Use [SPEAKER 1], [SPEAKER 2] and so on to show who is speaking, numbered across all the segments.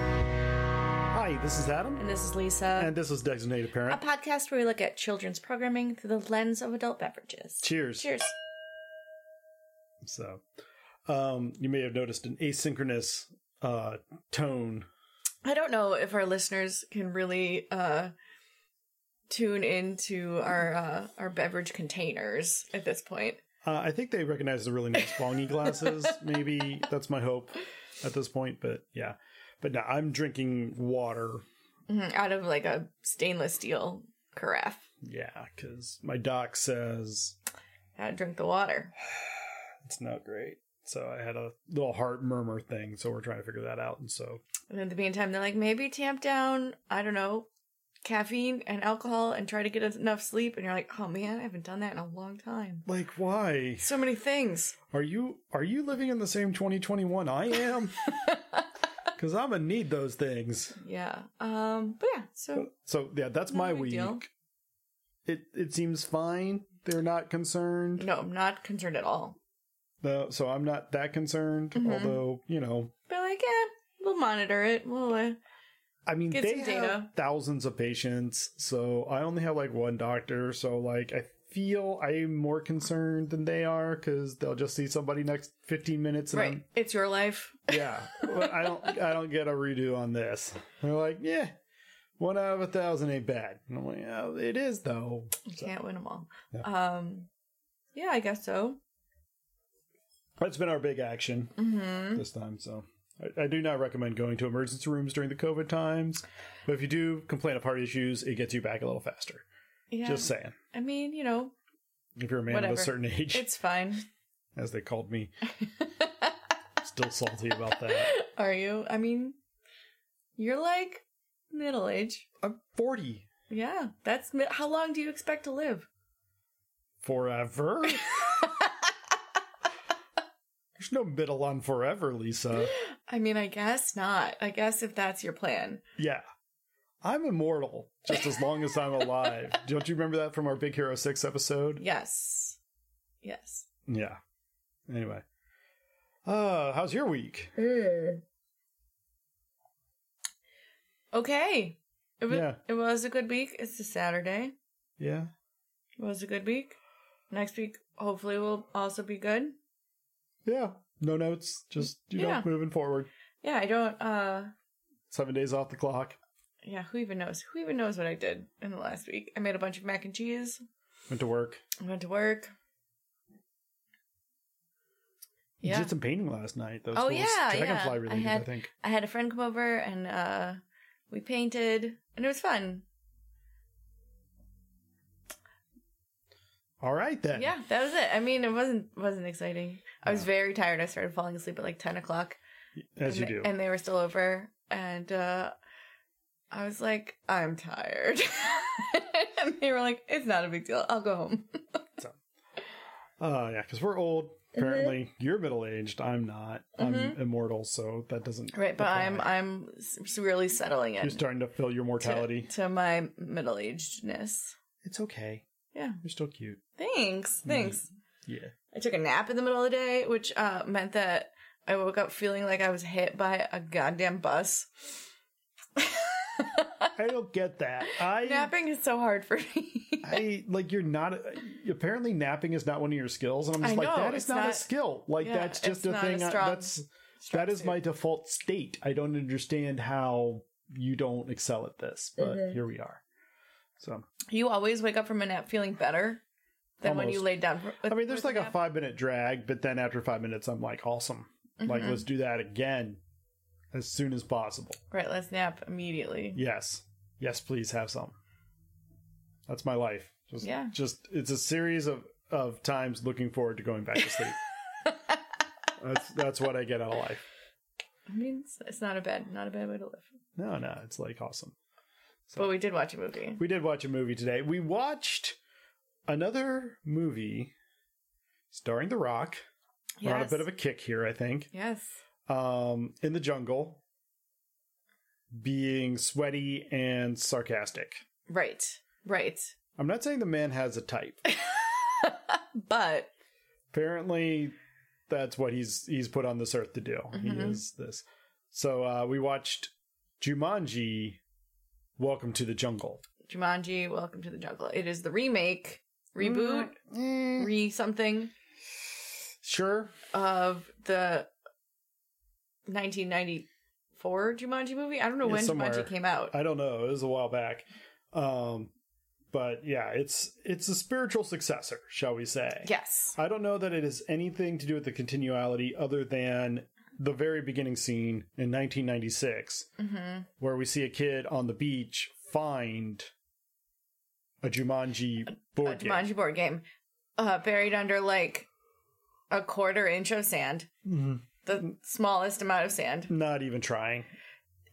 [SPEAKER 1] Hi, this is Adam,
[SPEAKER 2] And this is Lisa,
[SPEAKER 1] and this is Designated
[SPEAKER 2] a
[SPEAKER 1] Parent.
[SPEAKER 2] podcast where we look at children's programming through the lens of adult beverages.
[SPEAKER 1] Cheers.
[SPEAKER 2] Cheers.
[SPEAKER 1] So, um, you may have noticed an asynchronous uh, tone.
[SPEAKER 2] I don't know if our listeners can really uh, tune into our uh, our beverage containers at this point.
[SPEAKER 1] Uh, I think they recognize the really nice bongy glasses. Maybe that's my hope at this point, but yeah. But no, I'm drinking water.
[SPEAKER 2] Mhm, Out of like a stainless steel carafe.
[SPEAKER 1] Yeah, because my doc says
[SPEAKER 2] Gotta drink the water.
[SPEAKER 1] it's not great. So I had a little heart murmur thing. So we're trying to figure that out. And so
[SPEAKER 2] And in the meantime, they're like, maybe tamp down, I don't know, caffeine and alcohol and try to get enough sleep. And you're like, oh man, I haven't done that in a long time.
[SPEAKER 1] like, why
[SPEAKER 2] So many things.
[SPEAKER 1] are you are you living in the same 2021 I am? Because I'm gonna need those things.
[SPEAKER 2] Yeah. Um. But yeah. So
[SPEAKER 1] So yeah, that's
[SPEAKER 2] Not
[SPEAKER 1] my
[SPEAKER 2] a big
[SPEAKER 1] week.
[SPEAKER 2] deal.
[SPEAKER 1] It it seems fine. They're not concerned.
[SPEAKER 2] no, I'm not concerned at all.
[SPEAKER 1] Though- so I'm not that concerned.
[SPEAKER 2] Mhm.
[SPEAKER 1] Although you know,
[SPEAKER 2] But like, yeah, we'll monitor it. We'll. Uh,
[SPEAKER 1] I mean,
[SPEAKER 2] Get
[SPEAKER 1] they
[SPEAKER 2] some
[SPEAKER 1] have
[SPEAKER 2] data.
[SPEAKER 1] thousands of patients. So I only have like one doctor. So like I feel I'm more concerned than they are because they'll just see somebody next 15 minutes. And
[SPEAKER 2] right.
[SPEAKER 1] I'm-
[SPEAKER 2] It's your life.
[SPEAKER 1] yeah, Well, I don't I don't get a redo on this. They're like, yeah. One out of a thousand ain't bad. And I'm like, oh, it is though.
[SPEAKER 2] You
[SPEAKER 1] So-
[SPEAKER 2] can't win them all. Um. Yeah, I guess so.
[SPEAKER 1] That's been our big action
[SPEAKER 2] Mm-hmm.
[SPEAKER 1] this time. So I, I do not recommend going to emergency rooms during the COVID times. But if you do complain of heart issues, it gets you back a little faster.
[SPEAKER 2] Yeah.
[SPEAKER 1] Just saying.
[SPEAKER 2] I mean, you know,
[SPEAKER 1] If you're a man
[SPEAKER 2] Whatever.
[SPEAKER 1] of a certain age,
[SPEAKER 2] it's fine.
[SPEAKER 1] as they called me, still salty about that.
[SPEAKER 2] Are you? I mean, you're like middle age.
[SPEAKER 1] I'm 40
[SPEAKER 2] Yeah, that's mi- how long do you expect to live?
[SPEAKER 1] forever. There's no middle on forever, Lisa.
[SPEAKER 2] I mean, I guess not. I guess if that's your plan.
[SPEAKER 1] Yeah. I'm immortal just as long as I'm alive. Don't you remember that from our Big Hero 6 episode?
[SPEAKER 2] Yes. Yes.
[SPEAKER 1] Yeah. Anyway. Uh, how's your week?
[SPEAKER 2] Hmm. Okay. It was,
[SPEAKER 1] Yeah.
[SPEAKER 2] it was a good week. It's a Saturday.
[SPEAKER 1] Yeah.
[SPEAKER 2] It was a good week. Next week, hopefully, will also be good.
[SPEAKER 1] Yeah. No notes. Just, you
[SPEAKER 2] Yeah.
[SPEAKER 1] know, moving forward.
[SPEAKER 2] Yeah, I don't, uh,
[SPEAKER 1] Seven days off the clock.
[SPEAKER 2] yeah, who even knows? Who even knows what I did in the last week? I made a bunch of mac and cheese.
[SPEAKER 1] Went to work.
[SPEAKER 2] I went to work.
[SPEAKER 1] You
[SPEAKER 2] Yeah.
[SPEAKER 1] did some painting last night. That was
[SPEAKER 2] Oh,
[SPEAKER 1] cool. It was
[SPEAKER 2] yeah, yeah.
[SPEAKER 1] Dragonfly
[SPEAKER 2] I
[SPEAKER 1] related, I,
[SPEAKER 2] had-
[SPEAKER 1] think.
[SPEAKER 2] I had a friend come over and, uh, we painted and it was fun.
[SPEAKER 1] All right, then.
[SPEAKER 2] Yeah, that was it. I mean, it wasn't, wasn't exciting. I was
[SPEAKER 1] Yeah.
[SPEAKER 2] very tired. I started falling asleep at like 10 o'clock.
[SPEAKER 1] As you
[SPEAKER 2] and
[SPEAKER 1] do.
[SPEAKER 2] They, and they were still over, and uh, I was like, I'm tired. and they were like, It's not a big deal. I'll go home.
[SPEAKER 1] Uh, yeah, because we're old.
[SPEAKER 2] Uh-huh.
[SPEAKER 1] Apparently, you're middle aged. I'm not. I'm immortal, so that doesn't.
[SPEAKER 2] Right, but
[SPEAKER 1] apply.
[SPEAKER 2] I'm I'm s- really settling in
[SPEAKER 1] You're starting to feel your
[SPEAKER 2] to,
[SPEAKER 1] mortality.
[SPEAKER 2] to my middle agedness.
[SPEAKER 1] It's okay.
[SPEAKER 2] Yeah.
[SPEAKER 1] You're still cute. Mm-hmm.
[SPEAKER 2] Thanks, thanks.
[SPEAKER 1] Yeah.
[SPEAKER 2] I took a nap in the middle of the day, which uh, meant that I woke up feeling like I was hit by a goddamn bus.
[SPEAKER 1] I don't get that. I
[SPEAKER 2] Napping is so hard for me.
[SPEAKER 1] I like you're not apparently napping is not one of your skills and I'm just
[SPEAKER 2] I
[SPEAKER 1] like
[SPEAKER 2] know,
[SPEAKER 1] that
[SPEAKER 2] it's
[SPEAKER 1] is not, a
[SPEAKER 2] not-
[SPEAKER 1] skill. Like
[SPEAKER 2] Yeah,
[SPEAKER 1] that's just
[SPEAKER 2] it's
[SPEAKER 1] a
[SPEAKER 2] not a
[SPEAKER 1] thing I,
[SPEAKER 2] strong-
[SPEAKER 1] that's that is my default state. I don't understand how you don't excel at this, but
[SPEAKER 2] Mm-hmm.
[SPEAKER 1] here we are. So
[SPEAKER 2] You always wake up from a nap feeling better than when you
[SPEAKER 1] Almost.
[SPEAKER 2] laid down. for-
[SPEAKER 1] I mean there's
[SPEAKER 2] for
[SPEAKER 1] like
[SPEAKER 2] the
[SPEAKER 1] a
[SPEAKER 2] nap.
[SPEAKER 1] 5 minute drag, but then after 5 minutes I'm like awesome.
[SPEAKER 2] Mm-hmm.
[SPEAKER 1] Like let's do that again as soon as possible.
[SPEAKER 2] right. Let's nap immediately.
[SPEAKER 1] Yes. Yes, please have some. That's my life. Just,
[SPEAKER 2] Yeah.
[SPEAKER 1] Just it's a series of of times looking forward to going back to sleep. that's that's what I get out of life.
[SPEAKER 2] I mean, it's, it's not a bad, not a bad way to live.
[SPEAKER 1] No, no, it's like awesome. So
[SPEAKER 2] But we did watch a movie.
[SPEAKER 1] we did watch a movie today. We watched another movie starring The Rock. We're on a
[SPEAKER 2] Yes.
[SPEAKER 1] bit of a kick here, I think.
[SPEAKER 2] yes.
[SPEAKER 1] Um, in the jungle, being sweaty and sarcastic.
[SPEAKER 2] Right. Right.
[SPEAKER 1] I'm not saying the man has a type.
[SPEAKER 2] but
[SPEAKER 1] apparently that's what he's he's put on this earth to do he
[SPEAKER 2] Mhm.
[SPEAKER 1] is this so uh we watched jumanji welcome to the jungle
[SPEAKER 2] Jumanji, Welcome to the Jungle. It is the remake, reboot,
[SPEAKER 1] Mm, eh,
[SPEAKER 2] re something
[SPEAKER 1] sure
[SPEAKER 2] of the 1994 Jumanji movie. I don't know
[SPEAKER 1] Yeah,
[SPEAKER 2] when
[SPEAKER 1] somewhere. Uh,
[SPEAKER 2] Jumanji came out.
[SPEAKER 1] i don't know it was a while back um but yeah it's it's a spiritual successor shall we say
[SPEAKER 2] yes.
[SPEAKER 1] i don't know that it has anything to do with the continuality other than the very beginning scene in 1996
[SPEAKER 2] hmm
[SPEAKER 1] where we see a kid on the beach find a Jumanji
[SPEAKER 2] A
[SPEAKER 1] board game.
[SPEAKER 2] Jumanji board game, uh, buried under like a quarter inch of sand,
[SPEAKER 1] Mhm.
[SPEAKER 2] the smallest amount of sand.
[SPEAKER 1] Not even trying.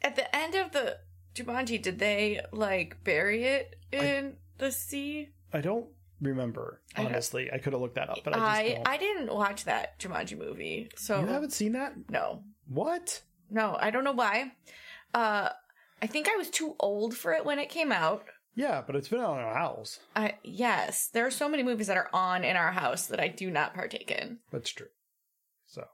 [SPEAKER 2] At the end of the Jumanji, did they like bury it in the sea?
[SPEAKER 1] I don't remember
[SPEAKER 2] I don't-
[SPEAKER 1] honestly. I, could have looked that up, but I just
[SPEAKER 2] I
[SPEAKER 1] don't.
[SPEAKER 2] I, didn't watch that Jumanji movie, so
[SPEAKER 1] you haven't seen that?
[SPEAKER 2] no.
[SPEAKER 1] What?
[SPEAKER 2] No, I don't know why. Uh, I think I was too old for it when it came out.
[SPEAKER 1] Yeah, but it's been on our house.
[SPEAKER 2] I, yes, there are so many movies that are on in our house that I do not partake in.
[SPEAKER 1] That's true. So,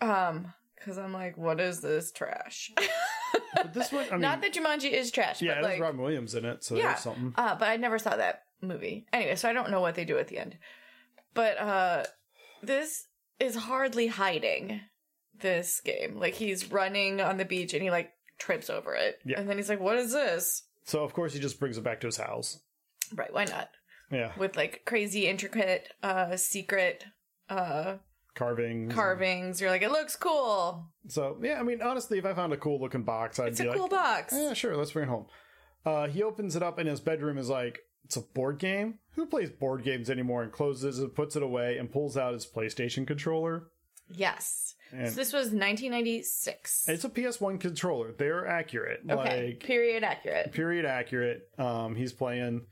[SPEAKER 2] Um, because I'm like, what is this trash?
[SPEAKER 1] but this one, I mean,
[SPEAKER 2] not that Jumanji is trash.
[SPEAKER 1] yeah,
[SPEAKER 2] but
[SPEAKER 1] it has
[SPEAKER 2] like,
[SPEAKER 1] Robin Williams in it, so
[SPEAKER 2] Yeah.
[SPEAKER 1] there's something.
[SPEAKER 2] Uh, but I never saw that movie. Anyway, so I don't know what they do at the end. But uh this is hardly hiding this game. Like he's running on the beach and he like trips over it.
[SPEAKER 1] Yeah.
[SPEAKER 2] And then he's like, What is this?
[SPEAKER 1] So of course he just brings it back to his house.
[SPEAKER 2] Right, why not?
[SPEAKER 1] Yeah,
[SPEAKER 2] With like crazy intricate uh secret uh
[SPEAKER 1] carving.
[SPEAKER 2] carvings. You're like, it looks cool.
[SPEAKER 1] So yeah, I mean, honestly, if I found a cool looking box, I'd
[SPEAKER 2] It's
[SPEAKER 1] be
[SPEAKER 2] a
[SPEAKER 1] like,
[SPEAKER 2] cool box.
[SPEAKER 1] Yeah, sure. Let's bring it home. Uh, he opens it up in his bedroom. Is like, it's a board game. Who plays board games anymore? And closes it, puts it away, and pulls out his PlayStation controller.
[SPEAKER 2] Yes.
[SPEAKER 1] And
[SPEAKER 2] so this was nineteen ninety six.
[SPEAKER 1] it's a PS1 controller. They're accurate,
[SPEAKER 2] Okay.
[SPEAKER 1] like
[SPEAKER 2] Period accurate.
[SPEAKER 1] period accurate. Um, he's playing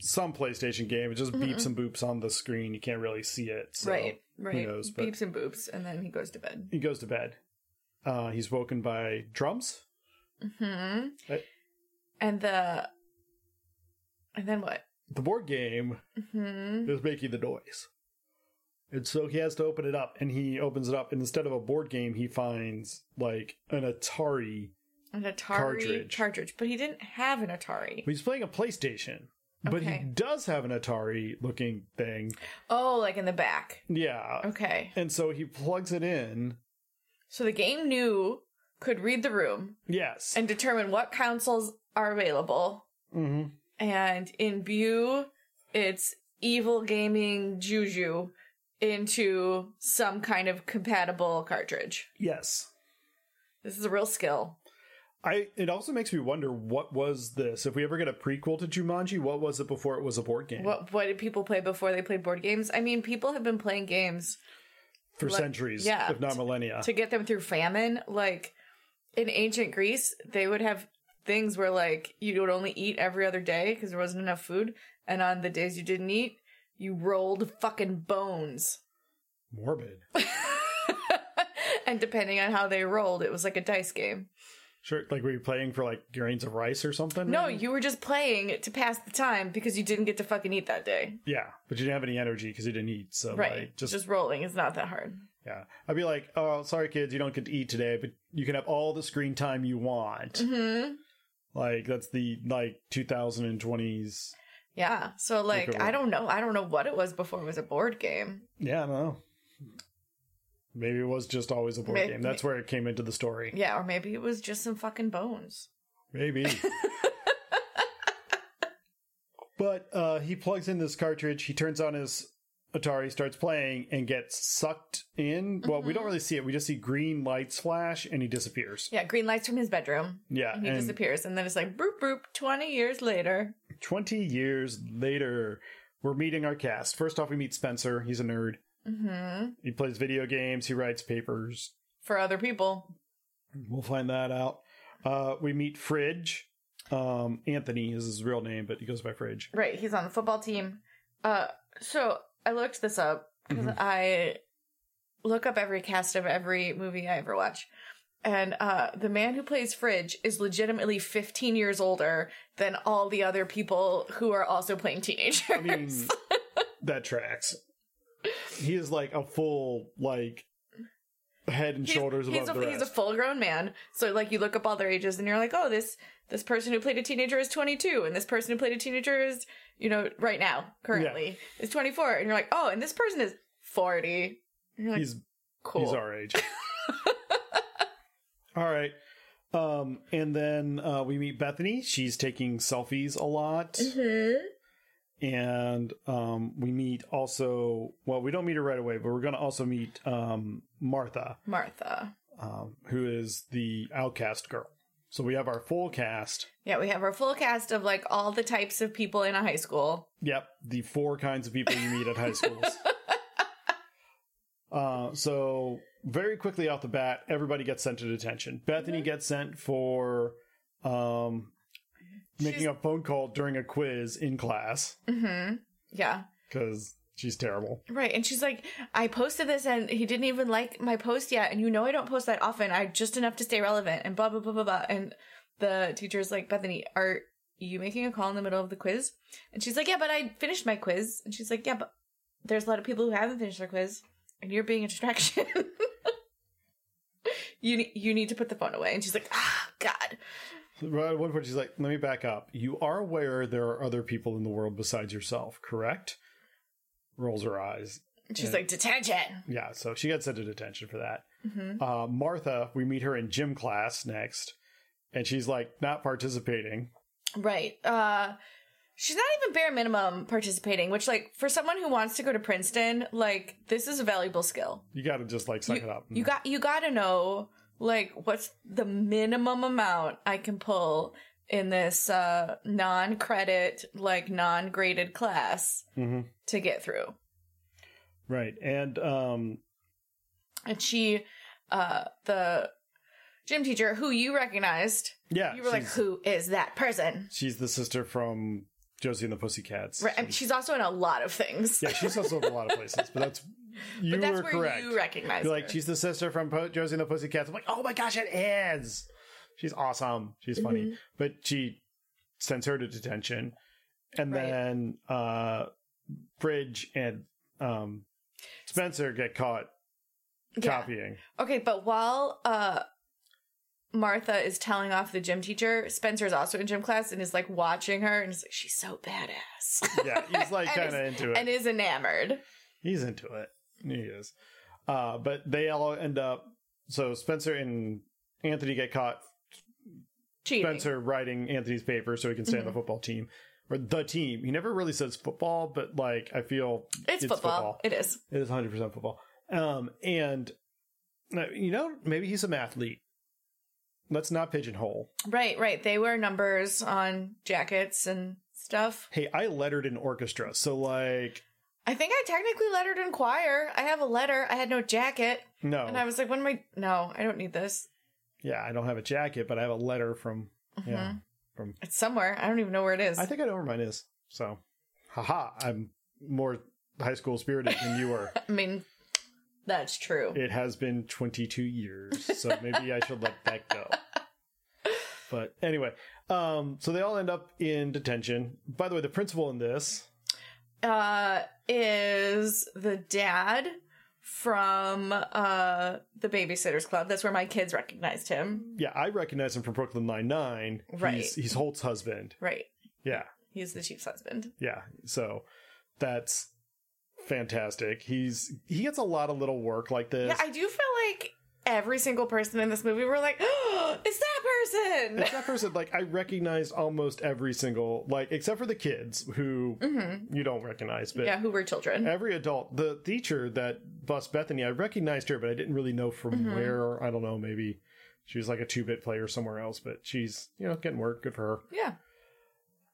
[SPEAKER 1] some PlayStation game. It just beeps and boops on the screen. You can't really see it. So
[SPEAKER 2] Mm-hmm. right, right.
[SPEAKER 1] knows, but-
[SPEAKER 2] Beeps and boops, and then he goes to bed.
[SPEAKER 1] He goes to bed. Uh, he's woken by drums.
[SPEAKER 2] hmm
[SPEAKER 1] Right.
[SPEAKER 2] And the and then what?
[SPEAKER 1] The board game
[SPEAKER 2] hmm
[SPEAKER 1] It was making the noise. And so he has to open it up, and he opens it up, and instead of a board game, he finds like an Atari.
[SPEAKER 2] An Atari
[SPEAKER 1] Cartridge.
[SPEAKER 2] cartridge. but he didn't have an Atari.
[SPEAKER 1] He's playing a PlayStation, but he
[SPEAKER 2] Okay.
[SPEAKER 1] does have an Atari looking thing.
[SPEAKER 2] Oh, like in the back.
[SPEAKER 1] Yeah.
[SPEAKER 2] Okay,
[SPEAKER 1] And so he plugs it in.
[SPEAKER 2] so the game knew could read the room
[SPEAKER 1] Yes.
[SPEAKER 2] and determine what consoles are available,
[SPEAKER 1] Mhm.
[SPEAKER 2] and imbue its evil gaming juju into some kind of compatible cartridge.
[SPEAKER 1] Yes.
[SPEAKER 2] This is a real skill.
[SPEAKER 1] I. It also makes me wonder what was this? If we ever get a prequel to Jumanji, what was it before it was a board game?
[SPEAKER 2] What what did people play before they played board games? I mean, people have been playing games
[SPEAKER 1] For
[SPEAKER 2] Like-
[SPEAKER 1] centuries,
[SPEAKER 2] yeah.
[SPEAKER 1] if not millennia.
[SPEAKER 2] to get them through famine. Like in ancient Greece, they would have things where like you would only eat every other day because there wasn't enough food, and on the days you didn't eat, you rolled fucking bones.
[SPEAKER 1] Morbid.
[SPEAKER 2] and depending on how they rolled, it was like a dice game.
[SPEAKER 1] Sure. Like were you playing for like grains of rice or something?
[SPEAKER 2] No, you were just playing to pass the time because you didn't get to fucking eat that day.
[SPEAKER 1] Yeah, but you didn't have any energy because you didn't eat. So
[SPEAKER 2] Right.
[SPEAKER 1] like, just,
[SPEAKER 2] just rolling is not that hard.
[SPEAKER 1] yeah, I'd be like, oh, sorry, kids, you don't get to eat today, but you can have all the screen time you want.
[SPEAKER 2] hmm
[SPEAKER 1] Like that's the like 2020s.
[SPEAKER 2] Yeah. So like
[SPEAKER 1] Paperwork.
[SPEAKER 2] I don't know. I don't know what it was before it was a board game.
[SPEAKER 1] Yeah, I don't know. Maybe it was just always a board
[SPEAKER 2] May-
[SPEAKER 1] game. That's where it came into the story.
[SPEAKER 2] Yeah, or maybe it was just some fucking bones.
[SPEAKER 1] Maybe. but uh, he plugs in this cartridge. He turns on his Atari, starts playing, and gets sucked in. Well, we
[SPEAKER 2] Mm-hmm.
[SPEAKER 1] don't really see it. We just see green lights flash, and he disappears.
[SPEAKER 2] Yeah, green lights from his bedroom.
[SPEAKER 1] Yeah,
[SPEAKER 2] And he
[SPEAKER 1] and
[SPEAKER 2] disappears and then it's like boop boop 20 years later.
[SPEAKER 1] 20 years later, we're meeting our cast. First off, we meet Spencer. He's a nerd.
[SPEAKER 2] Mhm.
[SPEAKER 1] He plays video games, he writes papers.
[SPEAKER 2] For other people.
[SPEAKER 1] We'll find that out. Uh, we meet Fridge. Um, Anthony is his real name, but he goes by Fridge.
[SPEAKER 2] Right, he's on the football team. Uh, so I looked this up because
[SPEAKER 1] Mhm.
[SPEAKER 2] I look up every cast of every movie I ever watch, and uh, the man who plays Fridge is legitimately 15 years older than all the other people who are also playing teenagers.
[SPEAKER 1] I mean, that tracks. He is like a full like head and
[SPEAKER 2] He's-
[SPEAKER 1] shoulders
[SPEAKER 2] he's,
[SPEAKER 1] above
[SPEAKER 2] a,
[SPEAKER 1] the
[SPEAKER 2] he's
[SPEAKER 1] rest.
[SPEAKER 2] a full grown man. So like you look up all their ages and you're like, oh, this this person who played a teenager is 22, and this person who played a teenager is you know right now currently is 24, and you're like, oh, and this person is 40. And you're like,
[SPEAKER 1] he's
[SPEAKER 2] cool.
[SPEAKER 1] he's our age. All right. Um, and then uh, we meet Bethany. She's taking selfies a lot.
[SPEAKER 2] Mm-hmm.
[SPEAKER 1] and um, we meet also well we don't meet her right away but we're going to also meet um, martha
[SPEAKER 2] Martha.
[SPEAKER 1] um, who is the outcast girl so we have our full cast
[SPEAKER 2] Yeah, we have our full cast of like all the types of people in a high school.
[SPEAKER 1] yep the four kinds of people you meet at high schools uh, so very quickly off the bat everybody gets sent to detention bethany gets sent for um, making a
[SPEAKER 2] She's-
[SPEAKER 1] phone call during a quiz in class
[SPEAKER 2] Mm-hmm. Yeah.
[SPEAKER 1] because she's terrible
[SPEAKER 2] Right. And she's like, I posted this and he didn't even like my post yet. And you know, I don't post that often. I just enough to stay relevant and blah, blah, blah, blah, blah. And the teacher's like, Bethany, are you making a call in the middle of the quiz? And she's like, Yeah, but I finished my quiz. And she's like, Yeah, but there's a lot of people who haven't finished their quiz and you're being a distraction. you, ne- you need to put the phone away. And she's like, Ah, God.
[SPEAKER 1] Right at one point, she's like, "Let me back up. You are aware there are other people in the world besides yourself, correct?" Rolls her eyes.
[SPEAKER 2] And she's
[SPEAKER 1] Yeah.
[SPEAKER 2] like, Detention.
[SPEAKER 1] Yeah, so she got sent to detention for that.
[SPEAKER 2] hmm
[SPEAKER 1] Uh, Martha, we meet her in gym class next, and she's like not participating.
[SPEAKER 2] Right. Uh she's not even bare minimum participating, which like for someone who wants to go to Princeton, like this is a valuable skill.
[SPEAKER 1] You got to just like suck it up.
[SPEAKER 2] You got you got to know like what's the minimum amount I can pull in this uh non-credit like non-graded class
[SPEAKER 1] hmm
[SPEAKER 2] to get through.
[SPEAKER 1] right, and um,
[SPEAKER 2] And she uh the gym teacher who you recognized,
[SPEAKER 1] yeah,
[SPEAKER 2] you were like
[SPEAKER 1] she's-
[SPEAKER 2] who is that person?
[SPEAKER 1] she's the sister from Josie and the Pussycats.
[SPEAKER 2] Right. and She's also in a lot of things.
[SPEAKER 1] yeah, she's also in a lot of places, but that's you
[SPEAKER 2] but that's
[SPEAKER 1] were
[SPEAKER 2] where
[SPEAKER 1] correct.
[SPEAKER 2] you recognize
[SPEAKER 1] You're like,
[SPEAKER 2] her.
[SPEAKER 1] she's the sister from po- Josie and the Pussycats. I'm like, oh my gosh, it is. She's awesome. She's funny.
[SPEAKER 2] Mm-hmm.
[SPEAKER 1] But she sends her to detention. And
[SPEAKER 2] Right.
[SPEAKER 1] then uh Bridge and um Spencer get caught copying.
[SPEAKER 2] Okay, but while uh Martha is telling off the gym teacher, Spencer's also in gym class and is like watching her and is like, she's so badass.
[SPEAKER 1] Yeah, he's like
[SPEAKER 2] And
[SPEAKER 1] kind of into it.
[SPEAKER 2] and is enamored.
[SPEAKER 1] he's into it. He is. Uh but they all end up so Spencer and Anthony get caught
[SPEAKER 2] Cheating.
[SPEAKER 1] Spencer writing Anthony's paper so he can stay
[SPEAKER 2] Mm-hmm.
[SPEAKER 1] on the football team or the team. He never really says football, but like I feel
[SPEAKER 2] it's,
[SPEAKER 1] it's
[SPEAKER 2] football.
[SPEAKER 1] football.
[SPEAKER 2] It is.
[SPEAKER 1] it is 100% football. Um, and uh, you know, maybe he's some athlete. Let's not pigeonhole.
[SPEAKER 2] Right, right. They wear numbers on jackets and stuff.
[SPEAKER 1] Hey, I lettered in orchestra, so like,
[SPEAKER 2] I think I technically lettered in choir. I have a letter. I had no jacket.
[SPEAKER 1] no,
[SPEAKER 2] And I was like, what am I? No, I don't need this.
[SPEAKER 1] yeah, I don't have a jacket, but I have a letter from. Yeah,
[SPEAKER 2] Mm-hmm. It's somewhere. I don't even know where it is.
[SPEAKER 1] I think I know where mine is. So, haha, I'm more high school spirited than you were.
[SPEAKER 2] I mean, that's true.
[SPEAKER 1] It has been 22 years, so maybe I should let that go. But anyway, um, so they all end up in detention. By the way, the principal in this,
[SPEAKER 2] uh is the dad from uh the babysitters club that's where my kids recognized him
[SPEAKER 1] yeah, I recognize him from Brooklyn Nine Nine.
[SPEAKER 2] Right.
[SPEAKER 1] he's, he's Holt's husband.
[SPEAKER 2] right
[SPEAKER 1] Yeah,
[SPEAKER 2] he's the chief's husband
[SPEAKER 1] yeah. So that's fantastic. He's he gets a lot of little work like this.
[SPEAKER 2] yeah i do feel like every single person in this movie were like oh it's that
[SPEAKER 1] it's
[SPEAKER 2] person
[SPEAKER 1] that person like I recognized almost every single like except for the kids who
[SPEAKER 2] Mhm.
[SPEAKER 1] you don't recognize, but
[SPEAKER 2] yeah who were children
[SPEAKER 1] every adult the teacher that bus bethany i recognized her but i didn't really know from
[SPEAKER 2] Mm-hmm.
[SPEAKER 1] where i don't know maybe she was like a two-bit player somewhere else but she's you know getting work good for her
[SPEAKER 2] yeah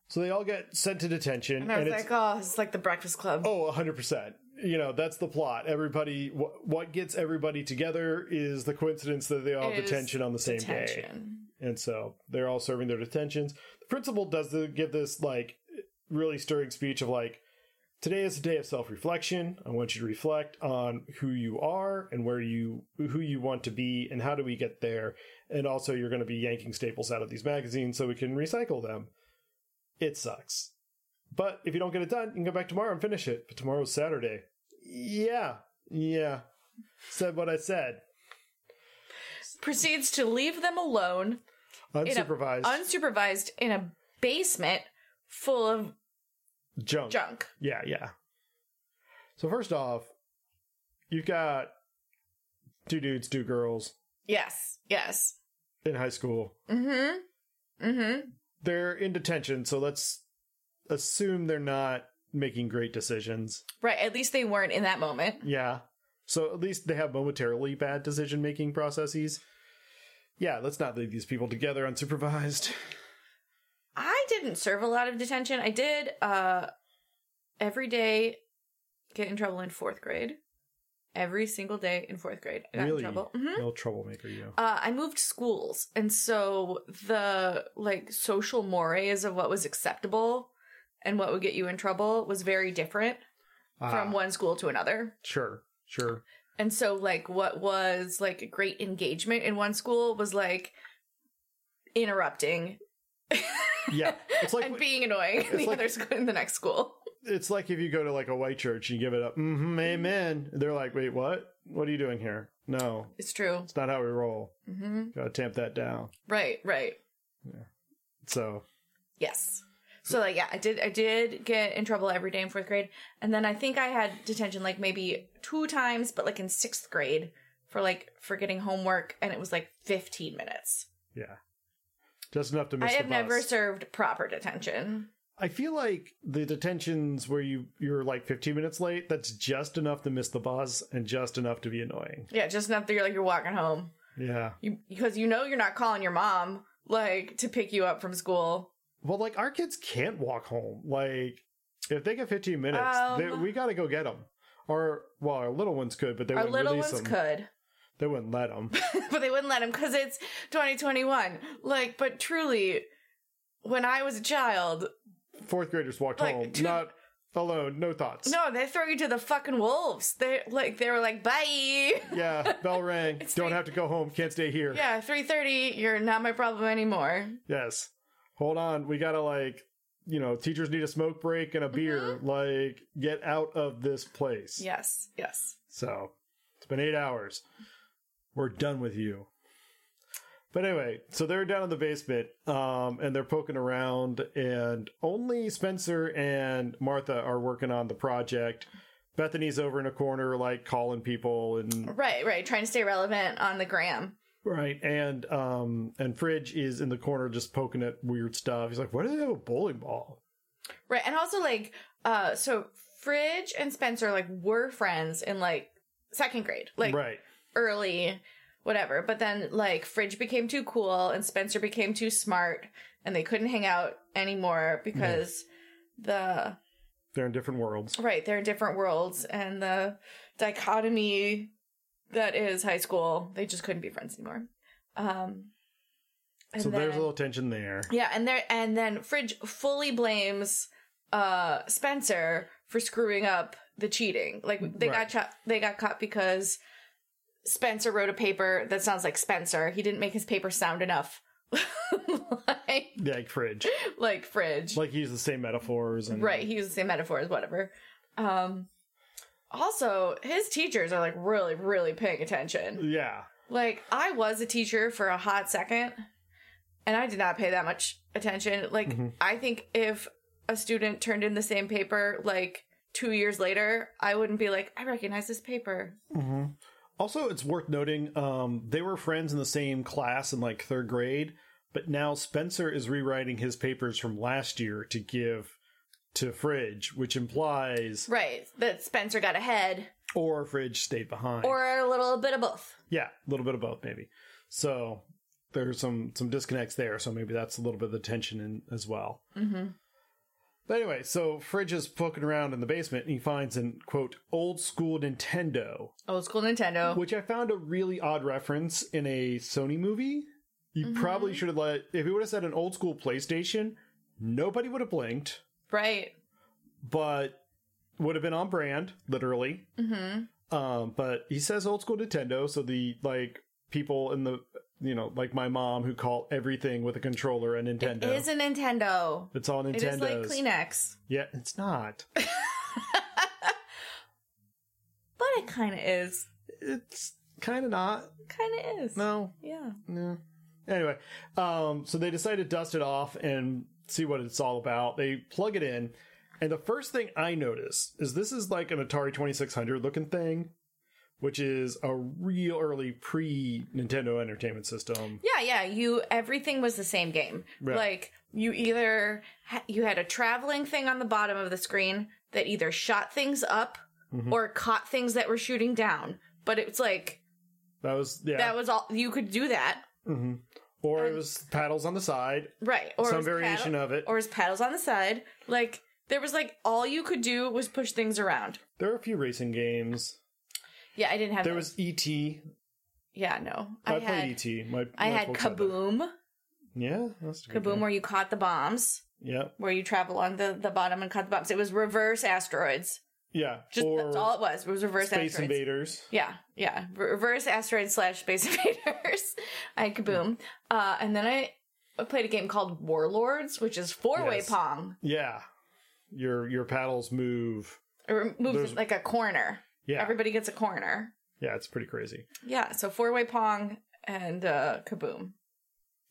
[SPEAKER 1] so they all get sent to detention
[SPEAKER 2] and i was
[SPEAKER 1] it's
[SPEAKER 2] like oh this is like the breakfast club
[SPEAKER 1] oh 100% you know that's the plot everybody wh- what gets everybody together is the coincidence that they all have
[SPEAKER 2] Is
[SPEAKER 1] detention on the same day
[SPEAKER 2] detention.
[SPEAKER 1] and so they're all serving their detentions. The principal does the, give this like really stirring speech of like, today is a day of self reflection. I want you to reflect on who you are and where you who you want to be and how do we get there. And also, you're going to be yanking staples out of these magazines so we can recycle them. It sucks, but if you don't get it done, you can go back tomorrow and finish it. But tomorrow's Saturday. Yeah, yeah. Said what I said.
[SPEAKER 2] Proceeds to leave them alone,
[SPEAKER 1] Unsupervised
[SPEAKER 2] unsupervised, in a basement full of
[SPEAKER 1] junk.
[SPEAKER 2] junk.
[SPEAKER 1] Yeah, yeah. So first off, you've got two dudes, two girls
[SPEAKER 2] Yes, yes.
[SPEAKER 1] in high school.
[SPEAKER 2] Mm hmm. Mm hmm.
[SPEAKER 1] They're in detention, so let's assume they're not making great decisions.
[SPEAKER 2] Right, at least they weren't in that moment.
[SPEAKER 1] Yeah. So at least they have momentarily bad decision making processes. Yeah, let's not leave these people together unsupervised.
[SPEAKER 2] I didn't serve a lot of detention. I did uh every day get in trouble in fourth grade. Every single day in fourth grade, I got
[SPEAKER 1] really,
[SPEAKER 2] in trouble. hmm
[SPEAKER 1] no troublemaker, you.
[SPEAKER 2] Uh, I moved schools, and so the like social mores of what was acceptable and what would get you in trouble was very different
[SPEAKER 1] Ah,
[SPEAKER 2] from one school to another.
[SPEAKER 1] sure, sure.
[SPEAKER 2] And so, like, what was like a great engagement in one school was like interrupting
[SPEAKER 1] Yeah, it's like
[SPEAKER 2] and being annoying in
[SPEAKER 1] it's
[SPEAKER 2] the
[SPEAKER 1] like-
[SPEAKER 2] other school in the next school.
[SPEAKER 1] it's like if you go to like a white church and you give it up, mm-hmm, amen. They're like, wait, what? What are you doing here? No,
[SPEAKER 2] It's true.
[SPEAKER 1] it's Mm-hmm. not how we roll.
[SPEAKER 2] hmm
[SPEAKER 1] Gotta tamp that down.
[SPEAKER 2] Right, right.
[SPEAKER 1] So
[SPEAKER 2] Yes. So like yeah, I did I did get in trouble every day in fourth grade. And then I think I had detention like maybe two times, but like in sixth grade for like forgetting homework and it was like fifteen minutes.
[SPEAKER 1] yeah, just enough to
[SPEAKER 2] I
[SPEAKER 1] miss.
[SPEAKER 2] have
[SPEAKER 1] the
[SPEAKER 2] never
[SPEAKER 1] bus.
[SPEAKER 2] served proper detention.
[SPEAKER 1] I feel like the detentions where you you're like 15 minutes late. That's just enough to miss the bus and just enough to be annoying.
[SPEAKER 2] Yeah, just enough that you're like you're walking home.
[SPEAKER 1] Yeah.
[SPEAKER 2] You because you know you're not calling your mom like to pick you up from school.
[SPEAKER 1] Well, like our kids can't walk home. Like if they get 15 minutes, they,
[SPEAKER 2] Um,
[SPEAKER 1] we gotta go get them. Or well, our little ones could, but they
[SPEAKER 2] Our
[SPEAKER 1] wouldn't
[SPEAKER 2] little
[SPEAKER 1] release
[SPEAKER 2] ones
[SPEAKER 1] them.
[SPEAKER 2] could.
[SPEAKER 1] They wouldn't let them.
[SPEAKER 2] but they wouldn't let him because it's 2021. Like, but truly, when I was a child,
[SPEAKER 1] fourth graders walked
[SPEAKER 2] Like,
[SPEAKER 1] home,
[SPEAKER 2] to-
[SPEAKER 1] not alone, no thoughts.
[SPEAKER 2] no, they throw you to the fucking wolves. They like they were like, bye.
[SPEAKER 1] Yeah, bell rang.
[SPEAKER 2] It's
[SPEAKER 1] Don't
[SPEAKER 2] three-
[SPEAKER 1] have to go home. Can't stay here.
[SPEAKER 2] Yeah, 3:30. You're not my problem anymore.
[SPEAKER 1] Yes. Hold on. We gotta like, you know, teachers need a smoke break
[SPEAKER 2] Mm-hmm.
[SPEAKER 1] and a beer. Like, get out of this place.
[SPEAKER 2] Yes, yes.
[SPEAKER 1] So it's been eight hours. We're done with you. But anyway, so they're down in the basement, um, and they're poking around, and only Spencer and Martha are working on the project. Bethany's over in a corner, like calling people and
[SPEAKER 2] Right, right. Trying to stay relevant on the gram.
[SPEAKER 1] Right, and um, and Fridge is in the corner just poking at weird stuff. He's like, "Why do they have a bowling ball?"
[SPEAKER 2] Right, and also like, uh, so Fridge and Spencer like were friends in like second grade. Like,
[SPEAKER 1] right,
[SPEAKER 2] early whatever but then like fridge became too cool and spencer became too smart and they couldn't hang out anymore because
[SPEAKER 1] they're in different worlds.
[SPEAKER 2] the right they're in different worlds and the dichotomy that is high school they just couldn't be friends anymore um and
[SPEAKER 1] So there's
[SPEAKER 2] then-
[SPEAKER 1] a little tension there.
[SPEAKER 2] yeah and there and then fridge fully blames uh spencer for screwing up the cheating like they
[SPEAKER 1] Right.
[SPEAKER 2] got ch- they got caught because spencer wrote a paper that sounds like spencer he didn't make his paper sound enough like,
[SPEAKER 1] Like Fridge,
[SPEAKER 2] like fridge
[SPEAKER 1] like he used the same metaphors and
[SPEAKER 2] right he used the same metaphors whatever um also his teachers are like really really paying attention
[SPEAKER 1] Yeah,
[SPEAKER 2] like I was a teacher for a hot second and I did not pay that much attention. Like
[SPEAKER 1] Mhm.
[SPEAKER 2] I think if a student turned in the same paper like 2 years later, I wouldn't be like, "I recognize this paper."
[SPEAKER 1] hmm Also, it's worth noting um, they were friends in the same class in like third grade, but now Spencer is rewriting his papers from last year to give to Fridge, which implies
[SPEAKER 2] Right. That Spencer got ahead
[SPEAKER 1] or Fridge stayed behind
[SPEAKER 2] or a little bit of both.
[SPEAKER 1] Yeah, a little bit of both, maybe. So there's some some disconnects there. So maybe that's a little bit of the tension in, as well.
[SPEAKER 2] Mhm.
[SPEAKER 1] But anyway, so Fridge is poking around in the basement and he finds an quote old school Nintendo,
[SPEAKER 2] Old school Nintendo.
[SPEAKER 1] which I found a really odd reference in a Sony movie. You probably should have let if he would have said an old school PlayStation, nobody would have blinked,
[SPEAKER 2] Right.
[SPEAKER 1] but would have been on brand, literally.
[SPEAKER 2] Mm-hmm.
[SPEAKER 1] Um, but he says old school Nintendo, so the like people in the you know, like my mom who call everything with a controller a Nintendo.
[SPEAKER 2] It is a Nintendo.
[SPEAKER 1] It's all Nintendo's.
[SPEAKER 2] It is like Kleenex.
[SPEAKER 1] Yeah, it's not.
[SPEAKER 2] But it kind of is.
[SPEAKER 1] It's kind of not.
[SPEAKER 2] Kind of is.
[SPEAKER 1] No,
[SPEAKER 2] Yeah.
[SPEAKER 1] no. Anyway, um, so they decide to dust it off and see what it's all about. They plug it in, and the first thing I notice is this is like an Atari 2600 looking thing, which is a real early pre Nintendo Entertainment System.
[SPEAKER 2] Yeah, yeah. You everything was the same game.
[SPEAKER 1] Right.
[SPEAKER 2] Like you either ha- you had a traveling thing on the bottom of the screen that either shot things up
[SPEAKER 1] Mm-hmm.
[SPEAKER 2] or caught things that were shooting down. But it's like
[SPEAKER 1] That was yeah,
[SPEAKER 2] that was all you could do that,
[SPEAKER 1] Mm-hmm. or it was paddles on the side,
[SPEAKER 2] right? Um, Or it
[SPEAKER 1] some
[SPEAKER 2] was
[SPEAKER 1] variation
[SPEAKER 2] paddle-
[SPEAKER 1] of it.
[SPEAKER 2] or it was paddles on the side. Like there was like all you could do was push things around.
[SPEAKER 1] there were a few racing games.
[SPEAKER 2] Yeah, I didn't have.
[SPEAKER 1] There
[SPEAKER 2] that.
[SPEAKER 1] was ET. I,
[SPEAKER 2] yeah, no. I,
[SPEAKER 1] played E
[SPEAKER 2] had
[SPEAKER 1] ET. My
[SPEAKER 2] I
[SPEAKER 1] my
[SPEAKER 2] had
[SPEAKER 1] folks that.
[SPEAKER 2] Kaboom,
[SPEAKER 1] Mm-hmm. Yeah, that's a good
[SPEAKER 2] Kaboom,
[SPEAKER 1] game.
[SPEAKER 2] where you caught the bombs,
[SPEAKER 1] Yeah,
[SPEAKER 2] where you travel on the the bottom and caught the bombs. It was reverse asteroids.
[SPEAKER 1] yeah.
[SPEAKER 2] Just
[SPEAKER 1] or
[SPEAKER 2] that's all it was. It was reverse
[SPEAKER 1] Space
[SPEAKER 2] asteroids.
[SPEAKER 1] Invaders.
[SPEAKER 2] Yeah, yeah. Re- Reverse asteroid slash space invaders. I had kaboom. Uh, and then I I played a game called Warlords, which is four way
[SPEAKER 1] Yes.
[SPEAKER 2] pong.
[SPEAKER 1] Yeah, your your paddles move.
[SPEAKER 2] It rem- moves
[SPEAKER 1] There's-
[SPEAKER 2] like a corner.
[SPEAKER 1] Yeah,
[SPEAKER 2] Everybody gets a corner.
[SPEAKER 1] yeah. It's pretty crazy.
[SPEAKER 2] Yeah. So four way pong and uh, kaboom.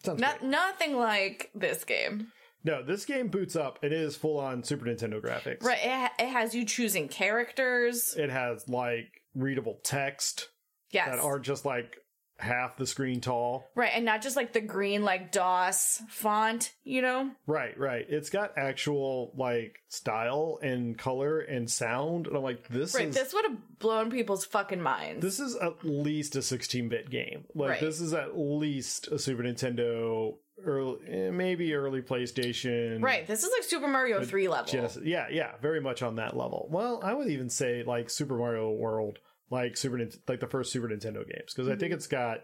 [SPEAKER 1] Sounds
[SPEAKER 2] Not
[SPEAKER 1] great.
[SPEAKER 2] nothing like this game.
[SPEAKER 1] No, this game boots up. It is full on Super Nintendo graphics.
[SPEAKER 2] Right. It, ha- it has you choosing characters.
[SPEAKER 1] It has like readable text
[SPEAKER 2] Yes.
[SPEAKER 1] that are just like half the screen tall.
[SPEAKER 2] right. And not just like the green like DOS font. You know.
[SPEAKER 1] Right, right. It's got actual like style and color and sound, and I'm like, this
[SPEAKER 2] Right.
[SPEAKER 1] is
[SPEAKER 2] This would have blown people's fucking minds.
[SPEAKER 1] this is at least a 16-bit game. Like
[SPEAKER 2] Right.
[SPEAKER 1] this is at least a Super Nintendo, early eh, maybe early PlayStation.
[SPEAKER 2] Right. This is like Super Mario 3 level.
[SPEAKER 1] Genesis. Yeah, yeah, very much on that level. Well, I would even say like Super Mario World, like Super Nin- like the first Super Nintendo games, because I think it's got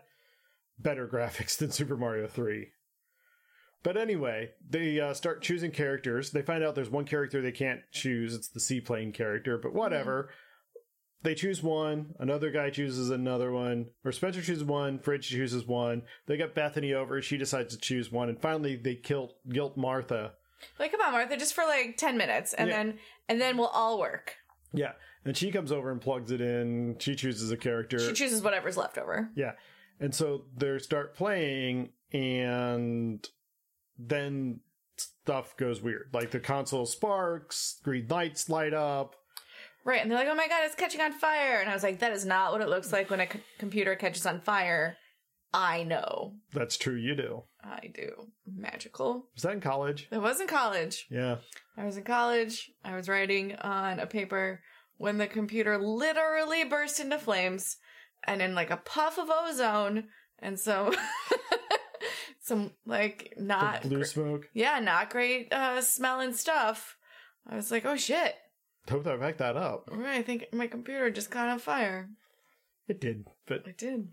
[SPEAKER 1] better graphics than Super Mario Three. But anyway, they uh, start choosing characters. They find out there's one character they can't choose. It's the seaplane character, but whatever. They choose one. Another guy chooses another one. Or Spencer chooses one. Fridge chooses one. They got Bethany over. She decides to choose one. And finally, they kill guilt Martha.
[SPEAKER 2] Like, come on, Martha, just for like 10 minutes and
[SPEAKER 1] Yeah.
[SPEAKER 2] then and then we'll all work.
[SPEAKER 1] Yeah. And she comes over and plugs it in. She chooses a character.
[SPEAKER 2] She chooses whatever's left over.
[SPEAKER 1] yeah. And so they start playing, and then stuff goes weird. Like the console sparks, green lights light up.
[SPEAKER 2] Right. And they're like, oh my God, it's catching on fire. And I was like, that is not what it looks like when a c- computer catches on fire. I know.
[SPEAKER 1] That's true, you do.
[SPEAKER 2] I do. Magical.
[SPEAKER 1] Was that in college?
[SPEAKER 2] That was in college.
[SPEAKER 1] Yeah.
[SPEAKER 2] I was in college. I was writing on a paper when the computer literally burst into flames and in like a puff of ozone. And so, some like
[SPEAKER 1] The
[SPEAKER 2] not
[SPEAKER 1] blue
[SPEAKER 2] gr-
[SPEAKER 1] smoke.
[SPEAKER 2] yeah, not great uh, smelling stuff. I was like, oh shit.
[SPEAKER 1] Hope I backed that up.
[SPEAKER 2] All right, I think my computer just caught on fire.
[SPEAKER 1] It did, but
[SPEAKER 2] It did.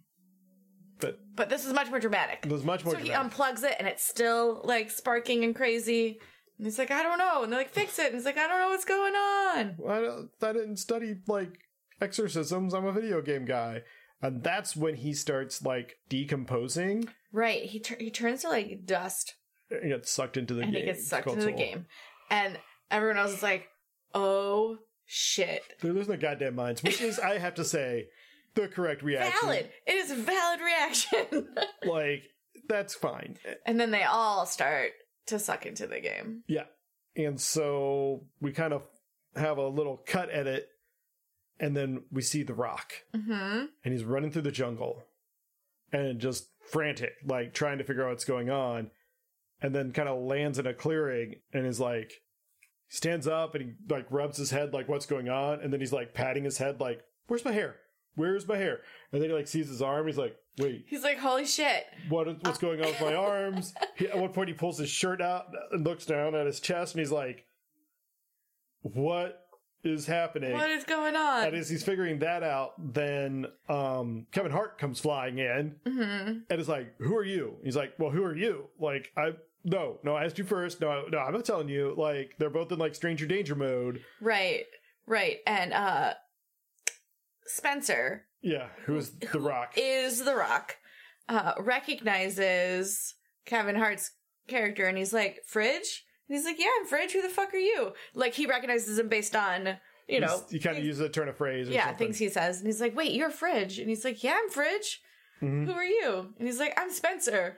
[SPEAKER 1] but
[SPEAKER 2] But this is much more dramatic.
[SPEAKER 1] it was much more
[SPEAKER 2] so
[SPEAKER 1] dramatic.
[SPEAKER 2] he unplugs it and it's still like sparking and crazy. And he's like, I don't know. And they're like, fix it. And he's like, I don't know what's going on.
[SPEAKER 1] I, don't, I didn't study like exorcisms. I'm a video game guy. And that's when he starts like decomposing.
[SPEAKER 2] Right. He, tur- he turns to like dust
[SPEAKER 1] and gets sucked into the
[SPEAKER 2] and
[SPEAKER 1] game.
[SPEAKER 2] he gets sucked
[SPEAKER 1] It's
[SPEAKER 2] into the
[SPEAKER 1] console.
[SPEAKER 2] game. And everyone else is like, oh shit.
[SPEAKER 1] They're losing their goddamn minds, which is, I have to say, the correct reaction.
[SPEAKER 2] Valid. It is a valid reaction.
[SPEAKER 1] Like, that's fine.
[SPEAKER 2] and then they all start to suck into the game.
[SPEAKER 1] Yeah. And so we kind of have a little cut edit, and then we see The Rock,
[SPEAKER 2] Mm-hmm.
[SPEAKER 1] and he's running through the jungle and just frantic, like trying to figure out what's going on, and then kind of lands in a clearing and is like, stands up and he like rubs his head like what's going on and then he's like patting his head like where's my hair where's my hair and then he like sees his arm he's like wait
[SPEAKER 2] He's like, holy shit.
[SPEAKER 1] what is- what's going on with my arms? He, at one point, he pulls his shirt out and looks down at his chest, and he's like, "What is happening.
[SPEAKER 2] What is going on?
[SPEAKER 1] And as he's figuring that out, then um, Kevin Hart comes flying in
[SPEAKER 2] hmm
[SPEAKER 1] and is like, "Who are you?" He's like, "Well, who are you?" Like, I no, no, I asked you first. No, I- no, I'm not telling you. Like, they're both in like stranger danger mode.
[SPEAKER 2] Right, right. And uh Spencer
[SPEAKER 1] Yeah, who's the Rock?
[SPEAKER 2] is the rock, uh, recognizes Kevin Hart's character and he's like, Fridge? And he's like, Yeah, I'm Fridge, who the fuck are you? Like he recognizes him based on, you know,
[SPEAKER 1] He's- he kind of
[SPEAKER 2] things-
[SPEAKER 1] uses a turn of phrase. Or
[SPEAKER 2] yeah,
[SPEAKER 1] something.
[SPEAKER 2] things he says. And he's like, Wait, you're Fridge. And he's like, Yeah, I'm Fridge.
[SPEAKER 1] Mhm.
[SPEAKER 2] Who are you? And he's like, I'm Spencer.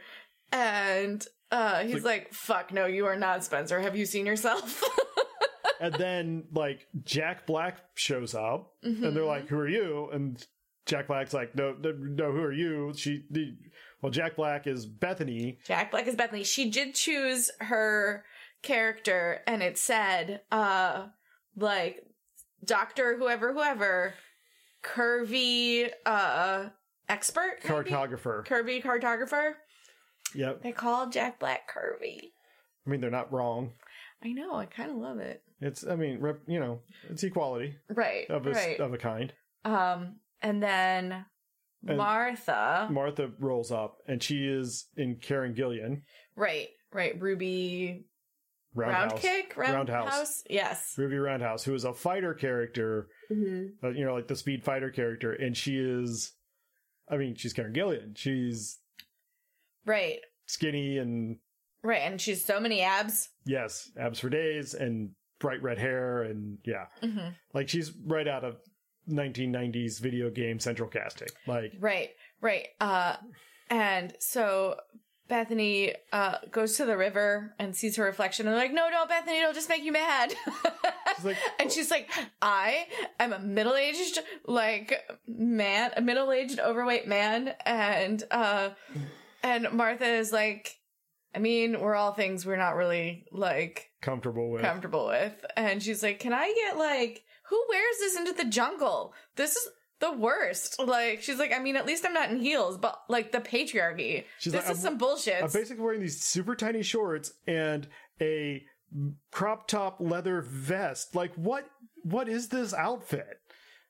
[SPEAKER 2] And uh, he's like, fuck, no, you are not Spencer. Have you seen yourself?
[SPEAKER 1] and then like Jack Black shows up, and they're like, "Who are you?" And Jack Black's like, "No, no, no, who are you?" She, the, well, Jack Black is Bethany.
[SPEAKER 2] Jack Black is Bethany. She did choose her character, and it said, uh, like, Doctor, whoever, whoever, curvy, uh, expert? maybe?
[SPEAKER 1] Cartographer.
[SPEAKER 2] Curvy cartographer.
[SPEAKER 1] Yep.
[SPEAKER 2] They call Jack Black curvy.
[SPEAKER 1] I mean, they're not wrong.
[SPEAKER 2] I know, I kind of love it.
[SPEAKER 1] It's, I mean, rep, you know, it's equality
[SPEAKER 2] Right.
[SPEAKER 1] of a, s-
[SPEAKER 2] right.
[SPEAKER 1] of a kind.
[SPEAKER 2] um, and then
[SPEAKER 1] And-
[SPEAKER 2] Martha.
[SPEAKER 1] Martha rolls up, and she is in Karen Gillian
[SPEAKER 2] Right, right. Ruby
[SPEAKER 1] Roundhouse.
[SPEAKER 2] round kick, round
[SPEAKER 1] Roundhouse.
[SPEAKER 2] house? Yes. Mm-hmm.
[SPEAKER 1] Ruby Roundhouse, who is a fighter character, uh, you know, like the speed fighter character, and she is, I mean, she's Karen Gillian. She's
[SPEAKER 2] Right,
[SPEAKER 1] skinny and
[SPEAKER 2] right. And she's so many abs.
[SPEAKER 1] Yes, abs for days and bright red hair and yeah,
[SPEAKER 2] hmm
[SPEAKER 1] like she's right out of 1990s video game central casting. Like
[SPEAKER 2] Right, right. Uh, and so Bethany uh goes to the river and sees her reflection, and they're like, "No, no, Bethany, it'll just make you mad."
[SPEAKER 1] she's like,
[SPEAKER 2] and she's like, "I am a middle-aged like man, a middle-aged overweight man," and uh, and Martha is like. I mean, we're all things we're not really like
[SPEAKER 1] comfortable with.
[SPEAKER 2] comfortable with. And she's like, Can I get like who wears this into the jungle? This is the worst. Like she's like, I mean, at least I'm not in heels, but like the patriarchy.
[SPEAKER 1] She's
[SPEAKER 2] this
[SPEAKER 1] like,
[SPEAKER 2] is
[SPEAKER 1] I'm-
[SPEAKER 2] some bullshit.
[SPEAKER 1] I'm basically wearing these super tiny shorts and a crop top leather vest. Like what? What is this outfit?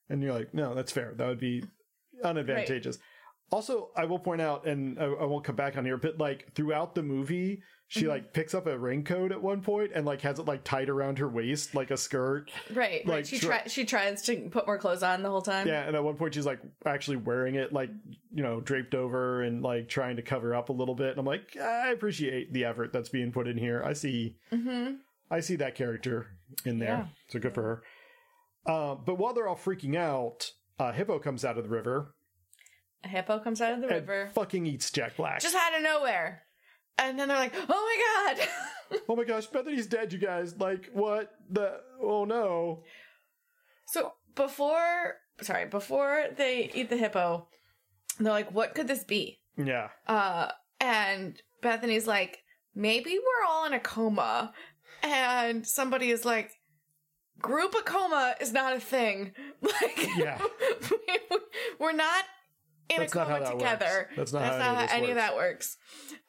[SPEAKER 1] And you're like, no, that's fair. That would be unadvantageous. Also, I will point out, and I, I won't come back on here, but like throughout the movie, she like picks up a raincoat at one point and like has it like tied around her waist like a skirt.
[SPEAKER 2] right. Like,
[SPEAKER 1] like,
[SPEAKER 2] she
[SPEAKER 1] sure.
[SPEAKER 2] try- she tries to put more clothes on the whole time.
[SPEAKER 1] Yeah, and at one point she's like actually wearing it like you know draped over and like trying to cover up a little bit. And I'm like, I appreciate the effort that's being put in here. I see,
[SPEAKER 2] Mm-hmm.
[SPEAKER 1] I see that character in there.
[SPEAKER 2] Yeah.
[SPEAKER 1] So good for her. Uh, but while they're all freaking out, uh, Hippo comes out of the river,
[SPEAKER 2] A hippo comes out of the river.
[SPEAKER 1] and fucking eats Jack Black.
[SPEAKER 2] Just out of nowhere. And then they're like, Oh my god.
[SPEAKER 1] oh my gosh, Bethany's dead, you guys! Like what the? Oh no!
[SPEAKER 2] So before sorry, before they eat the hippo, they're like, What could this be?
[SPEAKER 1] Yeah,
[SPEAKER 2] Uh, and Bethany's like, maybe we're all in a coma. And somebody is like, group a coma is not a thing. Like,
[SPEAKER 1] Yeah.
[SPEAKER 2] we're not in
[SPEAKER 1] That's
[SPEAKER 2] a
[SPEAKER 1] not how
[SPEAKER 2] coma
[SPEAKER 1] that
[SPEAKER 2] together.
[SPEAKER 1] works. That's not how any of this
[SPEAKER 2] of that works.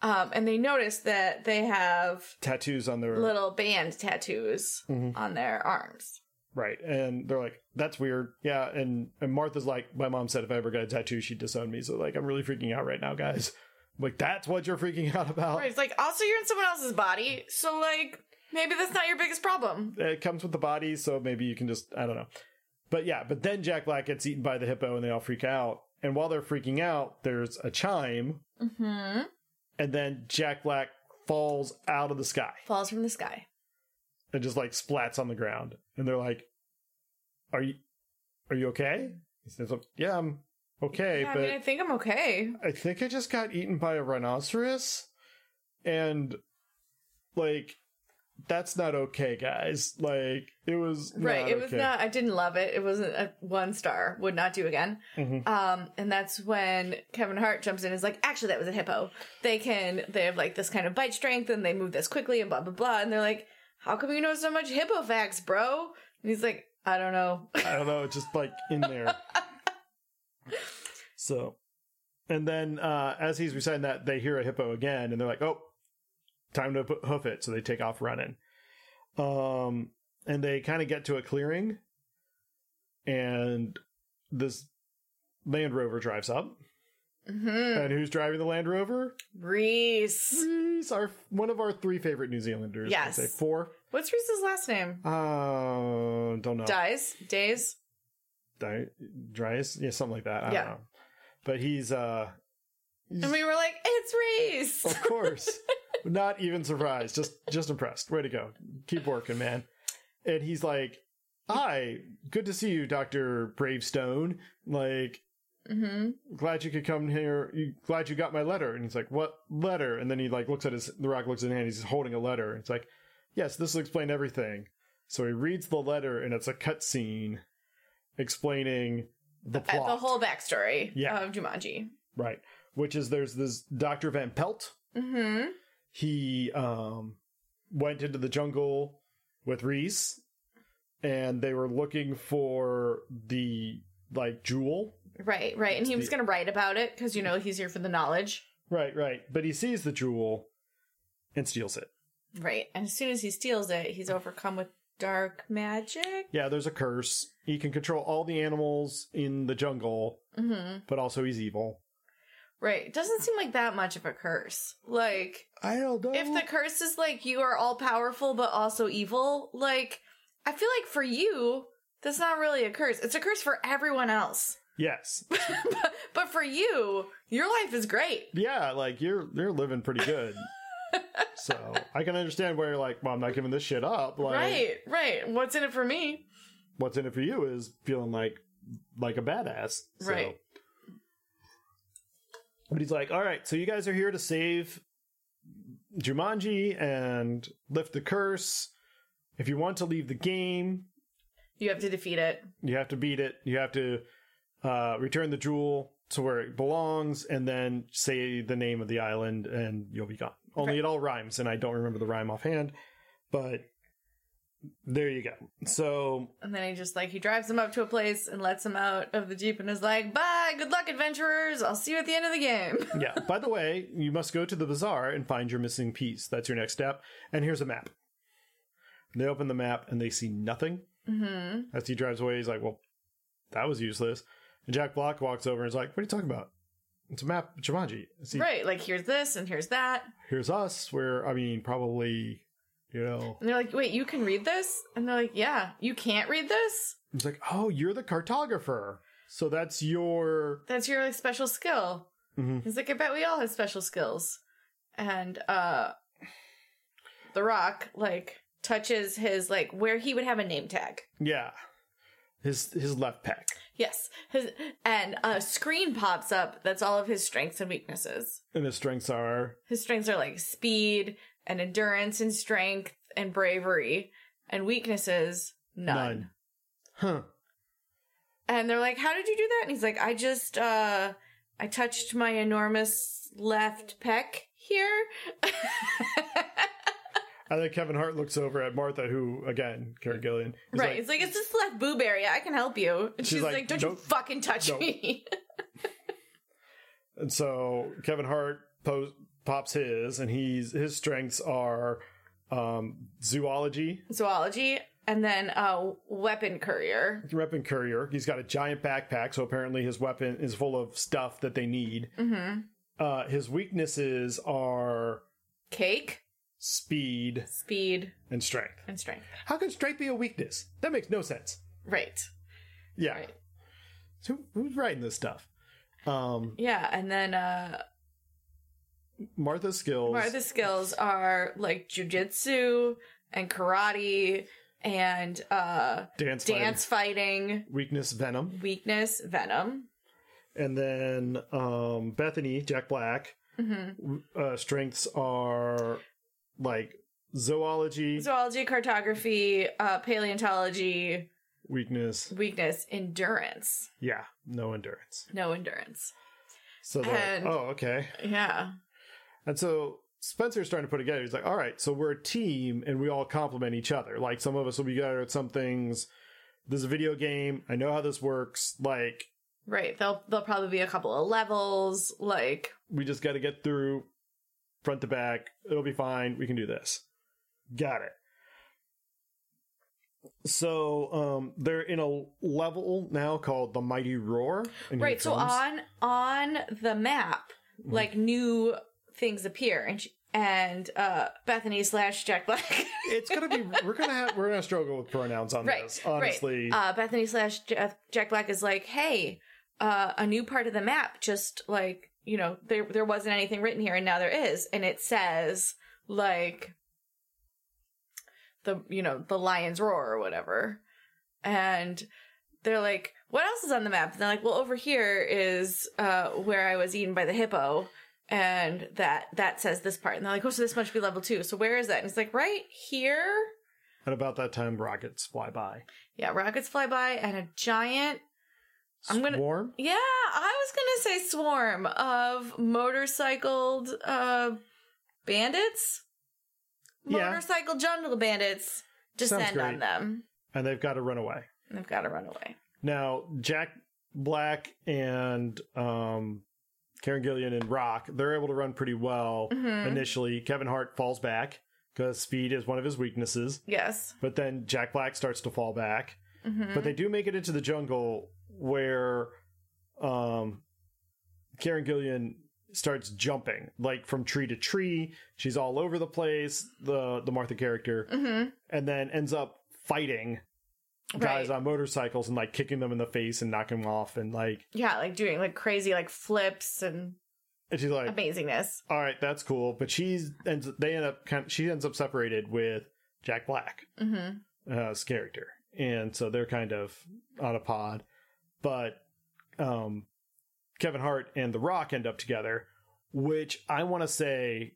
[SPEAKER 2] Um, and they notice that they have
[SPEAKER 1] tattoos on their
[SPEAKER 2] little band tattoos
[SPEAKER 1] Mhm.
[SPEAKER 2] on their arms.
[SPEAKER 1] Right. And they're like, that's weird. Yeah. And, and Martha's like, my mom said if I ever got a tattoo, she'd disown me. So, like, I'm really freaking out right now, guys. I'm like, that's what you're freaking out about.
[SPEAKER 2] Right. It's like, also, you're in someone else's body. So, like, maybe that's not your biggest problem.
[SPEAKER 1] It comes with the body. So maybe you can just, I don't know. But yeah. But then Jack Black gets eaten by the hippo and they all freak out. And while they're freaking out, there's a chime.
[SPEAKER 2] hmm
[SPEAKER 1] And then Jack Black falls out of the sky
[SPEAKER 2] Falls from the sky.
[SPEAKER 1] and just like splats on the ground. And they're like, are you, are you okay? He says, yeah, I'm okay.
[SPEAKER 2] Yeah,
[SPEAKER 1] but
[SPEAKER 2] I mean, I think I'm okay.
[SPEAKER 1] I think I just got eaten by a rhinoceros, and like that's not okay, guys. Like it was
[SPEAKER 2] Right.
[SPEAKER 1] Not
[SPEAKER 2] it was
[SPEAKER 1] okay.
[SPEAKER 2] not. I didn't love it. It wasn't a one star. Would not do again.
[SPEAKER 1] Mhm.
[SPEAKER 2] Um, and that's when Kevin Hart jumps in. and Is like, actually, that was a hippo. They can. They have like this kind of bite strength, and they move this quickly, and blah blah blah. And they're like, how come you know so much hippo facts, bro? And he's like, I don't know.
[SPEAKER 1] I don't know. It's just like in there. so, and then uh, as he's reciting that, they hear a hippo again, and they're like, "Oh, time to put, hoof it!" So they take off running. Um, and they kind of get to a clearing, and this Land Rover drives up.
[SPEAKER 2] Hmm.
[SPEAKER 1] And who's driving the Land Rover?
[SPEAKER 2] Mm-hmm. Reese.
[SPEAKER 1] Reese, our one of our three favorite New Zealanders. I'd
[SPEAKER 2] Yes.
[SPEAKER 1] say four.
[SPEAKER 2] What's Reese's last name?
[SPEAKER 1] Uh, don't know.
[SPEAKER 2] Dies. Days.
[SPEAKER 1] Di- Dries, yeah, something like that. I
[SPEAKER 2] Yeah.
[SPEAKER 1] don't know. But he's uh,
[SPEAKER 2] And we were like, it's Reese.
[SPEAKER 1] of course, not even surprised. Just just impressed. Way to go. Keep working, man. And he's like, "Hi, good to see you, Doctor Bravestone. Like,
[SPEAKER 2] hmm
[SPEAKER 1] glad you could come here. You, glad you got my letter. And he's like, what letter? And then he like looks at his, the rock looks at his hand. He's holding a letter. And it's like, yes, this will explain everything. So he reads the letter and it's a cutscene explaining the
[SPEAKER 2] Uh,
[SPEAKER 1] plot.
[SPEAKER 2] The whole backstory
[SPEAKER 1] Yeah.
[SPEAKER 2] of Jumanji.
[SPEAKER 1] right. Which is there's this Dr. Van Pelt.
[SPEAKER 2] Mm-hmm.
[SPEAKER 1] He, um, went into the jungle with Reese and they were looking for the like jewel
[SPEAKER 2] Right, right. And he
[SPEAKER 1] It's
[SPEAKER 2] was
[SPEAKER 1] the-
[SPEAKER 2] going to write about it because, you know, he's here for the knowledge.
[SPEAKER 1] Right, right. But he sees the jewel and steals it.
[SPEAKER 2] Right. And as soon as he steals it, he's overcome with dark magic.
[SPEAKER 1] Yeah, there's a curse. He can control all the animals in the jungle,
[SPEAKER 2] Mm-hmm.
[SPEAKER 1] but also he's evil.
[SPEAKER 2] Right. Doesn't seem like that much of a curse. Like,
[SPEAKER 1] I don't know.
[SPEAKER 2] if the curse is like you are all powerful but also evil, like, I feel like for you, that's not really a curse. It's a curse for everyone else.
[SPEAKER 1] yes.
[SPEAKER 2] but, but for you, your life is great.
[SPEAKER 1] Yeah, like you're you're living pretty good. so I can understand where you're like, well, I'm not giving this shit up. Like
[SPEAKER 2] right, right. What's in it for me?
[SPEAKER 1] what's in it for you is feeling like like a badass. So.
[SPEAKER 2] Right.
[SPEAKER 1] But he's like, all right, so you guys are here to save Jumanji and lift the curse. If you want to leave the game,
[SPEAKER 2] You have to defeat it.
[SPEAKER 1] you have to beat it. You have to uh, return the jewel to where it belongs, and then say the name of the island, and you'll be gone. Only
[SPEAKER 2] Okay.
[SPEAKER 1] it all rhymes, and I don't remember the rhyme offhand, but there you go. So
[SPEAKER 2] And then he just like he drives him up to a place and lets him out of the jeep and is like, "Bye, good luck, adventurers. I'll see you at the end of the game."
[SPEAKER 1] yeah. By the way, you must go to the bazaar and find your missing piece. That's your next step. And here's a map. They open the map and they see nothing.
[SPEAKER 2] hmm
[SPEAKER 1] As he drives away, he's like, "Well, that was useless." And Jack Black walks over and is like, "What are you talking about? It's a map, Jumanji." See,
[SPEAKER 2] Right? Like here's this and here's that,
[SPEAKER 1] here's us. We're, I mean, probably, you know."
[SPEAKER 2] and they're like, "Wait, you can read this?" And they're like, "Yeah, you can't read this.
[SPEAKER 1] He's like, "Oh, you're the cartographer, so that's your."
[SPEAKER 2] That's your like special skill."
[SPEAKER 1] Mhm.
[SPEAKER 2] He's like, "I bet we all have special skills." And uh, the Rock like touches his like where he would have a name tag.
[SPEAKER 1] Yeah, his his left pack.
[SPEAKER 2] Yes, his and a screen pops up. That's all of his strengths and weaknesses.
[SPEAKER 1] And his strengths are
[SPEAKER 2] His strengths are like speed and endurance and strength and bravery and weaknesses, none.
[SPEAKER 1] None. huh.
[SPEAKER 2] And they're like, How did you do that? And he's like, I just, uh, I touched my enormous left pec here.
[SPEAKER 1] And then Kevin Hart looks over at Martha, who again, Karen Gillian, is
[SPEAKER 2] right.
[SPEAKER 1] like,
[SPEAKER 2] it's like, It's this left boob area. I can help you. And she's,
[SPEAKER 1] She's
[SPEAKER 2] like,
[SPEAKER 1] like,
[SPEAKER 2] Don't you
[SPEAKER 1] "Nope.
[SPEAKER 2] fucking touch
[SPEAKER 1] Nope."
[SPEAKER 2] me.
[SPEAKER 1] And so Kevin Hart pos- pops his, and he's his strengths are um, zoology,
[SPEAKER 2] Zoology and then uh, weapon courier.
[SPEAKER 1] weapon courier. He's got a giant backpack, so apparently his weapon is full of stuff that they need.
[SPEAKER 2] Mm-hmm.
[SPEAKER 1] Uh, his weaknesses are
[SPEAKER 2] Cake,
[SPEAKER 1] speed
[SPEAKER 2] speed,
[SPEAKER 1] and strength.
[SPEAKER 2] and strength.
[SPEAKER 1] How can strength be a weakness? That makes no sense.
[SPEAKER 2] Right.
[SPEAKER 1] Yeah.
[SPEAKER 2] Right.
[SPEAKER 1] So who's writing this stuff? Um,
[SPEAKER 2] Yeah. And then, uh,
[SPEAKER 1] Martha's skills.
[SPEAKER 2] Part of the skills are like jujitsu and karate and uh,
[SPEAKER 1] dance.
[SPEAKER 2] dance
[SPEAKER 1] Dance.
[SPEAKER 2] fighting,
[SPEAKER 1] Weakness. Venom.
[SPEAKER 2] weakness, venom.
[SPEAKER 1] and then um, Bethany Jack Black.
[SPEAKER 2] hmm
[SPEAKER 1] Uh, strengths are like zoology,
[SPEAKER 2] Zoology, cartography, uh, paleontology,
[SPEAKER 1] weakness.
[SPEAKER 2] weakness, endurance.
[SPEAKER 1] Yeah, no endurance.
[SPEAKER 2] No endurance.
[SPEAKER 1] So they're like,
[SPEAKER 2] And-
[SPEAKER 1] oh okay.
[SPEAKER 2] Yeah.
[SPEAKER 1] And so Spencer's starting to put together. He's like, all right, so we're a team and we all complement each other. Like some of us will be better at some things. This is a video game. I know how this works. Like
[SPEAKER 2] Right. There'll there'll probably be a couple of levels. Like
[SPEAKER 1] we just got to get through front to back. It'll be fine. We can do this. Got it. So um, they're in a level now called the Mighty Roar. and here
[SPEAKER 2] right.
[SPEAKER 1] it
[SPEAKER 2] So
[SPEAKER 1] comes.
[SPEAKER 2] on on the map, like new things appear, and she, and uh, Bethany slash Jack Black.
[SPEAKER 1] it's gonna be we're gonna have we're gonna struggle with pronouns on
[SPEAKER 2] right.
[SPEAKER 1] this. Honestly,
[SPEAKER 2] right. Uh, Bethany slash Ja- Jack Black is like, hey, uh, a new part of the map. Just like you know, there there wasn't anything written here, and now there is, and it says like the you know the lion's roar or whatever, and they're like, what else is on the map? And they're like, well, over here is uh, where I was eaten by the hippo. And that that says this part, and they're like, "Oh, so this must be level two. So where is that?" And it's like, "Right here."
[SPEAKER 1] and about that time, rockets fly by.
[SPEAKER 2] Yeah, rockets fly by and a giant. I'm gonna-
[SPEAKER 1] swarm.
[SPEAKER 2] Yeah, I was gonna say swarm of motorcycled uh, bandits.
[SPEAKER 1] Yeah.
[SPEAKER 2] Motorcycle jungle bandits
[SPEAKER 1] Sounds
[SPEAKER 2] descend
[SPEAKER 1] great.
[SPEAKER 2] on them.
[SPEAKER 1] and they've got to run away.
[SPEAKER 2] And they've got to run away.
[SPEAKER 1] Now, Jack Black and um, Karen Gillian and Rock, they're able to run pretty well
[SPEAKER 2] Mhm.
[SPEAKER 1] initially. Kevin Hart falls back because speed is one of his weaknesses,
[SPEAKER 2] Yes.
[SPEAKER 1] but then Jack Black starts to fall back.
[SPEAKER 2] hmm
[SPEAKER 1] But they do make it into the jungle where um, Karen Gillian starts jumping like from tree to tree. She's all over the place, the the Martha character,
[SPEAKER 2] hmm
[SPEAKER 1] and then ends up fighting guys
[SPEAKER 2] Right.
[SPEAKER 1] on motorcycles and like kicking them in the face and knocking them off and like
[SPEAKER 2] Yeah, like doing like crazy like flips and
[SPEAKER 1] and she's like
[SPEAKER 2] amazingness.
[SPEAKER 1] all right that's cool but she's ends they end up kind of, she ends up separated with jack black
[SPEAKER 2] Mm-hmm.
[SPEAKER 1] uh, his character and so they're kind of on a pod but um kevin hart and the rock end up together which i want to say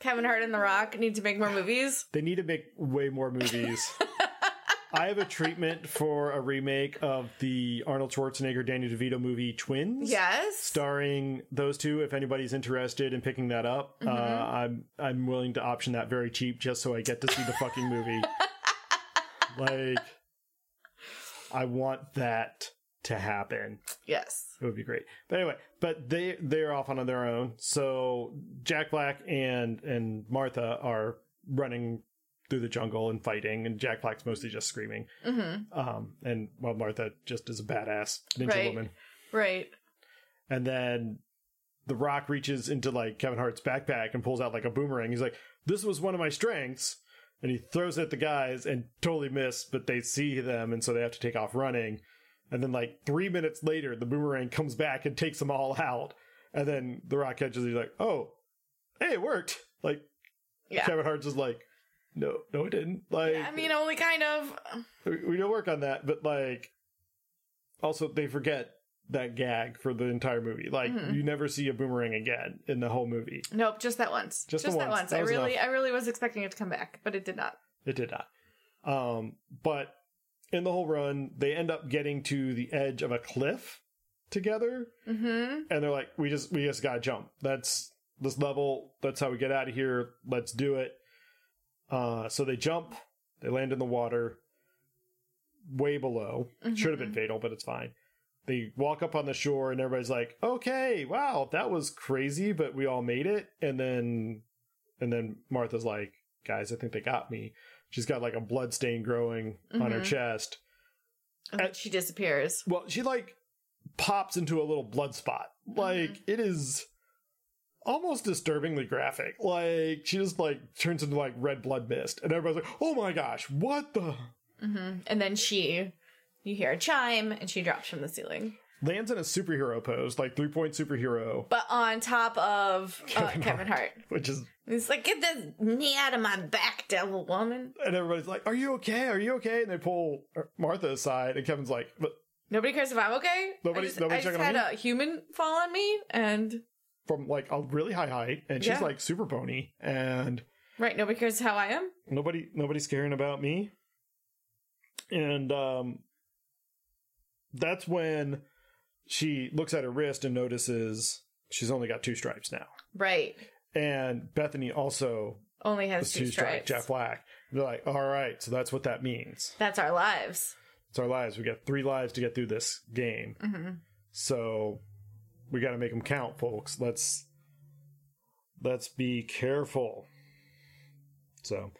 [SPEAKER 2] Kevin Hart and The Rock need to make more movies.
[SPEAKER 1] they need to make way more movies i have a treatment for a remake of the arnold schwarzenegger daniel devito movie twins
[SPEAKER 2] Yes.
[SPEAKER 1] starring those two. If anybody's interested in picking that up, uh, I'm I'm willing to option that very cheap just so I get to see the fucking movie. like, I want that to happen.
[SPEAKER 2] yes.
[SPEAKER 1] It would be great. But anyway, but they they're off on their own. So Jack Black and and Martha are running through the jungle and fighting, and Jack Black's mostly just screaming.
[SPEAKER 2] Mm-hmm.
[SPEAKER 1] Um, and while Martha just is a badass ninja
[SPEAKER 2] Right.
[SPEAKER 1] woman
[SPEAKER 2] Right.
[SPEAKER 1] and then the rock reaches into like kevin hart's backpack and pulls out like a boomerang he's like this was one of my strengths and he throws it at the guys and totally miss but they see them and so they have to take off running and then like three minutes later the boomerang comes back and takes them all out and then the rock catches it, he's like oh hey it worked like
[SPEAKER 2] Yeah.
[SPEAKER 1] kevin hart's just like no no it didn't like
[SPEAKER 2] I mean, only kind of.
[SPEAKER 1] we we don't work on that, but like, also they forget that gag for the entire movie. Like,
[SPEAKER 2] Mhm.
[SPEAKER 1] you never see a boomerang again in the whole movie.
[SPEAKER 2] Nope, just that once.
[SPEAKER 1] Just
[SPEAKER 2] Just,
[SPEAKER 1] the
[SPEAKER 2] that
[SPEAKER 1] once.
[SPEAKER 2] once.
[SPEAKER 1] That
[SPEAKER 2] I
[SPEAKER 1] was
[SPEAKER 2] really,
[SPEAKER 1] enough.
[SPEAKER 2] I really was expecting it to come back, but it did not.
[SPEAKER 1] It did not. Um, but in the whole run, they end up getting to the edge of a cliff together,
[SPEAKER 2] Mm-hmm.
[SPEAKER 1] and they're like, "We just, we just gotta jump. That's this level. That's how we get out of here. Let's do it." Uh, so they jump. They land in the water, way below. Should have been fatal, but it's fine. They walk up on the shore and everybody's like, "Okay, wow, that was crazy, but we all made it." And then and then Martha's like, "Guys, I think they got me." She's got like a blood stain growing on her
[SPEAKER 2] Mhm.
[SPEAKER 1] chest.
[SPEAKER 2] And then
[SPEAKER 1] Uh,
[SPEAKER 2] Oh, she disappears.
[SPEAKER 1] Well, she like pops into a little blood spot. Like it is almost disturbingly graphic. Like she just like turns into like red blood mist and everybody's like, "Oh my gosh, what the
[SPEAKER 2] hmm And then she, you hear a chime, and she drops from the ceiling.
[SPEAKER 1] lands in a superhero pose, like three point superhero,
[SPEAKER 2] But on top of uh,
[SPEAKER 1] Kevin
[SPEAKER 2] Kevin, Hart.
[SPEAKER 1] which is,
[SPEAKER 2] And He's like, get this knee out of my back, devil woman.
[SPEAKER 1] and everybody's like, "Are you okay? Are you okay?" And they pull Martha aside, and Kevin's like, "But
[SPEAKER 2] Nobody cares if I'm okay.
[SPEAKER 1] Nobody-
[SPEAKER 2] I just,
[SPEAKER 1] nobody
[SPEAKER 2] I just
[SPEAKER 1] checking on
[SPEAKER 2] had a human fall on me, and
[SPEAKER 1] from like a really high height, and she's
[SPEAKER 2] Yeah.
[SPEAKER 1] like super pony, and
[SPEAKER 2] right, nobody cares how I am.
[SPEAKER 1] nobody nobody's caring about me." And um, that's when she looks at her wrist and notices she's only got two stripes now,
[SPEAKER 2] Right.
[SPEAKER 1] and Bethany also
[SPEAKER 2] Only has
[SPEAKER 1] has
[SPEAKER 2] two,
[SPEAKER 1] two stripes.
[SPEAKER 2] stripes.
[SPEAKER 1] Jeff Black. They're like, "All right, so that's what that means."
[SPEAKER 2] That's our lives.
[SPEAKER 1] It's our lives. We got three lives to get through this game.
[SPEAKER 2] hmm
[SPEAKER 1] So we got to make them count, folks. Let's let's be careful. So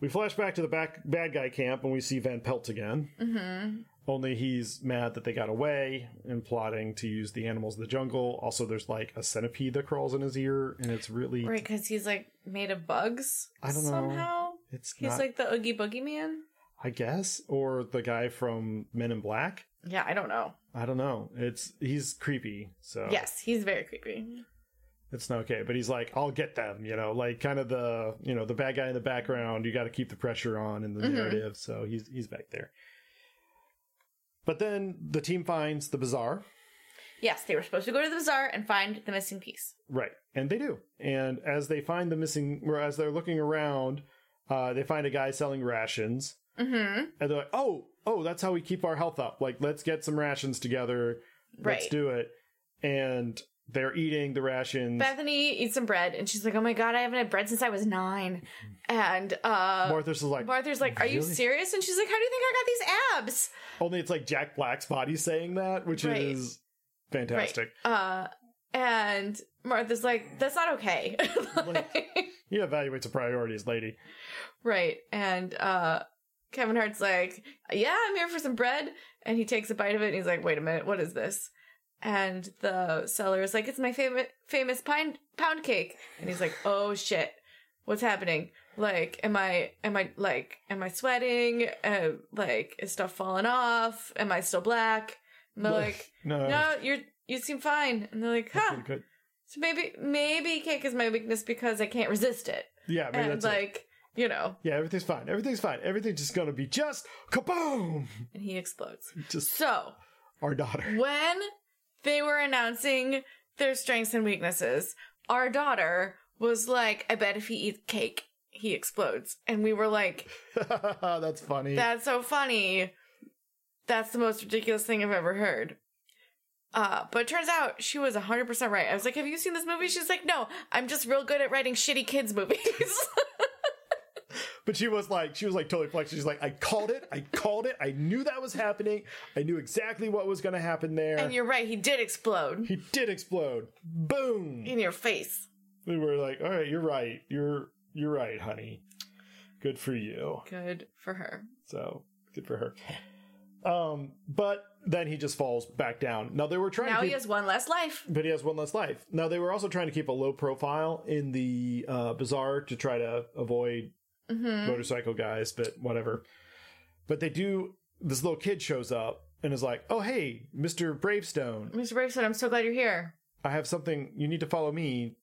[SPEAKER 1] We flash back to the back, bad guy camp and we see Van Pelt again.
[SPEAKER 2] Mm-hmm.
[SPEAKER 1] Only he's mad that they got away and plotting to use the animals of the jungle. Also, there's like a centipede that crawls in his ear, and it's really
[SPEAKER 2] Right, because he's like made of bugs.
[SPEAKER 1] I don't know.
[SPEAKER 2] Somehow
[SPEAKER 1] it's
[SPEAKER 2] he's
[SPEAKER 1] not,
[SPEAKER 2] like the Oogie Boogie Man.
[SPEAKER 1] I guess, or the guy from Men in Black.
[SPEAKER 2] Yeah, I don't know.
[SPEAKER 1] I don't know. It's he's creepy, so
[SPEAKER 2] Yes, he's very creepy.
[SPEAKER 1] it's not okay. But he's like, I'll get them, you know, like kind of the you know the bad guy in the background. You got to keep the pressure on in the
[SPEAKER 2] Mhm.
[SPEAKER 1] narrative, so he's he's back there. But then the team finds the bazaar.
[SPEAKER 2] Yes, they were supposed to go to the bazaar and find the missing piece.
[SPEAKER 1] Right. And they do. And as they find the missing, or as they're looking around, uh, they find a guy selling rations.
[SPEAKER 2] Mm-hmm.
[SPEAKER 1] And they're like, oh, oh, that's how we keep our health up. Like, let's get some rations together. Let's
[SPEAKER 2] Right.
[SPEAKER 1] do it. And they're eating the rations.
[SPEAKER 2] Bethany eats some bread and she's like, "Oh my god, I haven't had bread since I was nine. And uh,
[SPEAKER 1] Martha's is like,
[SPEAKER 2] Martha's like, "Are you
[SPEAKER 1] Really?
[SPEAKER 2] serious?" And she's like, "How do you think I got these abs?"
[SPEAKER 1] only it's like Jack Black's body saying that, which
[SPEAKER 2] Right.
[SPEAKER 1] is fantastic.
[SPEAKER 2] Right. Uh, and Martha's like, "That's not okay."
[SPEAKER 1] Like- You evaluate the priorities, lady.
[SPEAKER 2] right. And uh, Kevin Hart's like, "Yeah, I'm here for some bread," and he takes a bite of it and he's like, "Wait a minute, what is this?" And the seller is like, "It's my favorite famous pine pound cake," and he's like, "Oh shit, what's happening?" Like, am I, am I, like, am I sweating? Uh, like, is stuff falling off? Am I still black? And they're like,
[SPEAKER 1] no.
[SPEAKER 2] no, you're you seem fine. And they're like,
[SPEAKER 1] that's
[SPEAKER 2] huh.
[SPEAKER 1] pretty good.
[SPEAKER 2] So maybe maybe cake is my weakness because I can't resist it.
[SPEAKER 1] Yeah, I mean,
[SPEAKER 2] And
[SPEAKER 1] that's it.
[SPEAKER 2] like, you know,
[SPEAKER 1] Yeah, everything's fine. Everything's fine. Everything's just going to be just kaboom.
[SPEAKER 2] and he explodes.
[SPEAKER 1] Just
[SPEAKER 2] So
[SPEAKER 1] our daughter.
[SPEAKER 2] when they were announcing their strengths and weaknesses, our daughter was like, I bet if he eats cake, he explodes. And we were like,
[SPEAKER 1] That's funny.
[SPEAKER 2] That's so funny. That's the most ridiculous thing I've ever heard. Uh, but it turns out she was 100% right. I was like, Have you seen this movie? She's like, No, I'm just real good at writing shitty kids' movies.
[SPEAKER 1] but she was like, she was like totally flexed. She's like, I called it. I called it. I knew that was happening. I knew exactly what was going to happen there.
[SPEAKER 2] and you're right, he did explode
[SPEAKER 1] he did explode. Boom.
[SPEAKER 2] in your face.
[SPEAKER 1] we were like, all right, you're right. You're you're right, honey. Good for you.
[SPEAKER 2] Good for her.
[SPEAKER 1] So good for her. Um, but then he just falls back down. Now they were trying
[SPEAKER 2] Now
[SPEAKER 1] to
[SPEAKER 2] he
[SPEAKER 1] keep,
[SPEAKER 2] has one less life.
[SPEAKER 1] but he has one less life. Now they were also trying to keep a low profile in the uh, bazaar to try to avoid Mm-hmm.
[SPEAKER 2] hmm
[SPEAKER 1] motorcycle guys, but whatever. But they do. This little kid shows up and is like, "Oh hey, Mister Bravestone,
[SPEAKER 2] Mr. Brave said, I'm so glad you're here.
[SPEAKER 1] I have something. You need to follow me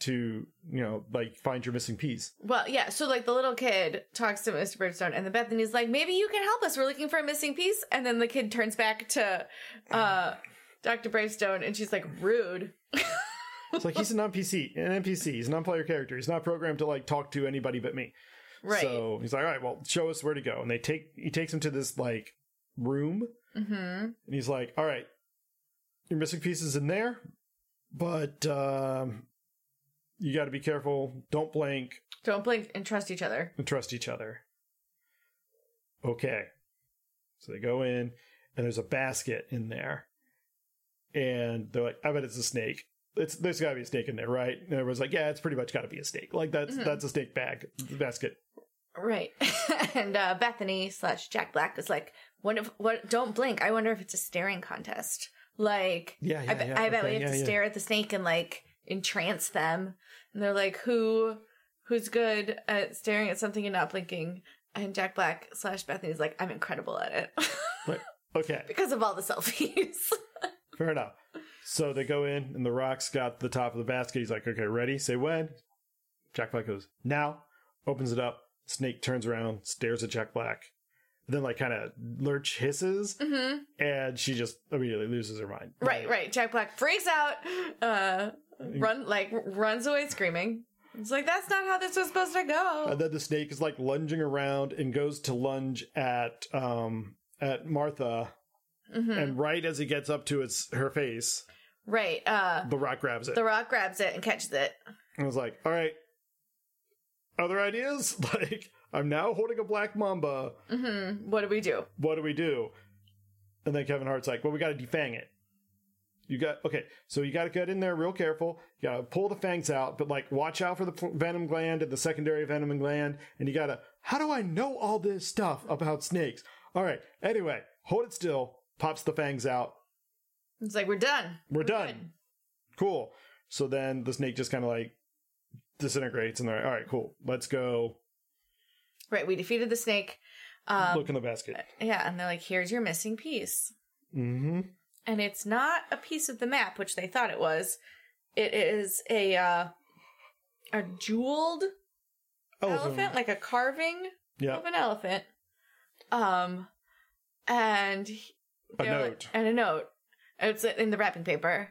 [SPEAKER 1] to you know like find your missing piece."
[SPEAKER 2] Well, yeah, so like the little kid talks to Mr. Bravestone, and the Bethany's like, maybe you can help us. We're looking for a missing piece. And then the kid turns back to uh, Dr. Bravestone, and she's like, rude.
[SPEAKER 1] It's like he's a non PC, an NPC. He's a non-player character. He's not programmed to like talk to anybody but me.
[SPEAKER 2] Right.
[SPEAKER 1] So he's like, "All right, well, show us where to go." And they take he takes him to this like room,
[SPEAKER 2] mm-hmm.
[SPEAKER 1] and he's like, "All right, your missing piece is in there, but um, you got to be careful. Don't blink.
[SPEAKER 2] Don't blink and trust each other.
[SPEAKER 1] and trust each other. Okay. So they go in, and there's a basket in there. And they're like, I bet it's a snake. It's there's gotta be a snake in there, right? And everyone's like, Yeah, it's pretty much gotta be a snake. Like that's
[SPEAKER 2] Mhm.
[SPEAKER 1] that's a snake bag basket.
[SPEAKER 2] Right. and uh, Bethany slash Jack Black was like, what if, what, don't blink. I wonder if it's a staring contest. Like,
[SPEAKER 1] Yeah, yeah.
[SPEAKER 2] I, bet
[SPEAKER 1] yeah,
[SPEAKER 2] I bet
[SPEAKER 1] okay,
[SPEAKER 2] we have
[SPEAKER 1] yeah,
[SPEAKER 2] to
[SPEAKER 1] yeah.
[SPEAKER 2] stare at the snake and like entrance them. And they're like, who, who's good at staring at something and not blinking? And Jack Black slash Bethany's like, I'm incredible at it
[SPEAKER 1] Okay,
[SPEAKER 2] because of all the selfies.
[SPEAKER 1] fair enough. So they go in and the rock's got the top of the basket. He's like, Okay, ready? Say when? Jack Black goes, Now opens it up, snake turns around, stares at Jack Black, then like kinda lurch hisses,
[SPEAKER 2] hmm
[SPEAKER 1] and she just immediately loses her mind.
[SPEAKER 2] Right, right. Jack Black freaks out, uh, run like runs away screaming. It's like that's not how this was supposed to
[SPEAKER 1] And
[SPEAKER 2] go.
[SPEAKER 1] then the snake is like lunging around and goes to lunge at um at Martha,
[SPEAKER 2] hmm
[SPEAKER 1] and right as he gets up to its her face,
[SPEAKER 2] Right. Uh,
[SPEAKER 1] the rock grabs it.
[SPEAKER 2] the Rock grabs it and catches it.
[SPEAKER 1] and I was like, "All right, other ideas? Like, I'm now holding a black mamba.
[SPEAKER 2] hmm What do we do?
[SPEAKER 1] What do we do?" And then Kevin Hart's like, "Well, we got to defang it." You got okay, so you got to get in there real careful. You got to pull the fangs out, but like watch out for the p- venom gland and the secondary venom gland, and you got to How do I know all this stuff about snakes? All right. Anyway, hold it still. Pops the fangs out.
[SPEAKER 2] It's like we're done.
[SPEAKER 1] We're done. Cool. So then the snake just kind of like disintegrates, and they're like, all right, cool. Let's go
[SPEAKER 2] Right, we defeated the snake. Um,
[SPEAKER 1] look in the basket.
[SPEAKER 2] yeah, and they're like, "Here's your missing piece,"
[SPEAKER 1] Mm-hmm.
[SPEAKER 2] and it's not a piece of the map, which they thought it was. It is a uh, a jeweled
[SPEAKER 1] Oh,
[SPEAKER 2] elephant, like a carving
[SPEAKER 1] Yeah.
[SPEAKER 2] of an elephant. Um, and he-
[SPEAKER 1] A
[SPEAKER 2] they're like-
[SPEAKER 1] note.
[SPEAKER 2] and a note. It's in the wrapping paper,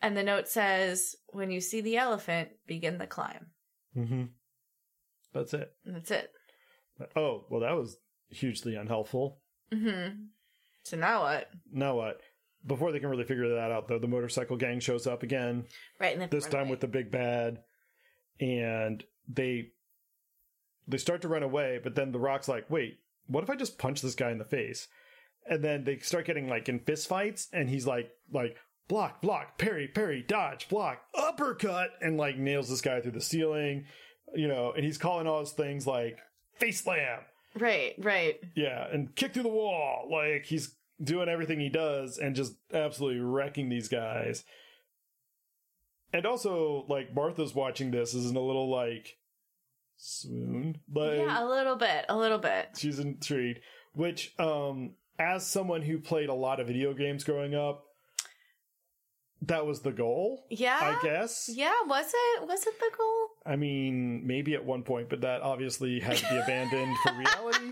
[SPEAKER 2] and the note says, "When you see the elephant, begin the climb."
[SPEAKER 1] Mm-hmm. That's it.
[SPEAKER 2] And that's it.
[SPEAKER 1] Oh, well, that was hugely unhelpful.
[SPEAKER 2] hmm So now what?
[SPEAKER 1] Now what? Before they can really figure that out, though, the motorcycle gang shows up again,
[SPEAKER 2] Right, and
[SPEAKER 1] this time with the big bad, and they they start to run away, but then the rock's like, wait, what if I just punch this guy in the face? And then they start getting like in fist fights, and he's like like block, block, parry, parry, dodge, block, uppercut, and like nails this guy through the ceiling, you know, and he's calling all his things like face slam,
[SPEAKER 2] right, right.
[SPEAKER 1] yeah, and kick through the wall. Like he's doing everything he does and just absolutely wrecking these guys. And also, like Martha's watching this is in a little like swoon. Like
[SPEAKER 2] yeah, a little bit, a little bit.
[SPEAKER 1] she's intrigued. Which, um, as someone who played a lot of video games growing up, that was the goal.
[SPEAKER 2] Yeah,
[SPEAKER 1] I guess.
[SPEAKER 2] yeah. Was it? Was it the goal?
[SPEAKER 1] I mean, maybe at one point, but that obviously had to be abandoned for reality.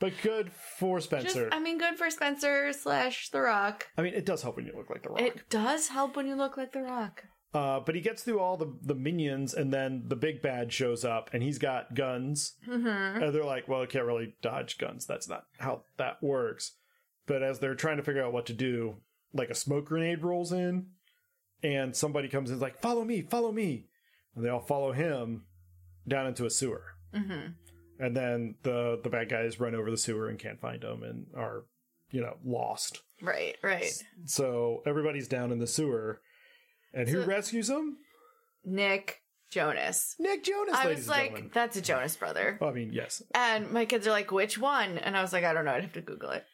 [SPEAKER 1] But good for
[SPEAKER 2] Just,
[SPEAKER 1] Spencer.
[SPEAKER 2] I mean, good for Spencer slash The Rock.
[SPEAKER 1] I mean, it does help when you look like the Rock.
[SPEAKER 2] It does help when you look like The Rock.
[SPEAKER 1] uh, but he gets through all the, the minions, and then the big bad shows up, and he's got guns.
[SPEAKER 2] Mm-hmm.
[SPEAKER 1] And they're like, "Well, it can't really dodge guns. That's not how that works." But as they're trying to figure out what to do, like a smoke grenade rolls in, and somebody comes in, is like, "Follow me, follow me," and they all follow him down into a sewer.
[SPEAKER 2] Mm-hmm.
[SPEAKER 1] And then the the bad guys run over the sewer and can't find him and are, you know, lost.
[SPEAKER 2] Right, right.
[SPEAKER 1] So everybody's down in the sewer. And who
[SPEAKER 2] So-
[SPEAKER 1] rescues them?
[SPEAKER 2] Nick Jonas.
[SPEAKER 1] Nick Jonas,
[SPEAKER 2] I
[SPEAKER 1] ladies
[SPEAKER 2] was
[SPEAKER 1] and
[SPEAKER 2] like,
[SPEAKER 1] gentlemen.
[SPEAKER 2] that's a Jonas brother.
[SPEAKER 1] Well, I mean, yes.
[SPEAKER 2] And my kids are like, which one? And I was like, I don't know. I'd have to Google it.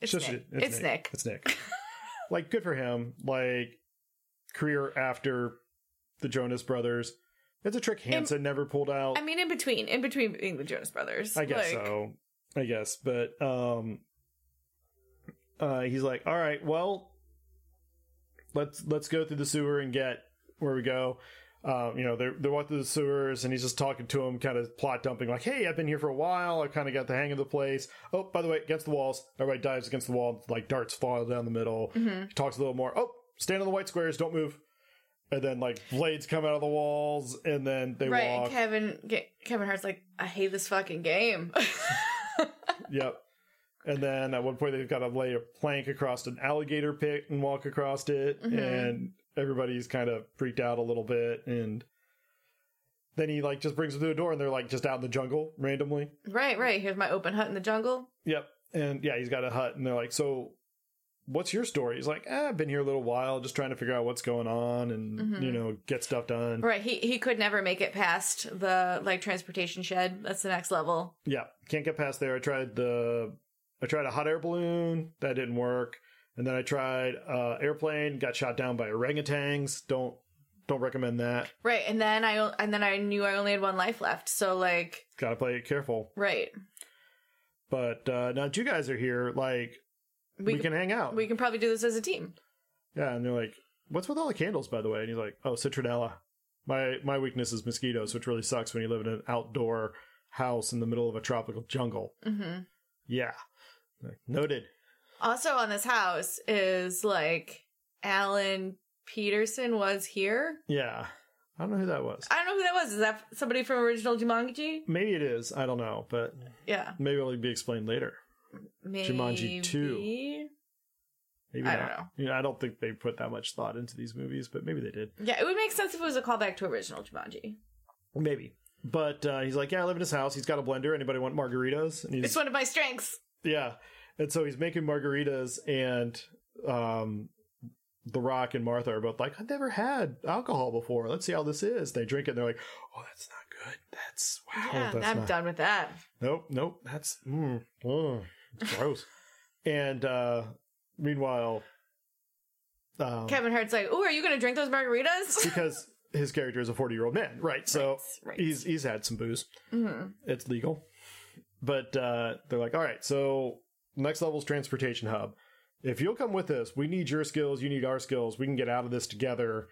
[SPEAKER 2] It's
[SPEAKER 1] Just-
[SPEAKER 2] Nick. It's, Nick.
[SPEAKER 1] It's Nick. like, good for him. Like, career after the Jonas brothers. It's a trick Hanson never pulled out.
[SPEAKER 2] I mean, in between, in between being the Jonas brothers.
[SPEAKER 1] I guess
[SPEAKER 2] Like,
[SPEAKER 1] so. I guess, but um, uh, he's like, all right, well, let's let's go through the sewer and get where we go. Um, you know, they're they walk through the sewers, and he's just talking to him, kind of plot dumping, like, hey, I've been here for a while. I kind of got the hang of the place. Oh, by the way, against the walls, everybody dives against the wall, like darts fall down the middle.
[SPEAKER 2] Mhm.
[SPEAKER 1] He talks a little more. Oh, stand on the white squares, don't move. And then like blades come out of the walls, and then they
[SPEAKER 2] Right,
[SPEAKER 1] walk.
[SPEAKER 2] and Kevin, Ke- Kevin Hart's like, I hate this fucking game.
[SPEAKER 1] Yep. And then at one point they've got to lay a plank across an alligator pit and walk across it,
[SPEAKER 2] Mhm.
[SPEAKER 1] and everybody's kind of freaked out a little bit. And then he like just brings them to a door, and they're like just out in the jungle randomly.
[SPEAKER 2] right, right. Here's my open hut in the jungle.
[SPEAKER 1] Yep. And yeah, he's got a hut, and they're like, "So, what's your story?" He's like, eh, "I've been here a little while, just trying to figure out what's going on, and
[SPEAKER 2] Mhm.
[SPEAKER 1] you know, get stuff done."
[SPEAKER 2] Right. He he could never make it past the like transportation shed. That's the next level.
[SPEAKER 1] Yeah, can't get past there. I tried the I tried a hot air balloon, that didn't work. And then I tried uh airplane, got shot down by orangutans. Don't don't recommend that.
[SPEAKER 2] Right. And then I and then I knew I only had one life left. So like
[SPEAKER 1] Got to play it careful.
[SPEAKER 2] right.
[SPEAKER 1] But uh now that you guys are here, like we,
[SPEAKER 2] We,
[SPEAKER 1] can, hang out.
[SPEAKER 2] we can probably do this as a team.
[SPEAKER 1] yeah, and they're like, "What's with all the candles by the way?" And he's like, "Oh, citronella. My my weakness is mosquitoes, which really sucks when you live in an outdoor house in the middle of a tropical jungle."
[SPEAKER 2] hmm
[SPEAKER 1] Yeah. Noted.
[SPEAKER 2] Also on this house is like Alan Peterson was here.
[SPEAKER 1] Yeah. I don't know who that was.
[SPEAKER 2] I don't know who that was. Is that somebody from original Jumanji?
[SPEAKER 1] Maybe it is. I don't know, but
[SPEAKER 2] Yeah.
[SPEAKER 1] maybe it'll be explained later.
[SPEAKER 2] Maybe.
[SPEAKER 1] Jumanji 2. Maybe
[SPEAKER 2] I
[SPEAKER 1] not.
[SPEAKER 2] don't know.
[SPEAKER 1] You know, I don't think they put that much thought into these movies, but maybe they did.
[SPEAKER 2] Yeah, it would make sense if it was a callback to original Jumanji.
[SPEAKER 1] Maybe. But uh, he's like, yeah, I live in his house. He's got a blender. Anybody want margaritas? And he's
[SPEAKER 2] It's one of my strengths.
[SPEAKER 1] yeah, and so he's making margaritas, and um, The Rock and Martha are both like, I've never had alcohol before. Let's see how this is. They drink it. and They're like, oh, that's not good. That
[SPEAKER 3] That's wow.
[SPEAKER 2] Yeah,
[SPEAKER 1] that's
[SPEAKER 2] I'm
[SPEAKER 1] not-
[SPEAKER 2] done with that.
[SPEAKER 1] Nope, nope. That's mm, mm, gross. and uh, meanwhile, um,
[SPEAKER 2] Kevin Hart's like, "Ooh, are you going to drink those margaritas?"
[SPEAKER 1] because his character is a forty-year-old man, right? So
[SPEAKER 2] Right, right.
[SPEAKER 1] he's he's had some booze.
[SPEAKER 2] hmm
[SPEAKER 1] It's legal, but uh, they're like, all right. So next level's transportation hub. If you'll come with us, we need your skills. You need our skills. We can get out of this together,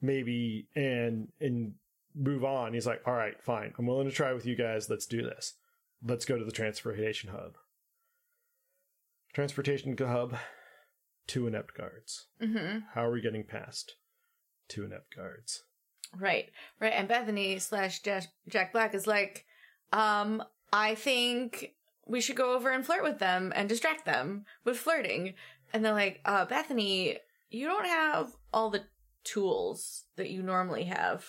[SPEAKER 1] maybe, and and move on. He's like, all right, fine. I'm willing to try with you guys. Let's do this. Let's go to the transportation hub. Transportation hub. Two inept guards.
[SPEAKER 2] hmm
[SPEAKER 1] How are we getting past? Two inept guards.
[SPEAKER 2] Right, right. And Bethany slash Jack Jack Black is like, um, I think we should go over and flirt with them and distract them with flirting. And they're like, uh, Bethany, you don't have all the tools that you normally have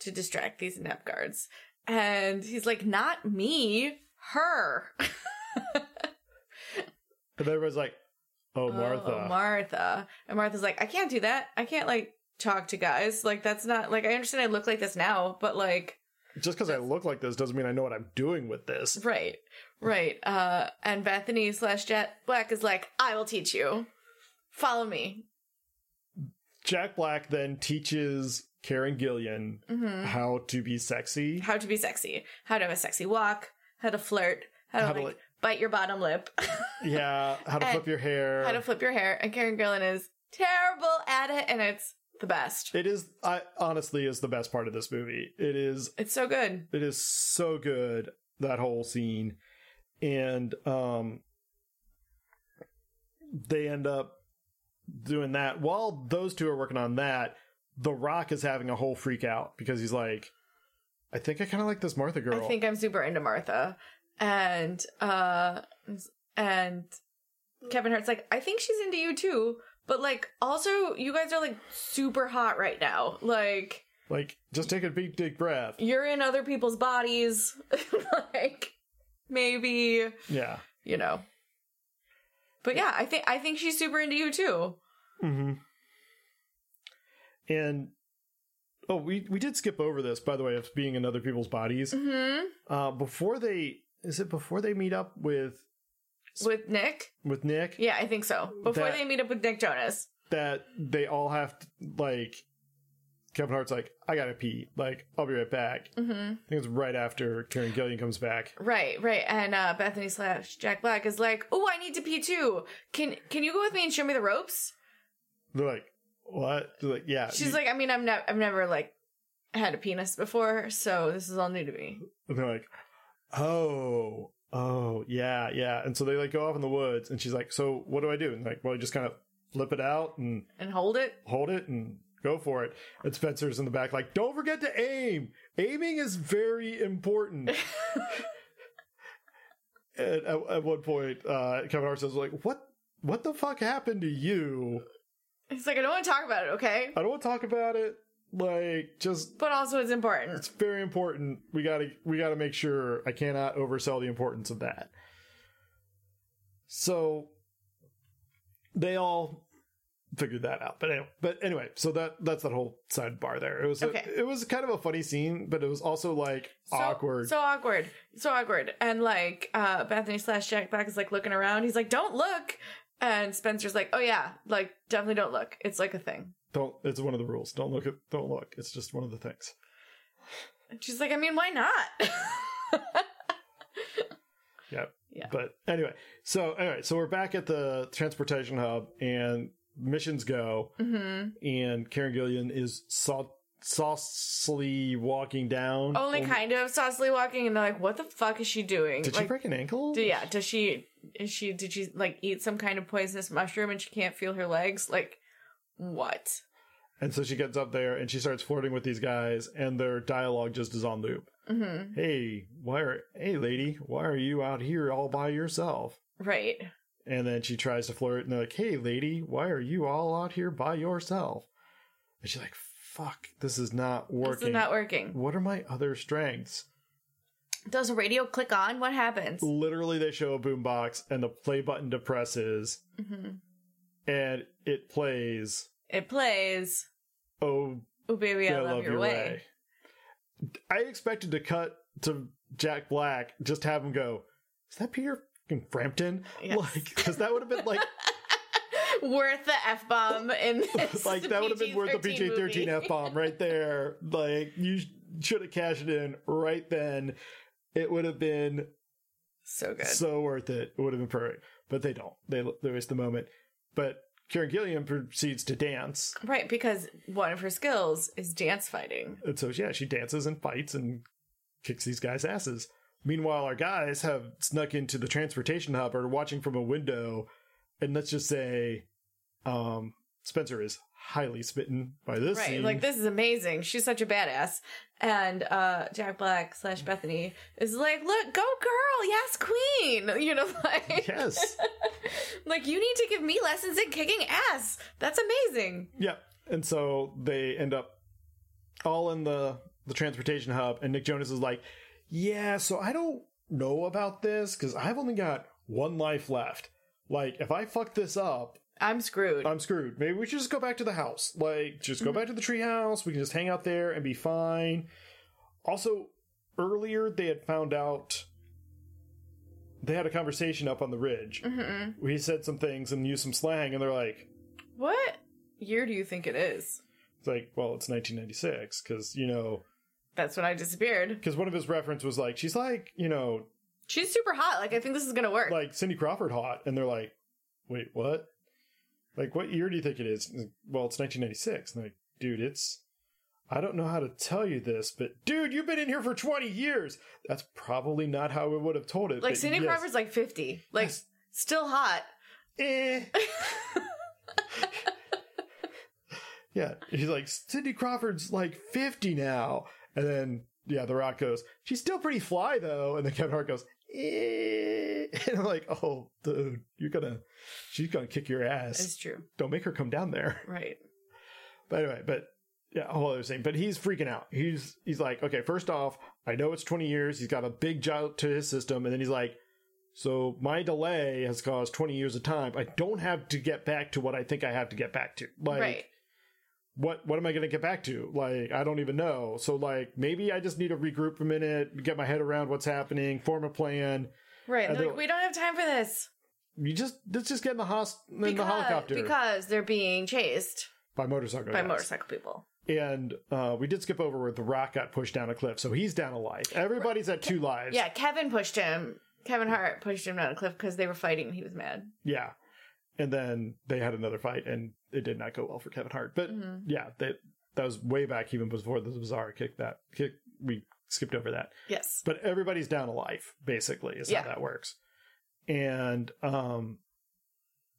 [SPEAKER 2] to distract these nap guards. And he's like, not me, her.
[SPEAKER 1] But everybody's like, oh, Martha.
[SPEAKER 2] Oh, Martha. And Martha's like, I can't do that. I can't like talk to guys. Like that's not like I understand I look like this now, but like
[SPEAKER 1] just because I look like this doesn't mean I know what I'm doing with this.
[SPEAKER 2] right. Right. Uh and Bethany slash Jet Black is like, I will teach you. Follow me.
[SPEAKER 1] Jack Black then teaches Karen Gillian
[SPEAKER 2] hmm
[SPEAKER 1] how to be sexy.
[SPEAKER 2] How to be sexy. How to have a sexy walk. How to flirt. How to,
[SPEAKER 1] How to,
[SPEAKER 2] like,
[SPEAKER 1] like-
[SPEAKER 2] bite your bottom lip.
[SPEAKER 1] Yeah, how to
[SPEAKER 2] And
[SPEAKER 1] flip your hair.
[SPEAKER 2] how to flip your hair. And Karen Gillan is terrible at it and it's the best.
[SPEAKER 1] it is, I honestly, is the best part of this movie. It is,
[SPEAKER 2] It's so good.
[SPEAKER 1] it is so good that whole scene, and um, they end up doing that while those two are working on that. The Rock is having a whole freak out because he's like, I think I kind of like this Martha girl.
[SPEAKER 2] I think I'm super into Martha. And uh and Kevin Hart's like, I think she's into you too. But like also you guys are like super hot right now. Like
[SPEAKER 1] Like, just take a big, deep breath.
[SPEAKER 2] you're in other people's bodies. like maybe
[SPEAKER 1] Yeah.
[SPEAKER 2] you know. But yeah, I think I think she's super into you too.
[SPEAKER 1] Mm-hmm. And oh, we we did skip over this, by the way, of being in other people's bodies.
[SPEAKER 2] hmm
[SPEAKER 1] Uh, before they is it before they meet up with
[SPEAKER 2] With Nick?
[SPEAKER 1] with Nick
[SPEAKER 2] Yeah, I think so. Before
[SPEAKER 1] That-
[SPEAKER 2] they meet up with Nick Jonas.
[SPEAKER 1] that they all have to, like Kevin Hart's like I gotta pee, like I'll be right back.
[SPEAKER 2] hmm
[SPEAKER 1] I think it's right after Karen Gillian comes back.
[SPEAKER 2] Right, right. And uh, Bethany slash Jack Black is like, "Oh, I need to pee too. Can can you go with me and show me the ropes?"
[SPEAKER 1] They're like, what? They're like, yeah.
[SPEAKER 2] She's
[SPEAKER 1] Uh, you-
[SPEAKER 2] like, "I mean, I'm not. I've never like had a penis before, so this is all new to me."
[SPEAKER 1] And they're like, oh, oh, yeah, yeah. And so they like go off in the woods, and she's like, so what do I do? And like, well, you just kind of flip it out and
[SPEAKER 2] And hold it.
[SPEAKER 1] hold it and go for it. And Spencer's in the back, like, don't forget to aim. Aiming is very important. and at, at one point, uh, Kevin Hart says, like, what? What the fuck happened to you?
[SPEAKER 2] He's like, "I don't want to talk about it, okay?"
[SPEAKER 1] I don't want to talk about it. Like, just
[SPEAKER 2] But also, it's important.
[SPEAKER 1] it's very important. We gotta we gotta make sure I cannot oversell the importance of that. So they all figured that out. But anyway, but anyway, so that that's that whole sidebar there. It was a-
[SPEAKER 2] Okay.
[SPEAKER 1] it was kind of a funny scene, but it was also like
[SPEAKER 2] So-
[SPEAKER 1] awkward.
[SPEAKER 2] So awkward. So awkward. And like, uh, Bethany slash Jack Black is like looking around. He's like, "Don't look." And Spencer's like, "Oh yeah, like definitely don't look. It's like a thing."
[SPEAKER 1] don't it's one of the rules. Don't look at don't look. It's just one of the things.
[SPEAKER 2] And she's like, "I mean, why not?"
[SPEAKER 1] But anyway, so anyway, so we're back at the transportation hub and missions go.
[SPEAKER 2] hmm
[SPEAKER 1] and Karen Gillian is sau- saucily walking down.
[SPEAKER 2] Only
[SPEAKER 1] Um,
[SPEAKER 2] kind of saucily walking, and they're like, "What the fuck is she doing?"
[SPEAKER 1] Did
[SPEAKER 2] like,
[SPEAKER 1] she break an ankle?
[SPEAKER 2] do- yeah, does she? Is she? Did she like eat some kind of poisonous mushroom and she can't feel her legs? Like, what?
[SPEAKER 1] And so she gets up there and she starts flirting with these guys, and their dialogue just is on loop.
[SPEAKER 2] hmm
[SPEAKER 1] Hey, why are hey lady, why are you out here all by yourself?
[SPEAKER 2] Right.
[SPEAKER 1] And then she tries to flirt, and they're like, Hey lady, why are you all out here by yourself? And she's like, Fuck, this is not working.
[SPEAKER 2] This is not working.
[SPEAKER 1] what are my other strengths?
[SPEAKER 2] Does the radio click on? What happens?
[SPEAKER 1] Literally, they show a boombox, and the play button depresses,
[SPEAKER 2] hmm
[SPEAKER 1] and it plays
[SPEAKER 2] It plays.
[SPEAKER 1] oh
[SPEAKER 2] Oh baby, I, love, your way.
[SPEAKER 1] I expected to cut to Jack Black, just have him go, Is that Peter fucking Frampton?
[SPEAKER 2] Yes.
[SPEAKER 1] Like, because that would have been like,
[SPEAKER 2] worth the f bomb in this.
[SPEAKER 1] like that would have been worth the PJ 13
[SPEAKER 2] movie.
[SPEAKER 1] F bomb right there. Like, you sh- should have cashed it in right then. It would have been
[SPEAKER 2] So good.
[SPEAKER 1] so worth it. It would have been perfect. But they don't. They, they waste the moment. But Karen Gilliam proceeds to dance.
[SPEAKER 2] Right, because one of her skills is dance fighting.
[SPEAKER 1] And so, yeah, she dances and fights and kicks these guys' asses. Meanwhile, our guys have snuck into the transportation hub or are watching from a window. And let's just say, um, Spencer is highly smitten by this
[SPEAKER 2] Right,
[SPEAKER 1] scene.
[SPEAKER 2] like this is amazing. She's such a badass. And uh Jack Black
[SPEAKER 1] Mm.
[SPEAKER 2] slash Bethany is like, look, go girl, yes, queen. You know, like
[SPEAKER 1] yes.
[SPEAKER 2] like you need to give me lessons in kicking ass. That's amazing.
[SPEAKER 1] yeah. And so they end up all in the, the transportation hub. And Nick Jonas is like, yeah, so I don't know about this because I've only got one life left. Like, if I fuck this up,
[SPEAKER 2] I'm screwed.
[SPEAKER 1] I'm screwed. Maybe we should just go back to the house. Like, just go back to the tree house. We can just hang out there and be fine. Also, earlier they had found out they had a conversation up on the ridge.
[SPEAKER 2] Mhm.
[SPEAKER 1] We said some things and used some slang, and they're like,
[SPEAKER 2] What year do you think it is?
[SPEAKER 1] it's like, well, it's 1996 because you know,
[SPEAKER 2] That's when I disappeared.
[SPEAKER 1] because one of his reference was like, she's like, you know,
[SPEAKER 2] She's super hot. Like I think this is gonna work.
[SPEAKER 1] like Cindy Crawford hot, and they're like, wait, what? Like, what year do you think it is? And, Well, it's 1996. And they're like, dude, it's. I don't know how to tell you this, but dude, you've been in here for 20 years. That's probably not how I would have told it.
[SPEAKER 2] like
[SPEAKER 1] but
[SPEAKER 2] Cindy
[SPEAKER 1] yes.
[SPEAKER 2] Crawford's like fifty. Like
[SPEAKER 1] Yes.
[SPEAKER 2] still hot.
[SPEAKER 1] Eh. yeah, he's like Cindy Crawford's like 50 now, and then yeah, The Rock goes, she's still pretty fly though, and then Kevin Hart goes, eh. and I'm like, oh, dude, you're gonna, she's gonna kick your
[SPEAKER 2] It's
[SPEAKER 1] ass.
[SPEAKER 2] true.
[SPEAKER 1] Don't make her come down there.
[SPEAKER 2] Right.
[SPEAKER 1] But anyway, but yeah, a whole other thing. But he's freaking out. He's he's like, okay, first off, I know it's twenty years. He's got a big job to his system, and then he's like, so my delay has caused twenty years of time. I don't have to get back to what I think I have to get back to. Like,
[SPEAKER 2] right.
[SPEAKER 1] what what am I going to get back to? Like, I don't even know. So like, maybe I just need to regroup a minute, get my head around what's happening, form a plan.
[SPEAKER 2] Right.
[SPEAKER 1] I
[SPEAKER 2] And they're
[SPEAKER 1] don't-
[SPEAKER 2] like, we don't have time for this.
[SPEAKER 1] You just let's just get in the hos in the helicopter
[SPEAKER 2] because they're being chased
[SPEAKER 1] by motorcycle
[SPEAKER 2] by
[SPEAKER 1] guys.
[SPEAKER 2] motorcycle people.
[SPEAKER 1] and uh, we did skip over where the rock got pushed down a cliff so he's down a life everybody's at two lives
[SPEAKER 2] Yeah, Kevin pushed him. Kevin Hart pushed him down a cliff because they were fighting. and He was mad.
[SPEAKER 1] yeah and then they had another fight and it did not go well for kevin hart but
[SPEAKER 2] Mhm.
[SPEAKER 1] yeah that that was way back even before the bizarre kick that kick we skipped over that
[SPEAKER 2] Yes.
[SPEAKER 1] but everybody's down a life basically is
[SPEAKER 2] Yeah.
[SPEAKER 1] how that works and um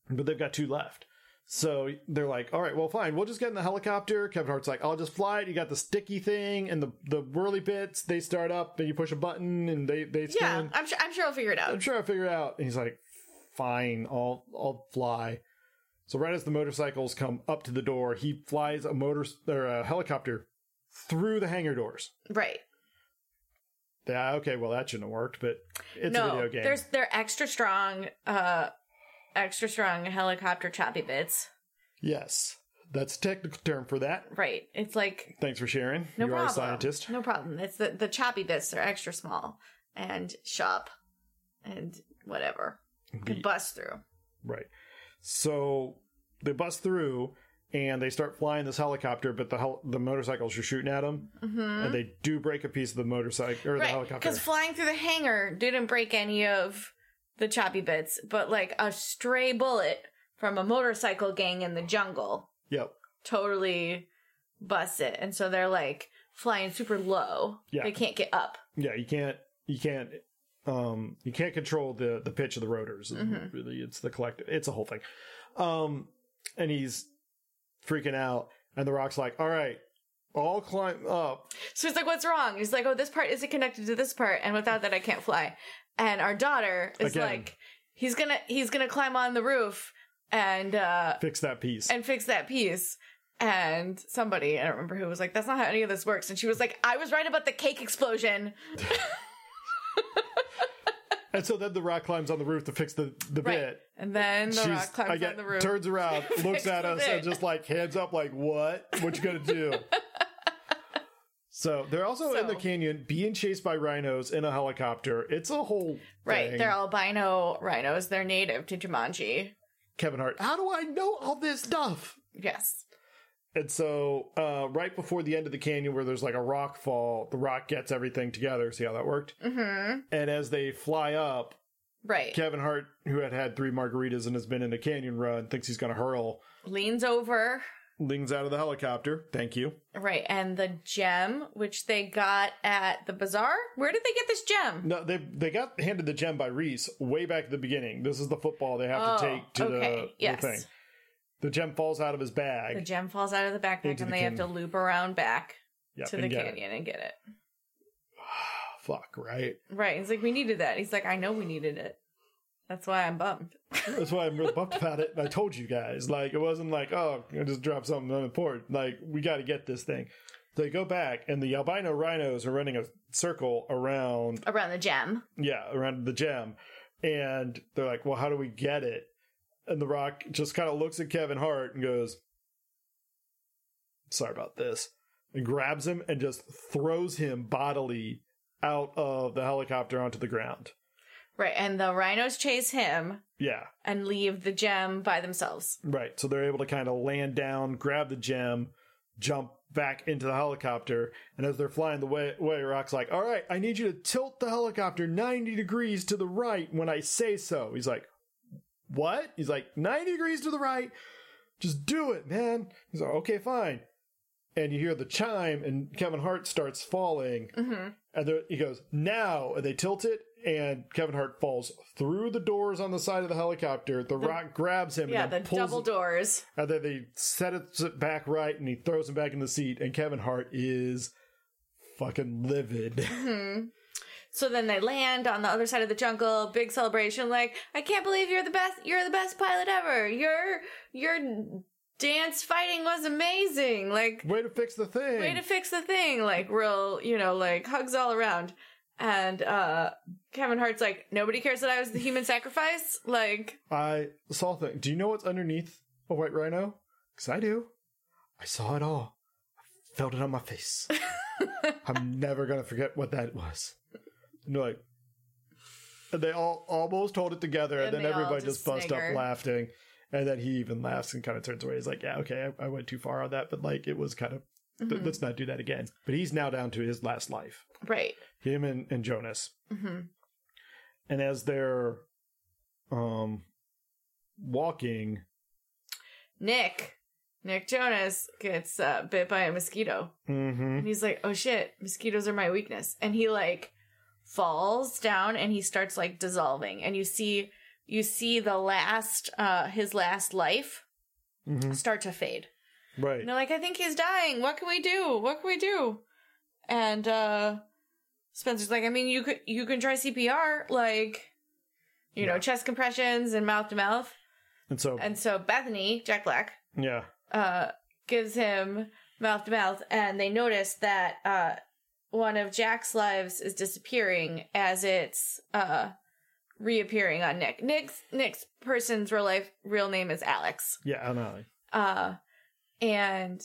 [SPEAKER 1] but they've got two left so they're like all right well fine we'll just get in the helicopter kevin hart's like i'll just fly it you got the sticky thing and the the whirly bits they start up and you push a button and they they spin
[SPEAKER 2] Yeah, I'm sure. I'm sure I'll figure it
[SPEAKER 1] i'm
[SPEAKER 2] out.
[SPEAKER 1] sure i'll figure it out and he's like fine i'll i'll fly so right as the motorcycles come up to the door he flies a motor or a helicopter through the hangar doors
[SPEAKER 2] Right.
[SPEAKER 1] yeah, okay, well that shouldn't have worked, but it's a
[SPEAKER 2] no,
[SPEAKER 1] video game.
[SPEAKER 2] there's they're extra strong, uh, extra strong helicopter choppy bits.
[SPEAKER 1] Yes. That's a technical term for that.
[SPEAKER 2] Right. It's like
[SPEAKER 1] Thanks for sharing.
[SPEAKER 2] no
[SPEAKER 1] you
[SPEAKER 2] problem.
[SPEAKER 1] are a scientist.
[SPEAKER 2] No problem. It's the the choppy bits are extra small and sharp and whatever. Could bust through.
[SPEAKER 1] Right. So they bust through and they start flying this helicopter, but the hel- the motorcycles are shooting at them,
[SPEAKER 2] Mm-hmm.
[SPEAKER 1] and they do break a piece of the motorcycle or the helicopter.
[SPEAKER 2] Because flying through the hangar didn't break any of the choppy bits, but like a stray bullet from a motorcycle gang in the jungle
[SPEAKER 1] Yep.
[SPEAKER 2] totally busts it. And so they're like flying super low.
[SPEAKER 1] Yeah.
[SPEAKER 2] They can't get up.
[SPEAKER 1] Yeah, you can't you can't um you can't control the the pitch of the rotors.
[SPEAKER 2] Mhm.
[SPEAKER 1] Really, it's the collective. It's a whole thing. Um, and he's freaking out, and the rock's like, "All right, all climb up."
[SPEAKER 2] So he's like, What's wrong? He's like, Oh, this part isn't connected to this part, and without that I can't fly. And our daughter is
[SPEAKER 1] Again.
[SPEAKER 2] like, He's gonna he's gonna climb on the roof and uh
[SPEAKER 1] fix that piece.
[SPEAKER 2] and fix that piece. And somebody, I don't remember who, was like, that's not how any of this works. And she was like, I was right about the cake explosion.
[SPEAKER 1] And so then the rock climbs on the roof to fix the, the
[SPEAKER 2] Right.
[SPEAKER 1] bit.
[SPEAKER 2] And then the
[SPEAKER 1] She's-
[SPEAKER 2] rock climbs
[SPEAKER 1] again,
[SPEAKER 2] on the roof.
[SPEAKER 1] Turns around, looks
[SPEAKER 2] Fix
[SPEAKER 1] at
[SPEAKER 2] the
[SPEAKER 1] us, and
[SPEAKER 2] bit.
[SPEAKER 1] just like hands up, like, what? What you gonna do? So they're also in the
[SPEAKER 2] So-
[SPEAKER 1] canyon being chased by rhinos in a helicopter. It's a whole
[SPEAKER 2] Right.
[SPEAKER 1] thing.
[SPEAKER 2] They're albino rhinos. They're native to Jumanji.
[SPEAKER 1] Kevin Hart. How do I know all this stuff?
[SPEAKER 2] Yes.
[SPEAKER 1] And so, uh, right before the end of the canyon, where there's like a rock fall, the rock gets everything together. See how that worked?
[SPEAKER 2] Mm-hmm.
[SPEAKER 1] And as they fly up,
[SPEAKER 2] Right.
[SPEAKER 1] Kevin Hart, who had had three margaritas and has been in a canyon run, thinks he's going to hurl,
[SPEAKER 2] Leans over.
[SPEAKER 1] leans out of the helicopter. Thank you.
[SPEAKER 2] Right. And the gem, which they got at the bazaar. Where did they get this gem?
[SPEAKER 1] No, they they got handed the gem by Reese way back at the beginning. This is the football they have to
[SPEAKER 2] Oh,
[SPEAKER 1] take to the,
[SPEAKER 2] okay. Yes.
[SPEAKER 1] the thing. The gem falls out of his bag.
[SPEAKER 2] The gem falls out of the backpack
[SPEAKER 1] Into
[SPEAKER 2] and
[SPEAKER 1] the
[SPEAKER 2] they have to loop around back
[SPEAKER 1] Yep,
[SPEAKER 2] to the
[SPEAKER 1] and get it. Ah,
[SPEAKER 2] canyon and get it.
[SPEAKER 1] Fuck, right?
[SPEAKER 2] Right. He's like, we needed that. He's like, I know we needed it. That's why I'm bummed.
[SPEAKER 1] That's why I'm really pumped about it. And I told you guys, like, it wasn't like, oh, I just dropped something unimportant. Like, we got to get this thing. They go back, and the albino rhinos are running a circle around,
[SPEAKER 2] Around the gem.
[SPEAKER 1] yeah, around the gem. And they're like, well, how do we get it? And The Rock just kind of looks at Kevin Hart and goes, sorry about this. And grabs him and just throws him bodily out of the helicopter onto the ground.
[SPEAKER 2] Right. And the rhinos chase him
[SPEAKER 1] Yeah.
[SPEAKER 2] and leave the gem by themselves.
[SPEAKER 1] Right. So they're able to kind of land down, grab the gem, jump back into the helicopter. And as they're flying the way, way Rock's like, All right, I need you to tilt the helicopter 90 degrees to the right when I say so. He's like, What? He's like, 90 degrees to the right. Just do it, man. He's like, Okay, fine. And you hear the chime, and Kevin Hart starts falling.
[SPEAKER 2] Mm-hmm.
[SPEAKER 1] And there, he goes, now. And they tilt it, and Kevin Hart falls through the doors on the side of the helicopter. The, rock grabs him
[SPEAKER 2] Yeah,
[SPEAKER 1] and then
[SPEAKER 2] the
[SPEAKER 1] pulls
[SPEAKER 2] double doors.
[SPEAKER 1] And then they set it back right, and he throws him back in the seat. And Kevin Hart is fucking livid.
[SPEAKER 2] Hmm. So then they land on the other side of the jungle, big celebration, like, I can't believe you're the best you're the best pilot ever. Your your dance fighting was amazing. Like
[SPEAKER 1] Way to fix the thing.
[SPEAKER 2] way to fix the thing. Like real, you know, like hugs all around. And uh Kevin Hart's like, nobody cares that I was the human sacrifice. Like
[SPEAKER 1] I saw thing. Do you know what's underneath a white rhino? Because I do. I saw it all. I felt it on my face. I'm never gonna forget what that was. And they're like, and they all almost hold it together, and,
[SPEAKER 2] And
[SPEAKER 1] then
[SPEAKER 2] they all
[SPEAKER 1] everybody
[SPEAKER 2] just
[SPEAKER 1] just busts up
[SPEAKER 2] snigger.
[SPEAKER 1] laughing. And then he even laughs and kind of turns away. He's like, "Yeah, okay, I, I went too far on that, but like, it was kind of th-
[SPEAKER 2] mhm.
[SPEAKER 1] let's not do that again." But he's now down to his last life.
[SPEAKER 2] mm-hmm. Right.
[SPEAKER 1] Him and, and Jonas
[SPEAKER 2] hmm
[SPEAKER 1] and as they're um walking
[SPEAKER 2] Nick. Nick Jonas gets uh, bit by a mosquito.
[SPEAKER 1] mm-hmm.
[SPEAKER 2] And he's like, oh shit, mosquitoes are my weakness. And he like falls down and he starts like dissolving. And you see, you see the last, uh, his last life start to fade.
[SPEAKER 1] mm-hmm, right
[SPEAKER 2] And they're like, I think he's dying. What can we do? What can we do? And, uh, Spencer's like, I mean, you could, you can try CPR, like, you know,
[SPEAKER 1] Yeah.
[SPEAKER 2] chest compressions and mouth to mouth.
[SPEAKER 1] and so
[SPEAKER 2] And so Bethany, Jack Black,
[SPEAKER 1] yeah
[SPEAKER 2] uh, gives him mouth to mouth, and they notice that uh, one of Jack's lives is disappearing as it's uh, reappearing on Nick. Nick's Nick's person's real life real name is Alex,
[SPEAKER 1] yeah i know
[SPEAKER 2] uh, and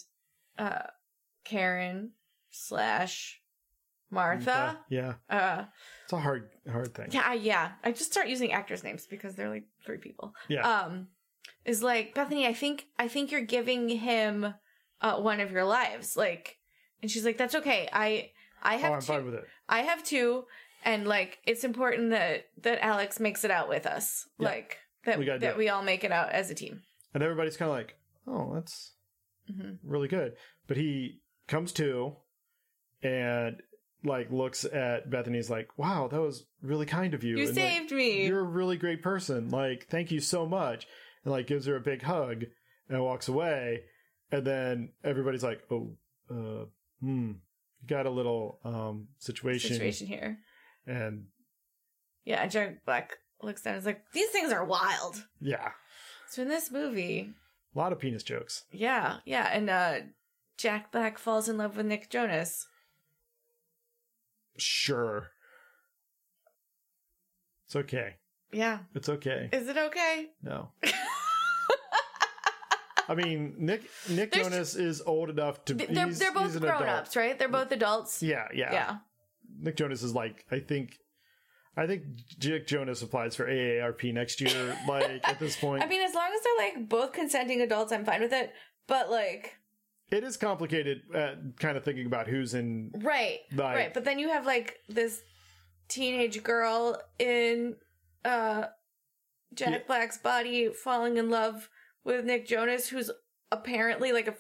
[SPEAKER 2] uh, Karen slash Martha.
[SPEAKER 1] yeah
[SPEAKER 2] Uh,
[SPEAKER 1] it's a hard hard thing
[SPEAKER 2] yeah, I- yeah. I just start using actors' names because they're like three people.
[SPEAKER 1] yeah
[SPEAKER 2] um is like bethany i think i think you're giving him uh one of your lives like and she's like that's okay i i
[SPEAKER 1] oh
[SPEAKER 2] have
[SPEAKER 1] i'm
[SPEAKER 2] two
[SPEAKER 1] fine with it
[SPEAKER 2] i have two and like it's important that that alex makes it out with us
[SPEAKER 1] Yeah.
[SPEAKER 2] like that
[SPEAKER 1] We
[SPEAKER 2] we
[SPEAKER 1] gotta do
[SPEAKER 2] that
[SPEAKER 1] it.
[SPEAKER 2] we all make it out as a team
[SPEAKER 1] and everybody's kind of like oh that's
[SPEAKER 2] hmm
[SPEAKER 1] really good but he comes to and like looks at bethany's like wow that was really kind of you
[SPEAKER 2] you
[SPEAKER 1] and, like,
[SPEAKER 2] saved me
[SPEAKER 1] you're a really great person. Like, thank you so much. And like gives her a big hug and walks away. And then everybody's like, oh, uh, hmm, you got a little um situation.
[SPEAKER 2] situation here
[SPEAKER 1] And
[SPEAKER 2] yeah and jack black looks down and is like these things are wild
[SPEAKER 1] yeah,
[SPEAKER 2] so in this movie
[SPEAKER 1] a lot of penis jokes.
[SPEAKER 2] yeah yeah and uh jack black falls in love with nick jonas
[SPEAKER 1] Sure. It's okay.
[SPEAKER 2] yeah
[SPEAKER 1] It's okay.
[SPEAKER 2] is it okay
[SPEAKER 1] No. I mean, Nick Nick
[SPEAKER 2] There's-
[SPEAKER 1] Jonas is old enough to.
[SPEAKER 2] Th- They're,
[SPEAKER 1] he's-
[SPEAKER 2] they're
[SPEAKER 1] he's
[SPEAKER 2] both
[SPEAKER 1] an
[SPEAKER 2] grown
[SPEAKER 1] adult.
[SPEAKER 2] ups, right? They're both adults.
[SPEAKER 1] Yeah, yeah,
[SPEAKER 2] Yeah.
[SPEAKER 1] Nick Jonas is like I think, I think Nick Jonas applies for AARP next year. like at this point,
[SPEAKER 2] I mean, as long as they're like both consenting adults, I'm fine with it. But like,
[SPEAKER 1] it is complicated. Uh, kind of thinking about who's in.
[SPEAKER 2] right,
[SPEAKER 1] Like-
[SPEAKER 2] right. But then you have like this teenage girl in uh Jack
[SPEAKER 1] Yeah.
[SPEAKER 2] Black's body falling in love with Nick Jonas, who's apparently like a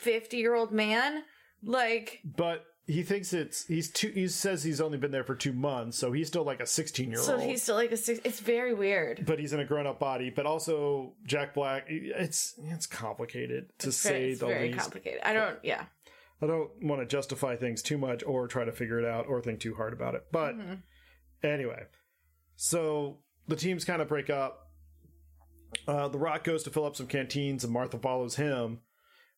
[SPEAKER 2] fifty year old man. Like,
[SPEAKER 1] But he thinks it's he's two. He says he's only been there for two months, so he's still like a sixteen year old.
[SPEAKER 2] so he's still like a six. It's very weird.
[SPEAKER 1] but he's in a grown up body. But also Jack Black, it's it's complicated to
[SPEAKER 2] It's very-
[SPEAKER 1] say
[SPEAKER 2] it's
[SPEAKER 1] the
[SPEAKER 2] very
[SPEAKER 1] least.
[SPEAKER 2] complicated. I don't. Yeah.
[SPEAKER 1] I don't want to justify things too much or try to figure it out or think too hard about it. But anyway, so the teams kind of break up. Uh, the Rock goes to fill up some canteens, and Martha follows him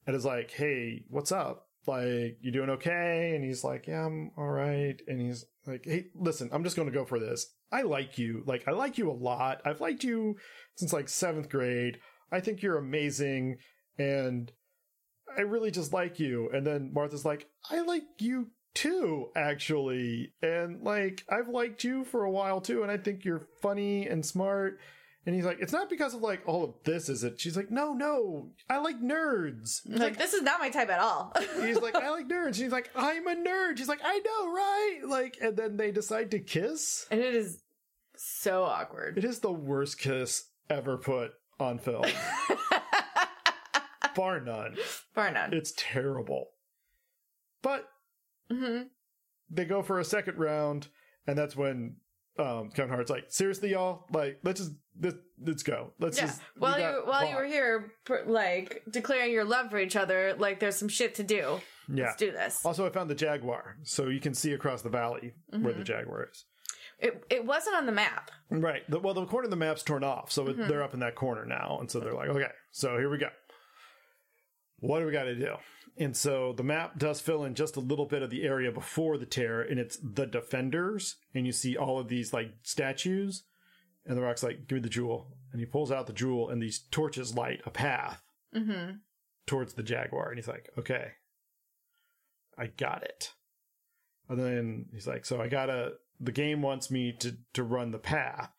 [SPEAKER 1] and is like, "Hey, what's up? Like, you doing okay?" And he's like, "Yeah, I'm all right." And he's like, "Hey, listen, I'm just going to go for this. I like you. Like, I like you a lot. I've liked you since like seventh grade. I think you're amazing, and I really just like you." And then Martha's like, "I like you." too actually and like i've liked you for a while too and i think you're funny and smart and he's like, it's not because of like all of this, is it? She's like, no, no, I like nerds. He's
[SPEAKER 2] Like,
[SPEAKER 1] like,
[SPEAKER 2] this is not my type at all.
[SPEAKER 1] he's like, I like nerds. She's like, I'm a nerd. She's like, I know, right? Like, and then they decide to kiss.
[SPEAKER 2] and it is so awkward.
[SPEAKER 1] It is the worst kiss ever put on film, bar none.
[SPEAKER 2] Bar none.
[SPEAKER 1] It's terrible. But
[SPEAKER 2] hmm
[SPEAKER 1] they go for a second round, and that's when um, Kevin Hart's like, seriously, y'all, like, let's just let's, let's go. Let's
[SPEAKER 2] Yeah.
[SPEAKER 1] just we
[SPEAKER 2] While
[SPEAKER 1] got
[SPEAKER 2] you while you
[SPEAKER 1] Vaughn."
[SPEAKER 2] were here, pr- like declaring your love for each other, like there's some shit to do.
[SPEAKER 1] yeah.
[SPEAKER 2] Let's do this.
[SPEAKER 1] Also, I found the Jaguar, so you can see across the valley where
[SPEAKER 2] Mm-hmm.
[SPEAKER 1] the Jaguar is.
[SPEAKER 2] It it wasn't on the map.
[SPEAKER 1] Right. The, well, the corner of the map's torn off, so it- they're up in that corner now, and so they're like, okay, so here we go. What do we got to do? And so the map does fill in just a little bit of the area before the tear, and it's the defenders, and you see all of these like statues, and the rock's like, give me the jewel, and he pulls out the jewel, and these torches light a path
[SPEAKER 2] Mm-hmm.
[SPEAKER 1] towards the Jaguar, and he's like, "Okay, I got it." And then he's like, "So I gotta." The game wants me to to run the path,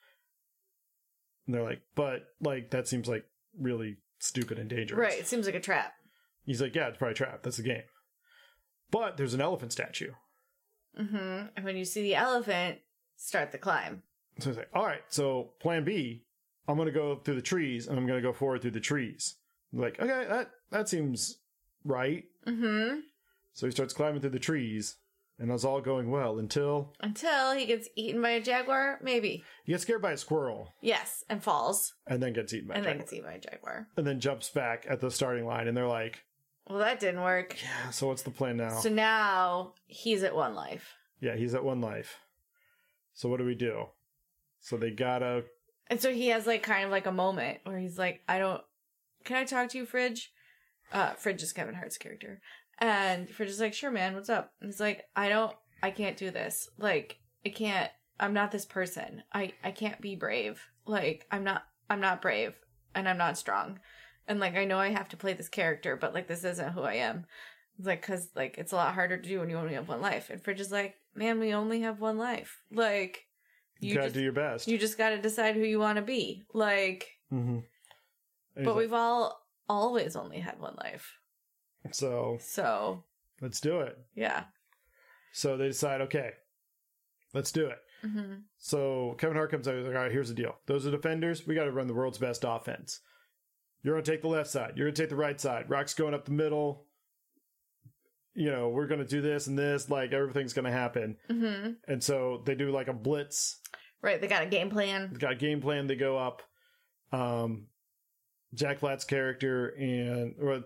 [SPEAKER 1] and they're like, "But like that seems like really stupid and dangerous."
[SPEAKER 2] Right. It seems like a trap.
[SPEAKER 1] He's like, "Yeah, it's probably a trap. That's the game." But there's an elephant statue,
[SPEAKER 2] Mm-hmm. And when you see the elephant, start the climb.
[SPEAKER 1] so he's like, "All right, so Plan B, I'm gonna go through the trees, and I'm gonna go forward through the trees." I'm like, okay, that that seems right.
[SPEAKER 2] Mm-hmm.
[SPEAKER 1] So he starts climbing through the trees, and it's all going well until
[SPEAKER 2] Until he gets eaten by a jaguar, maybe.
[SPEAKER 1] he gets scared by a squirrel,
[SPEAKER 2] Yes, and falls,
[SPEAKER 1] and then gets eaten by
[SPEAKER 2] and
[SPEAKER 1] a
[SPEAKER 2] then
[SPEAKER 1] jaguar.
[SPEAKER 2] gets eaten by a jaguar.
[SPEAKER 1] and then jumps back at the starting line, and they're like,
[SPEAKER 2] Well, that didn't work.
[SPEAKER 1] "Yeah, so what's the plan now?"
[SPEAKER 2] So now he's at one life.
[SPEAKER 1] yeah, he's at one life. So what do we do? So they gotta
[SPEAKER 2] And so he has like kind of like a moment where he's like, I don't can I talk to you, Fridge? Uh Fridge is Kevin Hart's character. And Fridge is like, sure man, what's up? And he's like, I don't I can't do this. Like, I can't I'm not this person. I I can't be brave. Like, I'm not I'm not brave and I'm not strong. And like I know I have to play this character, but like this isn't who I am. It's like cuz like it's a lot harder to do when you only have one life. And Fridge is like, man, we only have one life. Like
[SPEAKER 1] you gotta
[SPEAKER 2] just-
[SPEAKER 1] do your best.
[SPEAKER 2] you just got to decide who you want to be. Like,
[SPEAKER 1] mm-hmm.
[SPEAKER 2] but we've all always only had one life.
[SPEAKER 1] so
[SPEAKER 2] So,
[SPEAKER 1] let's do it.
[SPEAKER 2] yeah.
[SPEAKER 1] So they decide, okay, let's do it.
[SPEAKER 2] hmm
[SPEAKER 1] So Kevin Hart comes out. He's like, all right, here's the deal. Those are defenders. We got to run the world's best offense. You're going to take the left side. You're going to take the right side. Rock's going up the middle. You know, we're going to do this and this. Like, everything's going to happen.
[SPEAKER 2] hmm
[SPEAKER 1] And so they do like a blitz.
[SPEAKER 2] Right. They got a game
[SPEAKER 1] They've
[SPEAKER 2] plan.
[SPEAKER 1] got a game plan. They go up. Um, Jack Blatt's character and or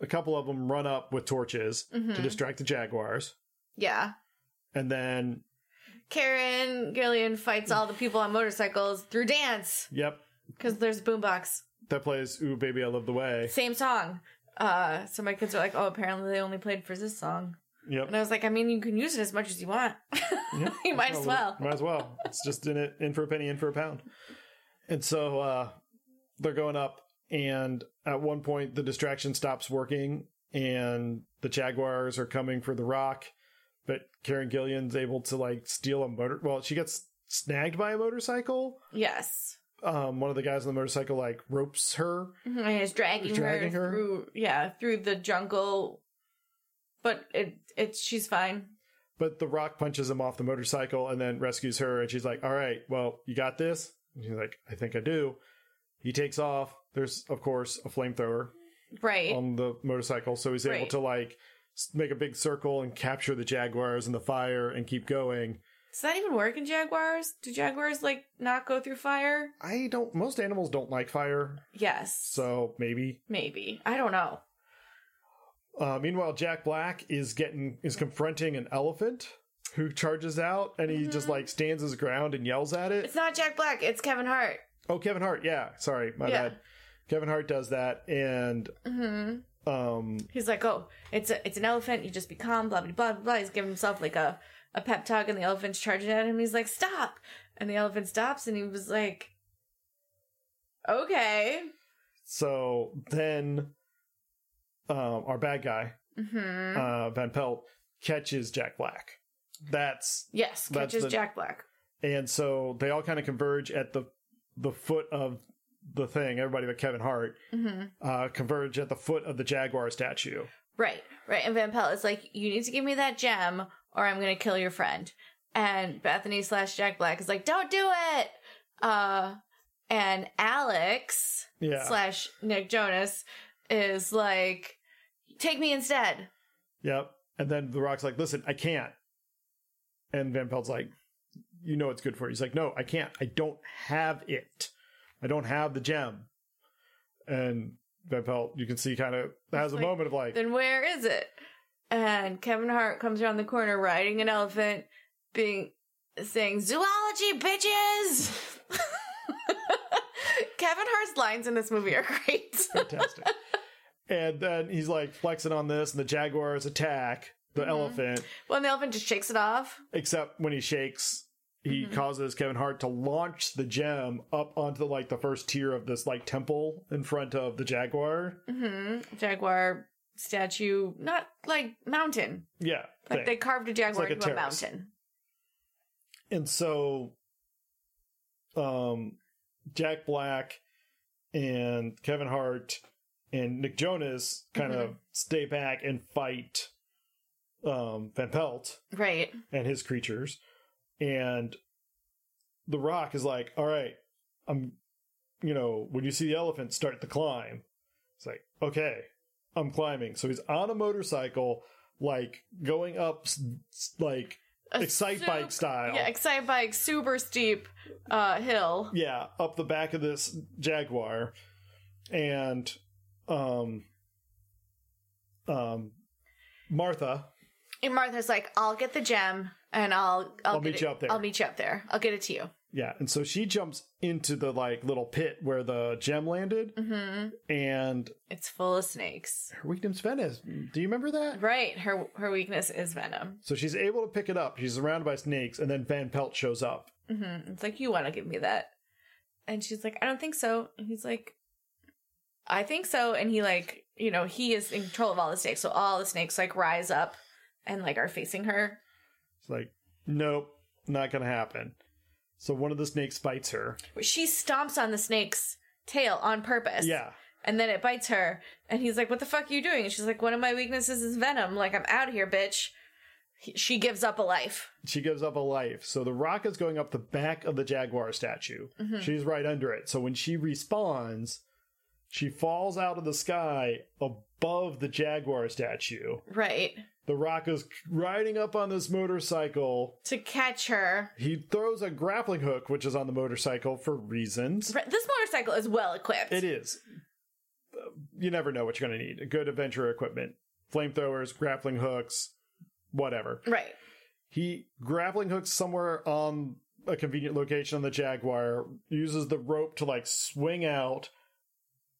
[SPEAKER 1] a couple of them run up with torches to
[SPEAKER 2] Mhm.
[SPEAKER 1] distract the Jaguars.
[SPEAKER 2] Yeah.
[SPEAKER 1] And then,
[SPEAKER 2] Karen Gillian fights all the people on motorcycles through dance
[SPEAKER 1] yep,
[SPEAKER 2] because there's boombox.
[SPEAKER 1] that plays Ooh Baby I Love the Way.
[SPEAKER 2] Same song. Uh, so my kids are like, oh, apparently they only played for this song.
[SPEAKER 1] Yep.
[SPEAKER 2] And I was like, I mean, you can use it as much as you want.
[SPEAKER 1] Yeah,
[SPEAKER 2] you might
[SPEAKER 1] that's
[SPEAKER 2] as
[SPEAKER 1] not-
[SPEAKER 2] well.
[SPEAKER 1] Might as well. It's just in it, in for a penny, in for a pound. And so uh, they're going up, And at one point, the distraction stops working, and the Jaguars are coming for the rock. But Karen Gillian's able to like steal a motor. Well, she gets snagged by a motorcycle.
[SPEAKER 2] Yes.
[SPEAKER 1] Um, one of the guys on the motorcycle like ropes her.
[SPEAKER 2] Mhm, And it's dragging,
[SPEAKER 1] Dragging
[SPEAKER 2] her,
[SPEAKER 1] her.
[SPEAKER 2] through yeah, through the jungle. But it it's she's fine.
[SPEAKER 1] But the rock punches him off the motorcycle and then rescues her. And she's like, All right, well, you got this? And she's like, I think I do. He takes off. There's, of course, a flamethrower
[SPEAKER 2] Right.
[SPEAKER 1] on the motorcycle. So he's able
[SPEAKER 2] Right.
[SPEAKER 1] to, like, s- make a big circle and capture the Jaguars in the fire and keep going.
[SPEAKER 2] Does that even work in jaguars? Do jaguars like not go through fire?
[SPEAKER 1] I don't, most animals don't like fire.
[SPEAKER 2] Yes.
[SPEAKER 1] So maybe.
[SPEAKER 2] maybe. I don't know.
[SPEAKER 1] Uh, meanwhile, Jack Black is getting, is confronting an elephant who charges out and he just,
[SPEAKER 2] Mhm.
[SPEAKER 1] like, stands his ground and yells at it.
[SPEAKER 2] It's not Jack Black, it's Kevin Hart.
[SPEAKER 1] Oh, Kevin Hart. Yeah. Sorry. My
[SPEAKER 2] Yeah.
[SPEAKER 1] bad. Kevin Hart does that. And
[SPEAKER 2] hmm
[SPEAKER 1] um
[SPEAKER 2] He's like, Oh, it's a, it's an elephant, you just be calm, blah blah blah blah. He's giving himself like a, a pep talk and the elephant's charging at him. He's like, Stop and the elephant stops and he was like Okay.
[SPEAKER 1] so then um our bad guy,
[SPEAKER 2] hmm
[SPEAKER 1] uh Van Pelt, catches Jack Black. That's
[SPEAKER 2] yes,
[SPEAKER 1] that's
[SPEAKER 2] catches
[SPEAKER 1] the-
[SPEAKER 2] Jack Black.
[SPEAKER 1] and so they all kind of converge at the the foot of the thing, everybody but Kevin Hart,
[SPEAKER 2] hmm
[SPEAKER 1] uh, converge at the foot of the Jaguar statue.
[SPEAKER 2] Right, right. And Van Pelt is like, you need to give me that gem or I'm going to kill your friend. And Bethany slash Jack Black is like, don't do it. Uh, and Alex
[SPEAKER 1] Yeah.
[SPEAKER 2] slash Nick Jonas is like, take me instead.
[SPEAKER 1] Yep. And then The Rock's like, listen, I can't. And Van Pelt's like, you know it's good for you. He's like, no, I can't. I don't have it. I don't have the gem. And Van Pelt, you can see, kind of has
[SPEAKER 2] It's
[SPEAKER 1] a
[SPEAKER 2] like,
[SPEAKER 1] moment of like,
[SPEAKER 2] Then where is it? And Kevin Hart comes around the corner riding an elephant, being saying, zoology, bitches. Kevin Hart's lines in this movie are great.
[SPEAKER 1] fantastic. and then he's like flexing on this, and the Jaguars attack the
[SPEAKER 2] Mhm.
[SPEAKER 1] elephant,
[SPEAKER 2] Well, the elephant just shakes it off.
[SPEAKER 1] except when he shakes. He
[SPEAKER 2] Mhm.
[SPEAKER 1] causes Kevin Hart to launch the gem up onto like the first tier of this like temple in front of the Jaguar.
[SPEAKER 2] hmm Jaguar statue, not like mountain.
[SPEAKER 1] Yeah.
[SPEAKER 2] Like
[SPEAKER 1] thing.
[SPEAKER 2] they carved a jaguar
[SPEAKER 1] like a
[SPEAKER 2] into a
[SPEAKER 1] terrace.
[SPEAKER 2] mountain.
[SPEAKER 1] and so um jack black and kevin hart and nick jonas kind of
[SPEAKER 2] Mm-hmm.
[SPEAKER 1] stay back and fight um van pelt
[SPEAKER 2] Right.
[SPEAKER 1] and his creatures and the rock is like all right i'm you know when you see the elephant start the climb it's like okay i'm climbing so he's on a motorcycle like going up s- s- like
[SPEAKER 2] A
[SPEAKER 1] excite
[SPEAKER 2] sup-
[SPEAKER 1] bike style
[SPEAKER 2] Yeah, excite bike, super steep uh, hill.
[SPEAKER 1] yeah up the back of this jaguar and um um martha
[SPEAKER 2] And Martha's like, "I'll get the gem, and I'll I'll,
[SPEAKER 1] I'll
[SPEAKER 2] get
[SPEAKER 1] meet
[SPEAKER 2] it-
[SPEAKER 1] you up there."
[SPEAKER 2] I'll meet you up there. I'll get it to you."
[SPEAKER 1] yeah and so she jumps into the like little pit where the gem landed
[SPEAKER 2] hmm
[SPEAKER 1] and
[SPEAKER 2] It's full of snakes.
[SPEAKER 1] her victim's venice do you remember that
[SPEAKER 2] Right. Her her weakness is venom.
[SPEAKER 1] so she's able to pick it up she's surrounded by snakes and then van pelt shows up
[SPEAKER 2] hmm It's like you want to give me that, and she's like, "I don't think so." And he's like, "I think so." And he like, you know, he is in control of all the snakes, so all the snakes like rise up and like are facing her.
[SPEAKER 1] it's like nope not gonna happen so one of the snakes bites her
[SPEAKER 2] She stomps on the snake's tail on purpose.
[SPEAKER 1] yeah
[SPEAKER 2] And then it bites her, and he's like, "What the fuck are you doing?" And she's like, "One of my weaknesses is venom. Like I'm out of here, bitch." He- She gives up a life.
[SPEAKER 1] she gives up a life. So the rock is going up the back of the jaguar statue. She's right under it. So when she respawns, she falls out of the sky above the jaguar statue.
[SPEAKER 2] Right.
[SPEAKER 1] The rock is riding up on this motorcycle.
[SPEAKER 2] To catch her.
[SPEAKER 1] He throws a grappling hook, which is on the motorcycle for reasons.
[SPEAKER 2] Right. This motorcycle is well equipped.
[SPEAKER 1] It is. You never know what you're going to need. Good adventure equipment, flamethrowers, grappling hooks, whatever.
[SPEAKER 2] Right.
[SPEAKER 1] He grappling hooks somewhere on a convenient location on the Jaguar, uses the rope to like swing out,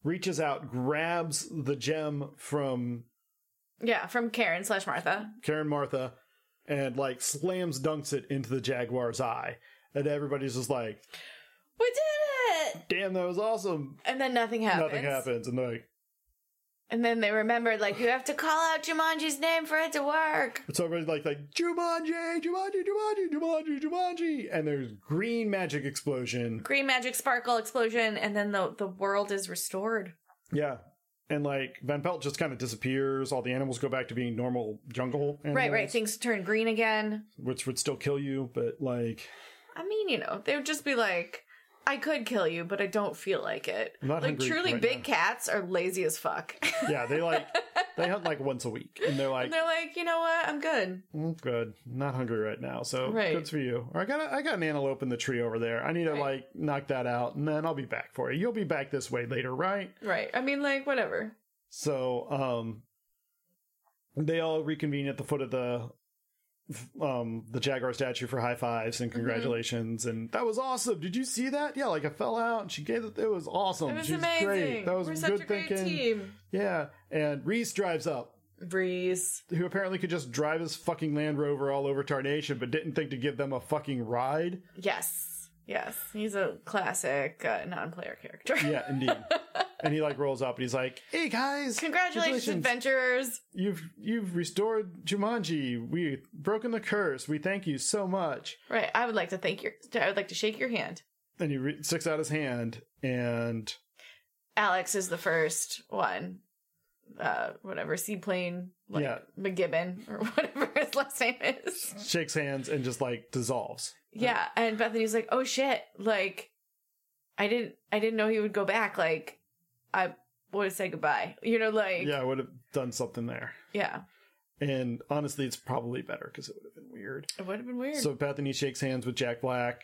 [SPEAKER 1] reaches out, grabs the gem from
[SPEAKER 2] Yeah. From Karen slash Martha.
[SPEAKER 1] Karen Martha, and like slams dunks it into the Jaguar's eye. And everybody's just like,
[SPEAKER 2] We did it!
[SPEAKER 1] damn, that was awesome.
[SPEAKER 2] And then nothing happens.
[SPEAKER 1] Nothing happens. And they're like,
[SPEAKER 2] And then they remembered, like, you have to call out Jumanji's name for it to work.
[SPEAKER 1] so everybody's like, like, Jumanji, Jumanji, Jumanji, Jumanji, Jumanji. And there's green magic explosion.
[SPEAKER 2] Green magic sparkle explosion, and then the, the world is restored.
[SPEAKER 1] Yeah. And like Van Pelt just kind of disappears. All the animals go back to being normal jungle animals,
[SPEAKER 2] Right, right. Things turn green again.
[SPEAKER 1] which would still kill you, but like
[SPEAKER 2] I mean, you know, they would just be like, I could kill you, but I don't feel like it.
[SPEAKER 1] I'm not
[SPEAKER 2] Like,
[SPEAKER 1] hungry
[SPEAKER 2] truly
[SPEAKER 1] right
[SPEAKER 2] big
[SPEAKER 1] now.
[SPEAKER 2] cats are lazy as fuck.
[SPEAKER 1] yeah, they like they hunt like once a week, and they're like,
[SPEAKER 2] and they're like, you know what? I'm good.
[SPEAKER 1] mm, "Good, not hungry right now, so
[SPEAKER 2] Right.
[SPEAKER 1] good for you." Or I got a, I got an antelope in the tree over there. I need to
[SPEAKER 2] Right.
[SPEAKER 1] like knock that out, and then I'll be back for you. You'll be back this way later, right?
[SPEAKER 2] Right. I mean, like, whatever.
[SPEAKER 1] So, um, they all reconvene at the foot of the um the jaguar statue for high fives
[SPEAKER 2] Mm-hmm.
[SPEAKER 1] and congratulations and that was awesome did you see that yeah like i fell out and she gave it it was awesome
[SPEAKER 2] It was
[SPEAKER 1] Oh, She's
[SPEAKER 2] amazing.
[SPEAKER 1] great that was
[SPEAKER 2] We're
[SPEAKER 1] good
[SPEAKER 2] such a great
[SPEAKER 1] thinking
[SPEAKER 2] team.
[SPEAKER 1] yeah and reese drives up
[SPEAKER 2] Breeze.
[SPEAKER 1] who apparently could just drive his fucking Land Rover all over Tarnation, but didn't think to give them a fucking ride.
[SPEAKER 2] Yes. Yes. He's a classic uh, non player character.
[SPEAKER 1] Yeah, indeed. and he like rolls up and he's like, "Hey guys,
[SPEAKER 2] Congratulations, adventurers.
[SPEAKER 1] You've you've restored Jumanji. We've broken the curse. We thank you so much."
[SPEAKER 2] Right. I would like to thank your. I would like to shake your hand.
[SPEAKER 1] And he re- sticks out his hand, and
[SPEAKER 2] Alex is the first one. Uh, whatever seaplane, like
[SPEAKER 1] Yeah.
[SPEAKER 2] McGibbon or whatever his last name is.
[SPEAKER 1] shakes hands and just like dissolves.
[SPEAKER 2] Yeah, and Bethany's like, "Oh shit! Like, I didn't, I didn't know he would go back. Like, I would have said goodbye. You know, like,
[SPEAKER 1] Yeah, I would have done something there.
[SPEAKER 2] yeah.
[SPEAKER 1] And honestly, it's probably better because it would have been weird.
[SPEAKER 2] it would have been weird.
[SPEAKER 1] So Bethany shakes hands with Jack Black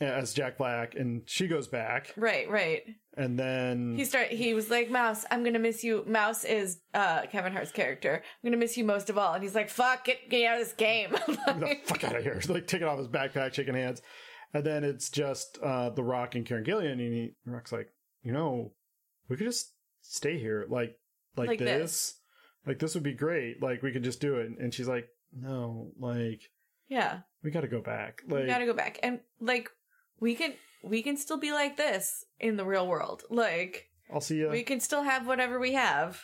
[SPEAKER 1] as Jack Black, and she goes back.
[SPEAKER 2] right, right.
[SPEAKER 1] And then
[SPEAKER 2] He start. He was like, "Mouse, I'm gonna miss you. Mouse is uh Kevin Hart's character. I'm gonna miss you most of all." And he's like, "Fuck it, get me out of this game."
[SPEAKER 1] Get the fuck out of here. like taking off his backpack, shaking hands. And then it's just uh, The Rock and Karen Gillian. And he, The Rock's like, you know, we could just stay here like like,
[SPEAKER 2] Like
[SPEAKER 1] this.
[SPEAKER 2] this.
[SPEAKER 1] Like this would be great. Like we could just do it. And she's like, no, like
[SPEAKER 2] yeah,
[SPEAKER 1] we got to go back.
[SPEAKER 2] we
[SPEAKER 1] Like
[SPEAKER 2] gotta go back, and like, we can, we can still be like this in the real world. Like,
[SPEAKER 1] I'll see you.
[SPEAKER 2] we can still have whatever we have.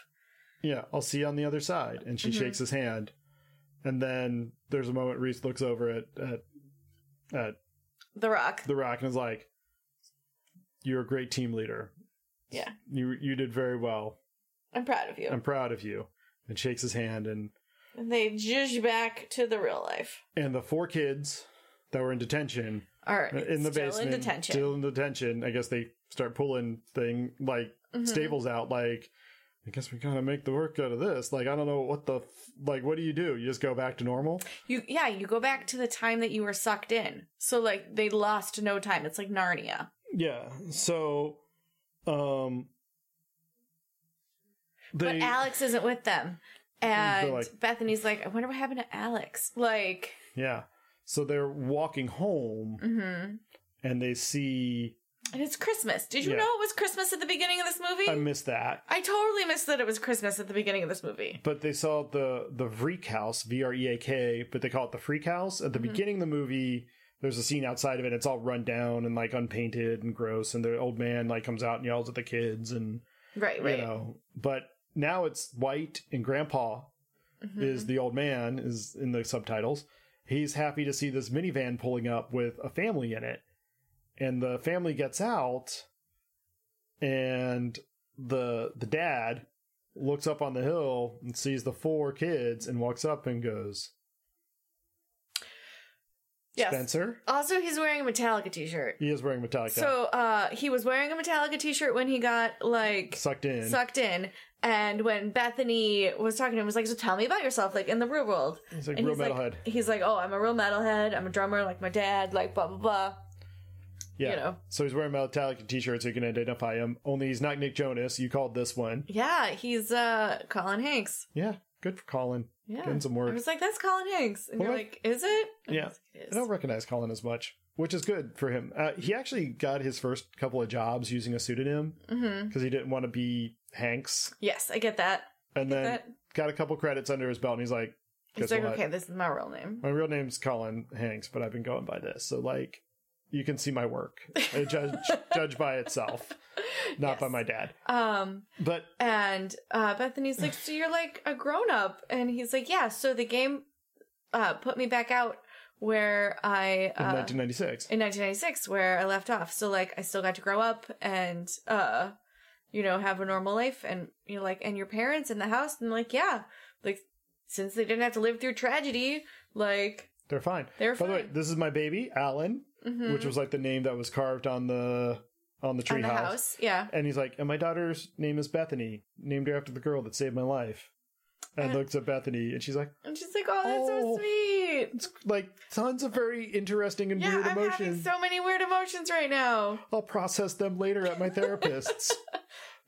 [SPEAKER 1] yeah, I'll see you on the other side. And she
[SPEAKER 2] Mhm.
[SPEAKER 1] shakes his hand. And then there's a moment Reese looks over at at at
[SPEAKER 2] The Rock.
[SPEAKER 1] The Rock and is like, "You're a great team leader.
[SPEAKER 2] Yeah.
[SPEAKER 1] you you did very well.
[SPEAKER 2] I'm proud of you.
[SPEAKER 1] I'm proud of you. And shakes his hand and
[SPEAKER 2] And they zhuzh back to the real life.
[SPEAKER 1] and the four kids that were in detention
[SPEAKER 2] All right.
[SPEAKER 1] uh, in the
[SPEAKER 2] still
[SPEAKER 1] basement,
[SPEAKER 2] in detention.
[SPEAKER 1] still in detention. I guess they start pulling thing like
[SPEAKER 2] Mhm.
[SPEAKER 1] stables out. Like, I guess we gotta make the work out of this. Like, I don't know what the f- like. What do you do? You just go back to normal?
[SPEAKER 2] You yeah, you go back to the time that you were sucked in. So like they lost no time. It's like Narnia.
[SPEAKER 1] Yeah. So, um,
[SPEAKER 2] but Alex isn't with them. And
[SPEAKER 1] like-
[SPEAKER 2] Bethany's like, I wonder what happened to Alex. Like,
[SPEAKER 1] yeah. So they're walking home
[SPEAKER 2] mm-hmm.
[SPEAKER 1] and they see.
[SPEAKER 2] and it's Christmas. Did you
[SPEAKER 1] Yeah.
[SPEAKER 2] know it was Christmas at the beginning of this movie?
[SPEAKER 1] I miss that.
[SPEAKER 2] I totally missed that it was Christmas at the beginning of this movie.
[SPEAKER 1] but they saw the the Vreek House, V R E A K, but they call it the Freak House. At the beginning of the movie, there's a scene outside of it. It's all run down and like unpainted and gross. And the old man like comes out and yells at the kids, and
[SPEAKER 2] Right, right.
[SPEAKER 1] you know. But now it's white and Grandpa
[SPEAKER 2] Mm-hmm.
[SPEAKER 1] is the old man is in the subtitles. He's happy to see this minivan pulling up with a family in it, and the family gets out, and the the dad looks up on the hill and sees the four kids and walks up and goes,
[SPEAKER 2] yes.
[SPEAKER 1] "Spencer."
[SPEAKER 2] Also, he's wearing a Metallica t shirt.
[SPEAKER 1] He is wearing Metallica.
[SPEAKER 2] So uh he was wearing a Metallica t shirt when he got like
[SPEAKER 1] sucked in.
[SPEAKER 2] sucked in. And when Bethany was talking to him, was like, "So tell me about yourself, like in the real world."
[SPEAKER 1] he's like
[SPEAKER 2] and
[SPEAKER 1] real
[SPEAKER 2] he's
[SPEAKER 1] metalhead.
[SPEAKER 2] Like, he's like, "Oh, I'm a real metalhead. I'm a drummer, like my dad, like blah blah blah."
[SPEAKER 1] yeah.
[SPEAKER 2] know.
[SPEAKER 1] So he's wearing Metallica t-shirt, so you can identify him. Only he's not Nick Jonas. You called this one.
[SPEAKER 2] Yeah, he's uh Colin Hanks.
[SPEAKER 1] Yeah. Good for Colin.
[SPEAKER 2] Yeah,
[SPEAKER 1] Getting some work.
[SPEAKER 2] I was like, "That's Colin Hanks," and
[SPEAKER 1] Well,
[SPEAKER 2] you're
[SPEAKER 1] I-
[SPEAKER 2] like, "Is it?" And
[SPEAKER 1] Yeah.
[SPEAKER 2] I was like, it
[SPEAKER 1] I
[SPEAKER 2] is.
[SPEAKER 1] don't recognize Colin as much, which is good for him. Uh, he actually got his first couple of jobs using a pseudonym
[SPEAKER 2] Mhm.
[SPEAKER 1] because he didn't want to be Hanks,
[SPEAKER 2] Yes, I get that.
[SPEAKER 1] and then
[SPEAKER 2] that.
[SPEAKER 1] got a couple credits under his belt, and he's like,
[SPEAKER 2] He's
[SPEAKER 1] Guess
[SPEAKER 2] like,
[SPEAKER 1] what?
[SPEAKER 2] "Okay, this is my real name."
[SPEAKER 1] "My real name's Colin Hanks, but I've been going by this." So like, you can see my work. I judge judge by itself, not by
[SPEAKER 2] Yes.
[SPEAKER 1] my dad.
[SPEAKER 2] Um,
[SPEAKER 1] But
[SPEAKER 2] and uh, Bethany's like, "So you're like a grown up?" And he's like, "Yeah." So the game uh, put me back out where I
[SPEAKER 1] in
[SPEAKER 2] uh,
[SPEAKER 1] 1996,
[SPEAKER 2] in 1996 where I left off. So like I still got to grow up and uh you know have a normal life and you know like and your parents in the house and like yeah like since they didn't have to live through tragedy like
[SPEAKER 1] they're fine.
[SPEAKER 2] they're
[SPEAKER 1] By the way,
[SPEAKER 2] fine.
[SPEAKER 1] this is my baby, Alan,
[SPEAKER 2] mhm,
[SPEAKER 1] which was like the name that was carved on the on the
[SPEAKER 2] on
[SPEAKER 1] tree
[SPEAKER 2] the
[SPEAKER 1] house.
[SPEAKER 2] house yeah
[SPEAKER 1] And he's like, and my daughter's name is Bethany, named her after the girl that saved my life. And
[SPEAKER 2] And-
[SPEAKER 1] looks at Bethany, and she's like,
[SPEAKER 2] and she's like oh that's
[SPEAKER 1] Oh.
[SPEAKER 2] so sweet
[SPEAKER 1] it's like tons of very interesting and
[SPEAKER 2] yeah
[SPEAKER 1] weird
[SPEAKER 2] I'm having
[SPEAKER 1] emotions.
[SPEAKER 2] so many weird emotions right now
[SPEAKER 1] I'll process them later at my therapist's.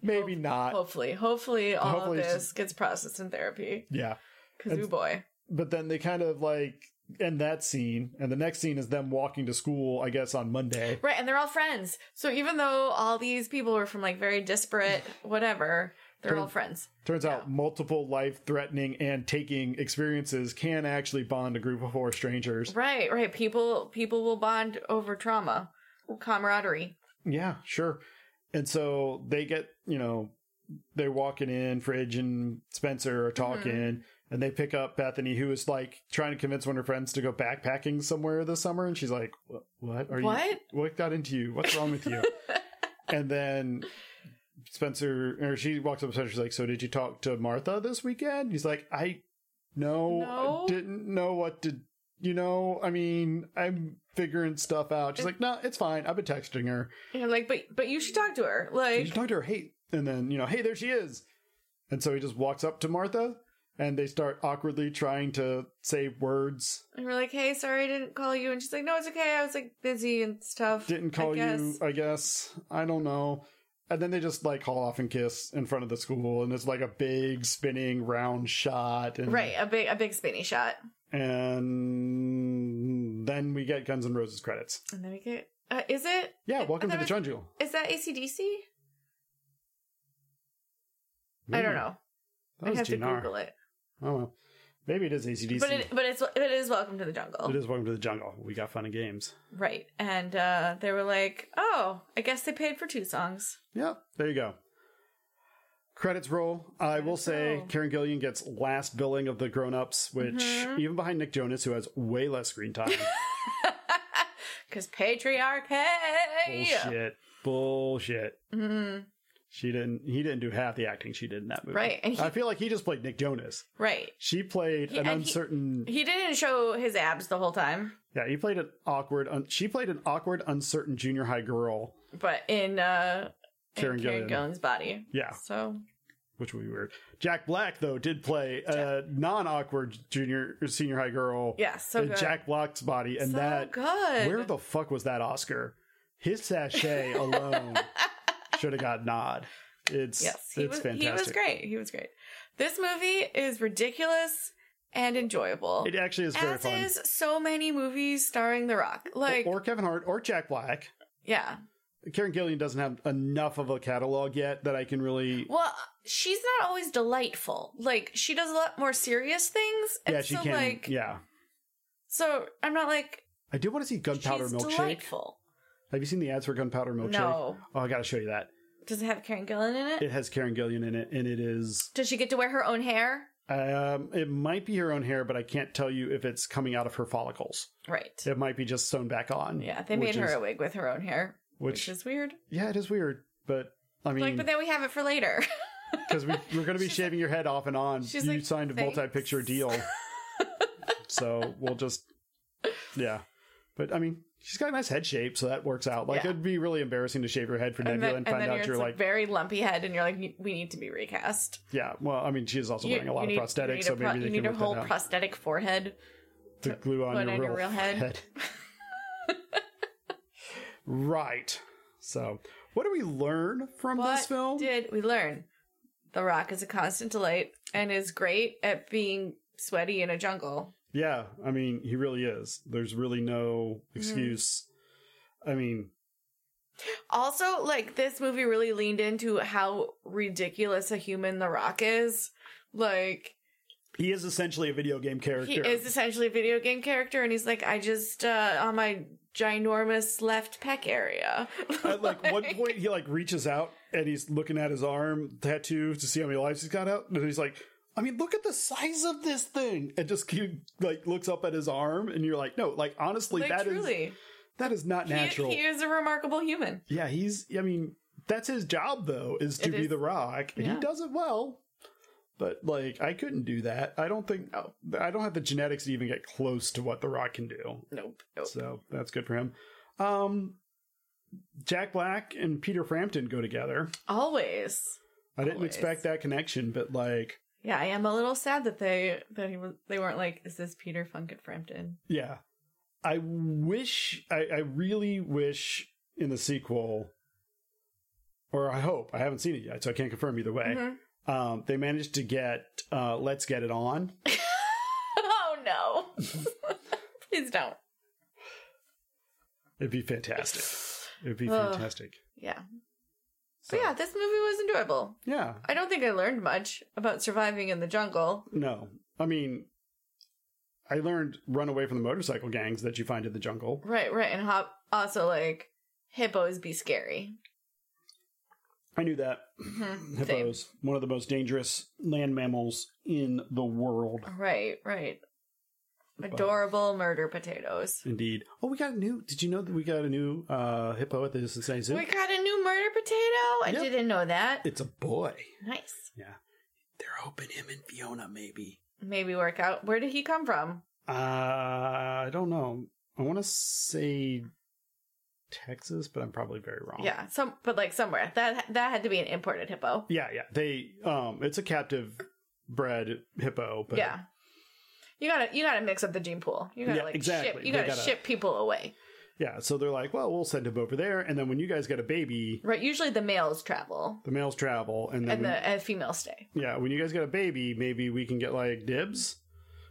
[SPEAKER 1] Maybe not.
[SPEAKER 2] hopefully hopefully all
[SPEAKER 1] Hopefully
[SPEAKER 2] of
[SPEAKER 1] it's-
[SPEAKER 2] this gets processed in therapy
[SPEAKER 1] Yeah.
[SPEAKER 2] because
[SPEAKER 1] And-
[SPEAKER 2] ooh boy
[SPEAKER 1] But then they kind of like end that scene, and the next scene is them walking to school, I guess, on Monday.
[SPEAKER 2] right and they're all friends so even though all these people were from like very disparate whatever they're all
[SPEAKER 1] Turn-
[SPEAKER 2] friends
[SPEAKER 1] Turns out multiple life threatening and taking experiences can actually bond a group of four strangers.
[SPEAKER 2] Right, right. People people will bond over trauma, camaraderie.
[SPEAKER 1] Yeah, sure. And so they get, you know, they're walking in, Fridge and Spencer are talking, and they pick up Bethany, who is like trying to convince one of her friends to go backpacking somewhere this summer. And she's like, "Wha- What? Are You,
[SPEAKER 2] What?
[SPEAKER 1] what got into you? What's wrong with you? and then Spencer, or she walks up to Spencer, she's like, So did you talk to Martha this weekend? He's like, I, no,
[SPEAKER 2] No?
[SPEAKER 1] I didn't know what to, you know, I mean, I'm figuring stuff out. She's like, No, it's fine. I've been texting her.
[SPEAKER 2] And I'm like, but but you should talk to her.
[SPEAKER 1] You
[SPEAKER 2] Like,
[SPEAKER 1] should talk to her. Hey, and then you know, hey, there she is. And so he just walks up to Martha, and they start awkwardly trying to say words.
[SPEAKER 2] and we're like, hey, sorry, I didn't call you. And she's like, no, it's okay. I was like busy and stuff.
[SPEAKER 1] Didn't call
[SPEAKER 2] I guess.
[SPEAKER 1] you, I guess. I don't know. And then they just like haul off and kiss in front of the school, and it's like a big spinning round shot. And,
[SPEAKER 2] Right, a big a big spinny shot,
[SPEAKER 1] And then we get Guns N' Roses credits.
[SPEAKER 2] and then we get. Uh, is it?
[SPEAKER 1] Yeah,
[SPEAKER 2] I-
[SPEAKER 1] welcome
[SPEAKER 2] I
[SPEAKER 1] to the
[SPEAKER 2] thought
[SPEAKER 1] jungle.
[SPEAKER 2] it- Is that ACDC? I don't know.
[SPEAKER 1] That
[SPEAKER 2] I
[SPEAKER 1] was
[SPEAKER 2] have to
[SPEAKER 1] GNR.
[SPEAKER 2] Google it.
[SPEAKER 1] Oh, well. maybe it is ACDC.
[SPEAKER 2] But it but it's it is Welcome to the Jungle.
[SPEAKER 1] it is Welcome to the Jungle. We got fun and games.
[SPEAKER 2] Right, and uh, they were like, oh, I guess they paid for two songs.
[SPEAKER 1] Yeah, there you go. Credits roll. I will
[SPEAKER 2] Credits
[SPEAKER 1] say
[SPEAKER 2] roll.
[SPEAKER 1] Karen Gillian gets last billing of the grown-ups, which
[SPEAKER 2] Mhm.
[SPEAKER 1] even behind Nick Jonas, who has way less screen time.
[SPEAKER 2] Because patriarchy.
[SPEAKER 1] Bullshit. Bullshit.
[SPEAKER 2] Mm.
[SPEAKER 1] She didn't he didn't do half the acting she did in that movie.
[SPEAKER 2] Right, and he-
[SPEAKER 1] I feel like he just played Nick Jonas.
[SPEAKER 2] Right.
[SPEAKER 1] She played
[SPEAKER 2] He-
[SPEAKER 1] an
[SPEAKER 2] and he-
[SPEAKER 1] uncertain
[SPEAKER 2] He didn't show his abs the whole time,
[SPEAKER 1] Yeah, he played an awkward un, she played an awkward uncertain junior high girl.
[SPEAKER 2] but in uh in
[SPEAKER 1] Karen
[SPEAKER 2] Karen,
[SPEAKER 1] Gillan.
[SPEAKER 2] Gillan's body.
[SPEAKER 1] Yeah,
[SPEAKER 2] So
[SPEAKER 1] which would be weird. Jack Black though did play a non-awkward junior or senior high girl
[SPEAKER 2] yeah, so
[SPEAKER 1] in
[SPEAKER 2] good.
[SPEAKER 1] Jack Black's body and
[SPEAKER 2] so
[SPEAKER 1] that
[SPEAKER 2] good.
[SPEAKER 1] Where the fuck was that Oscar? His sachet alone should have got nod. It's
[SPEAKER 2] yes, he
[SPEAKER 1] it's
[SPEAKER 2] was
[SPEAKER 1] fantastic.
[SPEAKER 2] he was great. He was great. This movie is ridiculous and enjoyable.
[SPEAKER 1] It actually is very
[SPEAKER 2] as
[SPEAKER 1] fun.
[SPEAKER 2] is so many movies starring The Rock. Like
[SPEAKER 1] or Kevin Hart or Jack Black.
[SPEAKER 2] yeah.
[SPEAKER 1] Karen Gillian doesn't have enough of a catalog yet that I can really
[SPEAKER 2] Well, she's not always delightful. Like she does a lot more serious things. And
[SPEAKER 1] Yeah, she
[SPEAKER 2] so
[SPEAKER 1] can
[SPEAKER 2] like
[SPEAKER 1] yeah.
[SPEAKER 2] so I'm not like
[SPEAKER 1] I do want to see Gunpowder
[SPEAKER 2] she's
[SPEAKER 1] Milkshake.
[SPEAKER 2] delightful.
[SPEAKER 1] Have you seen the ads for Gunpowder Milkshake?
[SPEAKER 2] No.
[SPEAKER 1] Oh, I gotta show you that.
[SPEAKER 2] Does it have Karen Gillan in it?
[SPEAKER 1] It has Karen Gillian in it, and it is
[SPEAKER 2] Does she get to wear her own hair?
[SPEAKER 1] um, it might be her own hair, but I can't tell you if it's coming out of her follicles.
[SPEAKER 2] Right.
[SPEAKER 1] It might be just sewn back on.
[SPEAKER 2] Yeah, they
[SPEAKER 1] which
[SPEAKER 2] made her
[SPEAKER 1] is-
[SPEAKER 2] a wig with her own hair,
[SPEAKER 1] which
[SPEAKER 2] which, is weird.
[SPEAKER 1] Yeah, it is weird, but I
[SPEAKER 2] like,
[SPEAKER 1] mean,
[SPEAKER 2] but then we have it for later.
[SPEAKER 1] because we, we're going to be shaving your head off and on. You
[SPEAKER 2] she's like,
[SPEAKER 1] signed a
[SPEAKER 2] "Thanks."
[SPEAKER 1] multi-picture deal, so we'll just, yeah. But I mean, she's got a nice head shape, so that works out. Like,
[SPEAKER 2] Yeah.
[SPEAKER 1] it'd be really embarrassing to shave your head for
[SPEAKER 2] and
[SPEAKER 1] Nebula
[SPEAKER 2] then,
[SPEAKER 1] and,
[SPEAKER 2] and
[SPEAKER 1] find
[SPEAKER 2] then
[SPEAKER 1] out
[SPEAKER 2] it's
[SPEAKER 1] you're
[SPEAKER 2] a
[SPEAKER 1] like,
[SPEAKER 2] very lumpy head, and you're like, we need to be recast.
[SPEAKER 1] yeah. Well, I mean, she is also
[SPEAKER 2] You-
[SPEAKER 1] wearing a lot
[SPEAKER 2] you
[SPEAKER 1] of
[SPEAKER 2] need- you
[SPEAKER 1] prosthetics,
[SPEAKER 2] need
[SPEAKER 1] so
[SPEAKER 2] a pro-
[SPEAKER 1] maybe
[SPEAKER 2] you
[SPEAKER 1] they
[SPEAKER 2] need
[SPEAKER 1] can
[SPEAKER 2] a
[SPEAKER 1] work
[SPEAKER 2] whole
[SPEAKER 1] that out
[SPEAKER 2] prosthetic forehead.
[SPEAKER 1] to glue on,
[SPEAKER 2] put
[SPEAKER 1] your,
[SPEAKER 2] on your
[SPEAKER 1] real
[SPEAKER 2] real head.
[SPEAKER 1] right. So, what do we learn from
[SPEAKER 2] What
[SPEAKER 1] this film?
[SPEAKER 2] did we learn? The Rock is a constant delight and is great at being sweaty in a jungle.
[SPEAKER 1] Yeah, I mean, he really is. There's really no excuse. I mean,
[SPEAKER 2] Also, like this movie really leaned into how ridiculous a human The Rock is. Like
[SPEAKER 1] he is essentially a video game character.
[SPEAKER 2] He is essentially a video game character, and he's like, I just uh, on my ginormous left pec area.
[SPEAKER 1] At like one point, he like reaches out and he's looking at his arm tattoo to see how many lives he's got out, and he's like, "I mean, look at the size of this thing!" And just he like looks up at his arm, and you're like, "No, like honestly,
[SPEAKER 2] like
[SPEAKER 1] that is
[SPEAKER 2] truly,
[SPEAKER 1] that is not
[SPEAKER 2] He-
[SPEAKER 1] natural."
[SPEAKER 2] He, is a remarkable human.
[SPEAKER 1] yeah, he's. I mean, that's his job though, is to
[SPEAKER 2] It
[SPEAKER 1] be
[SPEAKER 2] is.
[SPEAKER 1] the Rock, and he
[SPEAKER 2] Yeah.
[SPEAKER 1] does it well. But like, I couldn't do that. I don't think. oh,
[SPEAKER 2] No.
[SPEAKER 1] I don't have the genetics to even get close to what the Rock can do.
[SPEAKER 2] Nope. Nope.
[SPEAKER 1] So that's good for him. Um, Jack Black and Peter Frampton go together.
[SPEAKER 2] Always.
[SPEAKER 1] I didn't
[SPEAKER 2] Always.
[SPEAKER 1] expect that connection, but like,
[SPEAKER 2] Yeah, I am a little sad that they that he was, they weren't like, is this Peter Funk at Frampton?
[SPEAKER 1] yeah. I wish, I, I really wish in the sequel, or I hope, I haven't seen it yet, so I can't confirm either way.
[SPEAKER 2] Mhm.
[SPEAKER 1] Um, they managed to get uh, Let's Get It On.
[SPEAKER 2] oh no! Please don't.
[SPEAKER 1] It'd be fantastic. It'd be
[SPEAKER 2] Ugh.
[SPEAKER 1] fantastic.
[SPEAKER 2] Yeah.
[SPEAKER 1] So,
[SPEAKER 2] But yeah, this movie was enjoyable.
[SPEAKER 1] Yeah.
[SPEAKER 2] I don't think I learned much about surviving in the jungle.
[SPEAKER 1] No. I mean, I learned run away from the motorcycle gangs that you find in the jungle.
[SPEAKER 2] Right, right, and hop. Also, like hippos be scary.
[SPEAKER 1] I knew that.
[SPEAKER 2] Mhm,
[SPEAKER 1] Hippos, one of the most dangerous land mammals in the world.
[SPEAKER 2] same. Right, right.
[SPEAKER 1] Hippos.
[SPEAKER 2] Adorable murder potatoes.
[SPEAKER 1] Indeed. Oh, we got a new. Did you know that we got a new uh, hippo at the Cincinnati Zoo?
[SPEAKER 2] We got a new murder potato. I
[SPEAKER 1] Yep.
[SPEAKER 2] didn't know that.
[SPEAKER 1] it's a boy.
[SPEAKER 2] Nice.
[SPEAKER 1] They're hoping him and Fiona maybe.
[SPEAKER 2] Maybe work out. Where did he come from?
[SPEAKER 1] Uh, I don't know. I want to say Texas, but I'm probably very wrong.
[SPEAKER 2] Yeah, some, but like somewhere that that had to be an imported hippo.
[SPEAKER 1] Yeah, yeah. They um, it's a captive bred hippo, but
[SPEAKER 2] yeah, you gotta you gotta mix up the gene pool. You gotta
[SPEAKER 1] Yeah,
[SPEAKER 2] like
[SPEAKER 1] exactly.
[SPEAKER 2] ship. You
[SPEAKER 1] They
[SPEAKER 2] gotta,
[SPEAKER 1] gotta-
[SPEAKER 2] ship people away.
[SPEAKER 1] yeah. So they're like, well, we'll send him over there, and then when you guys get a baby,
[SPEAKER 2] Right. Usually the males travel
[SPEAKER 1] the males travel, and then
[SPEAKER 2] and
[SPEAKER 1] when-
[SPEAKER 2] the uh, females stay.
[SPEAKER 1] yeah, when you guys got a baby, maybe we can get like dibs,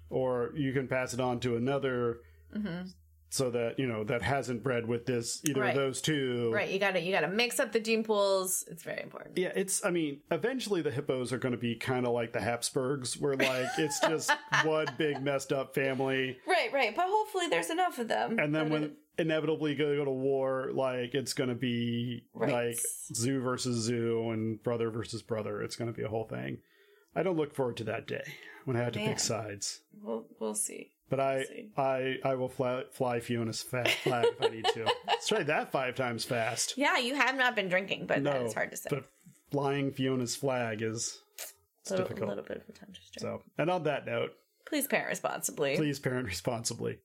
[SPEAKER 1] or you can pass it on to another
[SPEAKER 2] hmm
[SPEAKER 1] so that you know that hasn't bred with this either of
[SPEAKER 2] Right.
[SPEAKER 1] those two.
[SPEAKER 2] Right. You gotta you gotta mix up the gene pools. It's very important.
[SPEAKER 1] Yeah, it's. I mean, eventually the hippos are going to be kind of like the Habsburgs, where like it's just one big messed up family,
[SPEAKER 2] Right. Right. But hopefully there's enough of them.
[SPEAKER 1] and then
[SPEAKER 2] that
[SPEAKER 1] when
[SPEAKER 2] it-
[SPEAKER 1] inevitably go go to war, like it's going to be
[SPEAKER 2] Right.
[SPEAKER 1] like zoo versus zoo and brother versus brother. It's going to be a whole thing. I don't look forward to that day when I have to
[SPEAKER 2] Man.
[SPEAKER 1] pick sides.
[SPEAKER 2] we'll we'll see.
[SPEAKER 1] But I,
[SPEAKER 2] see.
[SPEAKER 1] I, I will fly, fly Fiona's fa- flag if I need to. Let's try that five times fast.
[SPEAKER 2] Yeah, you have not been drinking, but
[SPEAKER 1] no,
[SPEAKER 2] that is hard to say.
[SPEAKER 1] But flying Fiona's flag is it's
[SPEAKER 2] little,
[SPEAKER 1] difficult.
[SPEAKER 2] little bit of a time to drink.
[SPEAKER 1] So, and on that note,
[SPEAKER 2] Please parent responsibly.
[SPEAKER 1] please parent responsibly.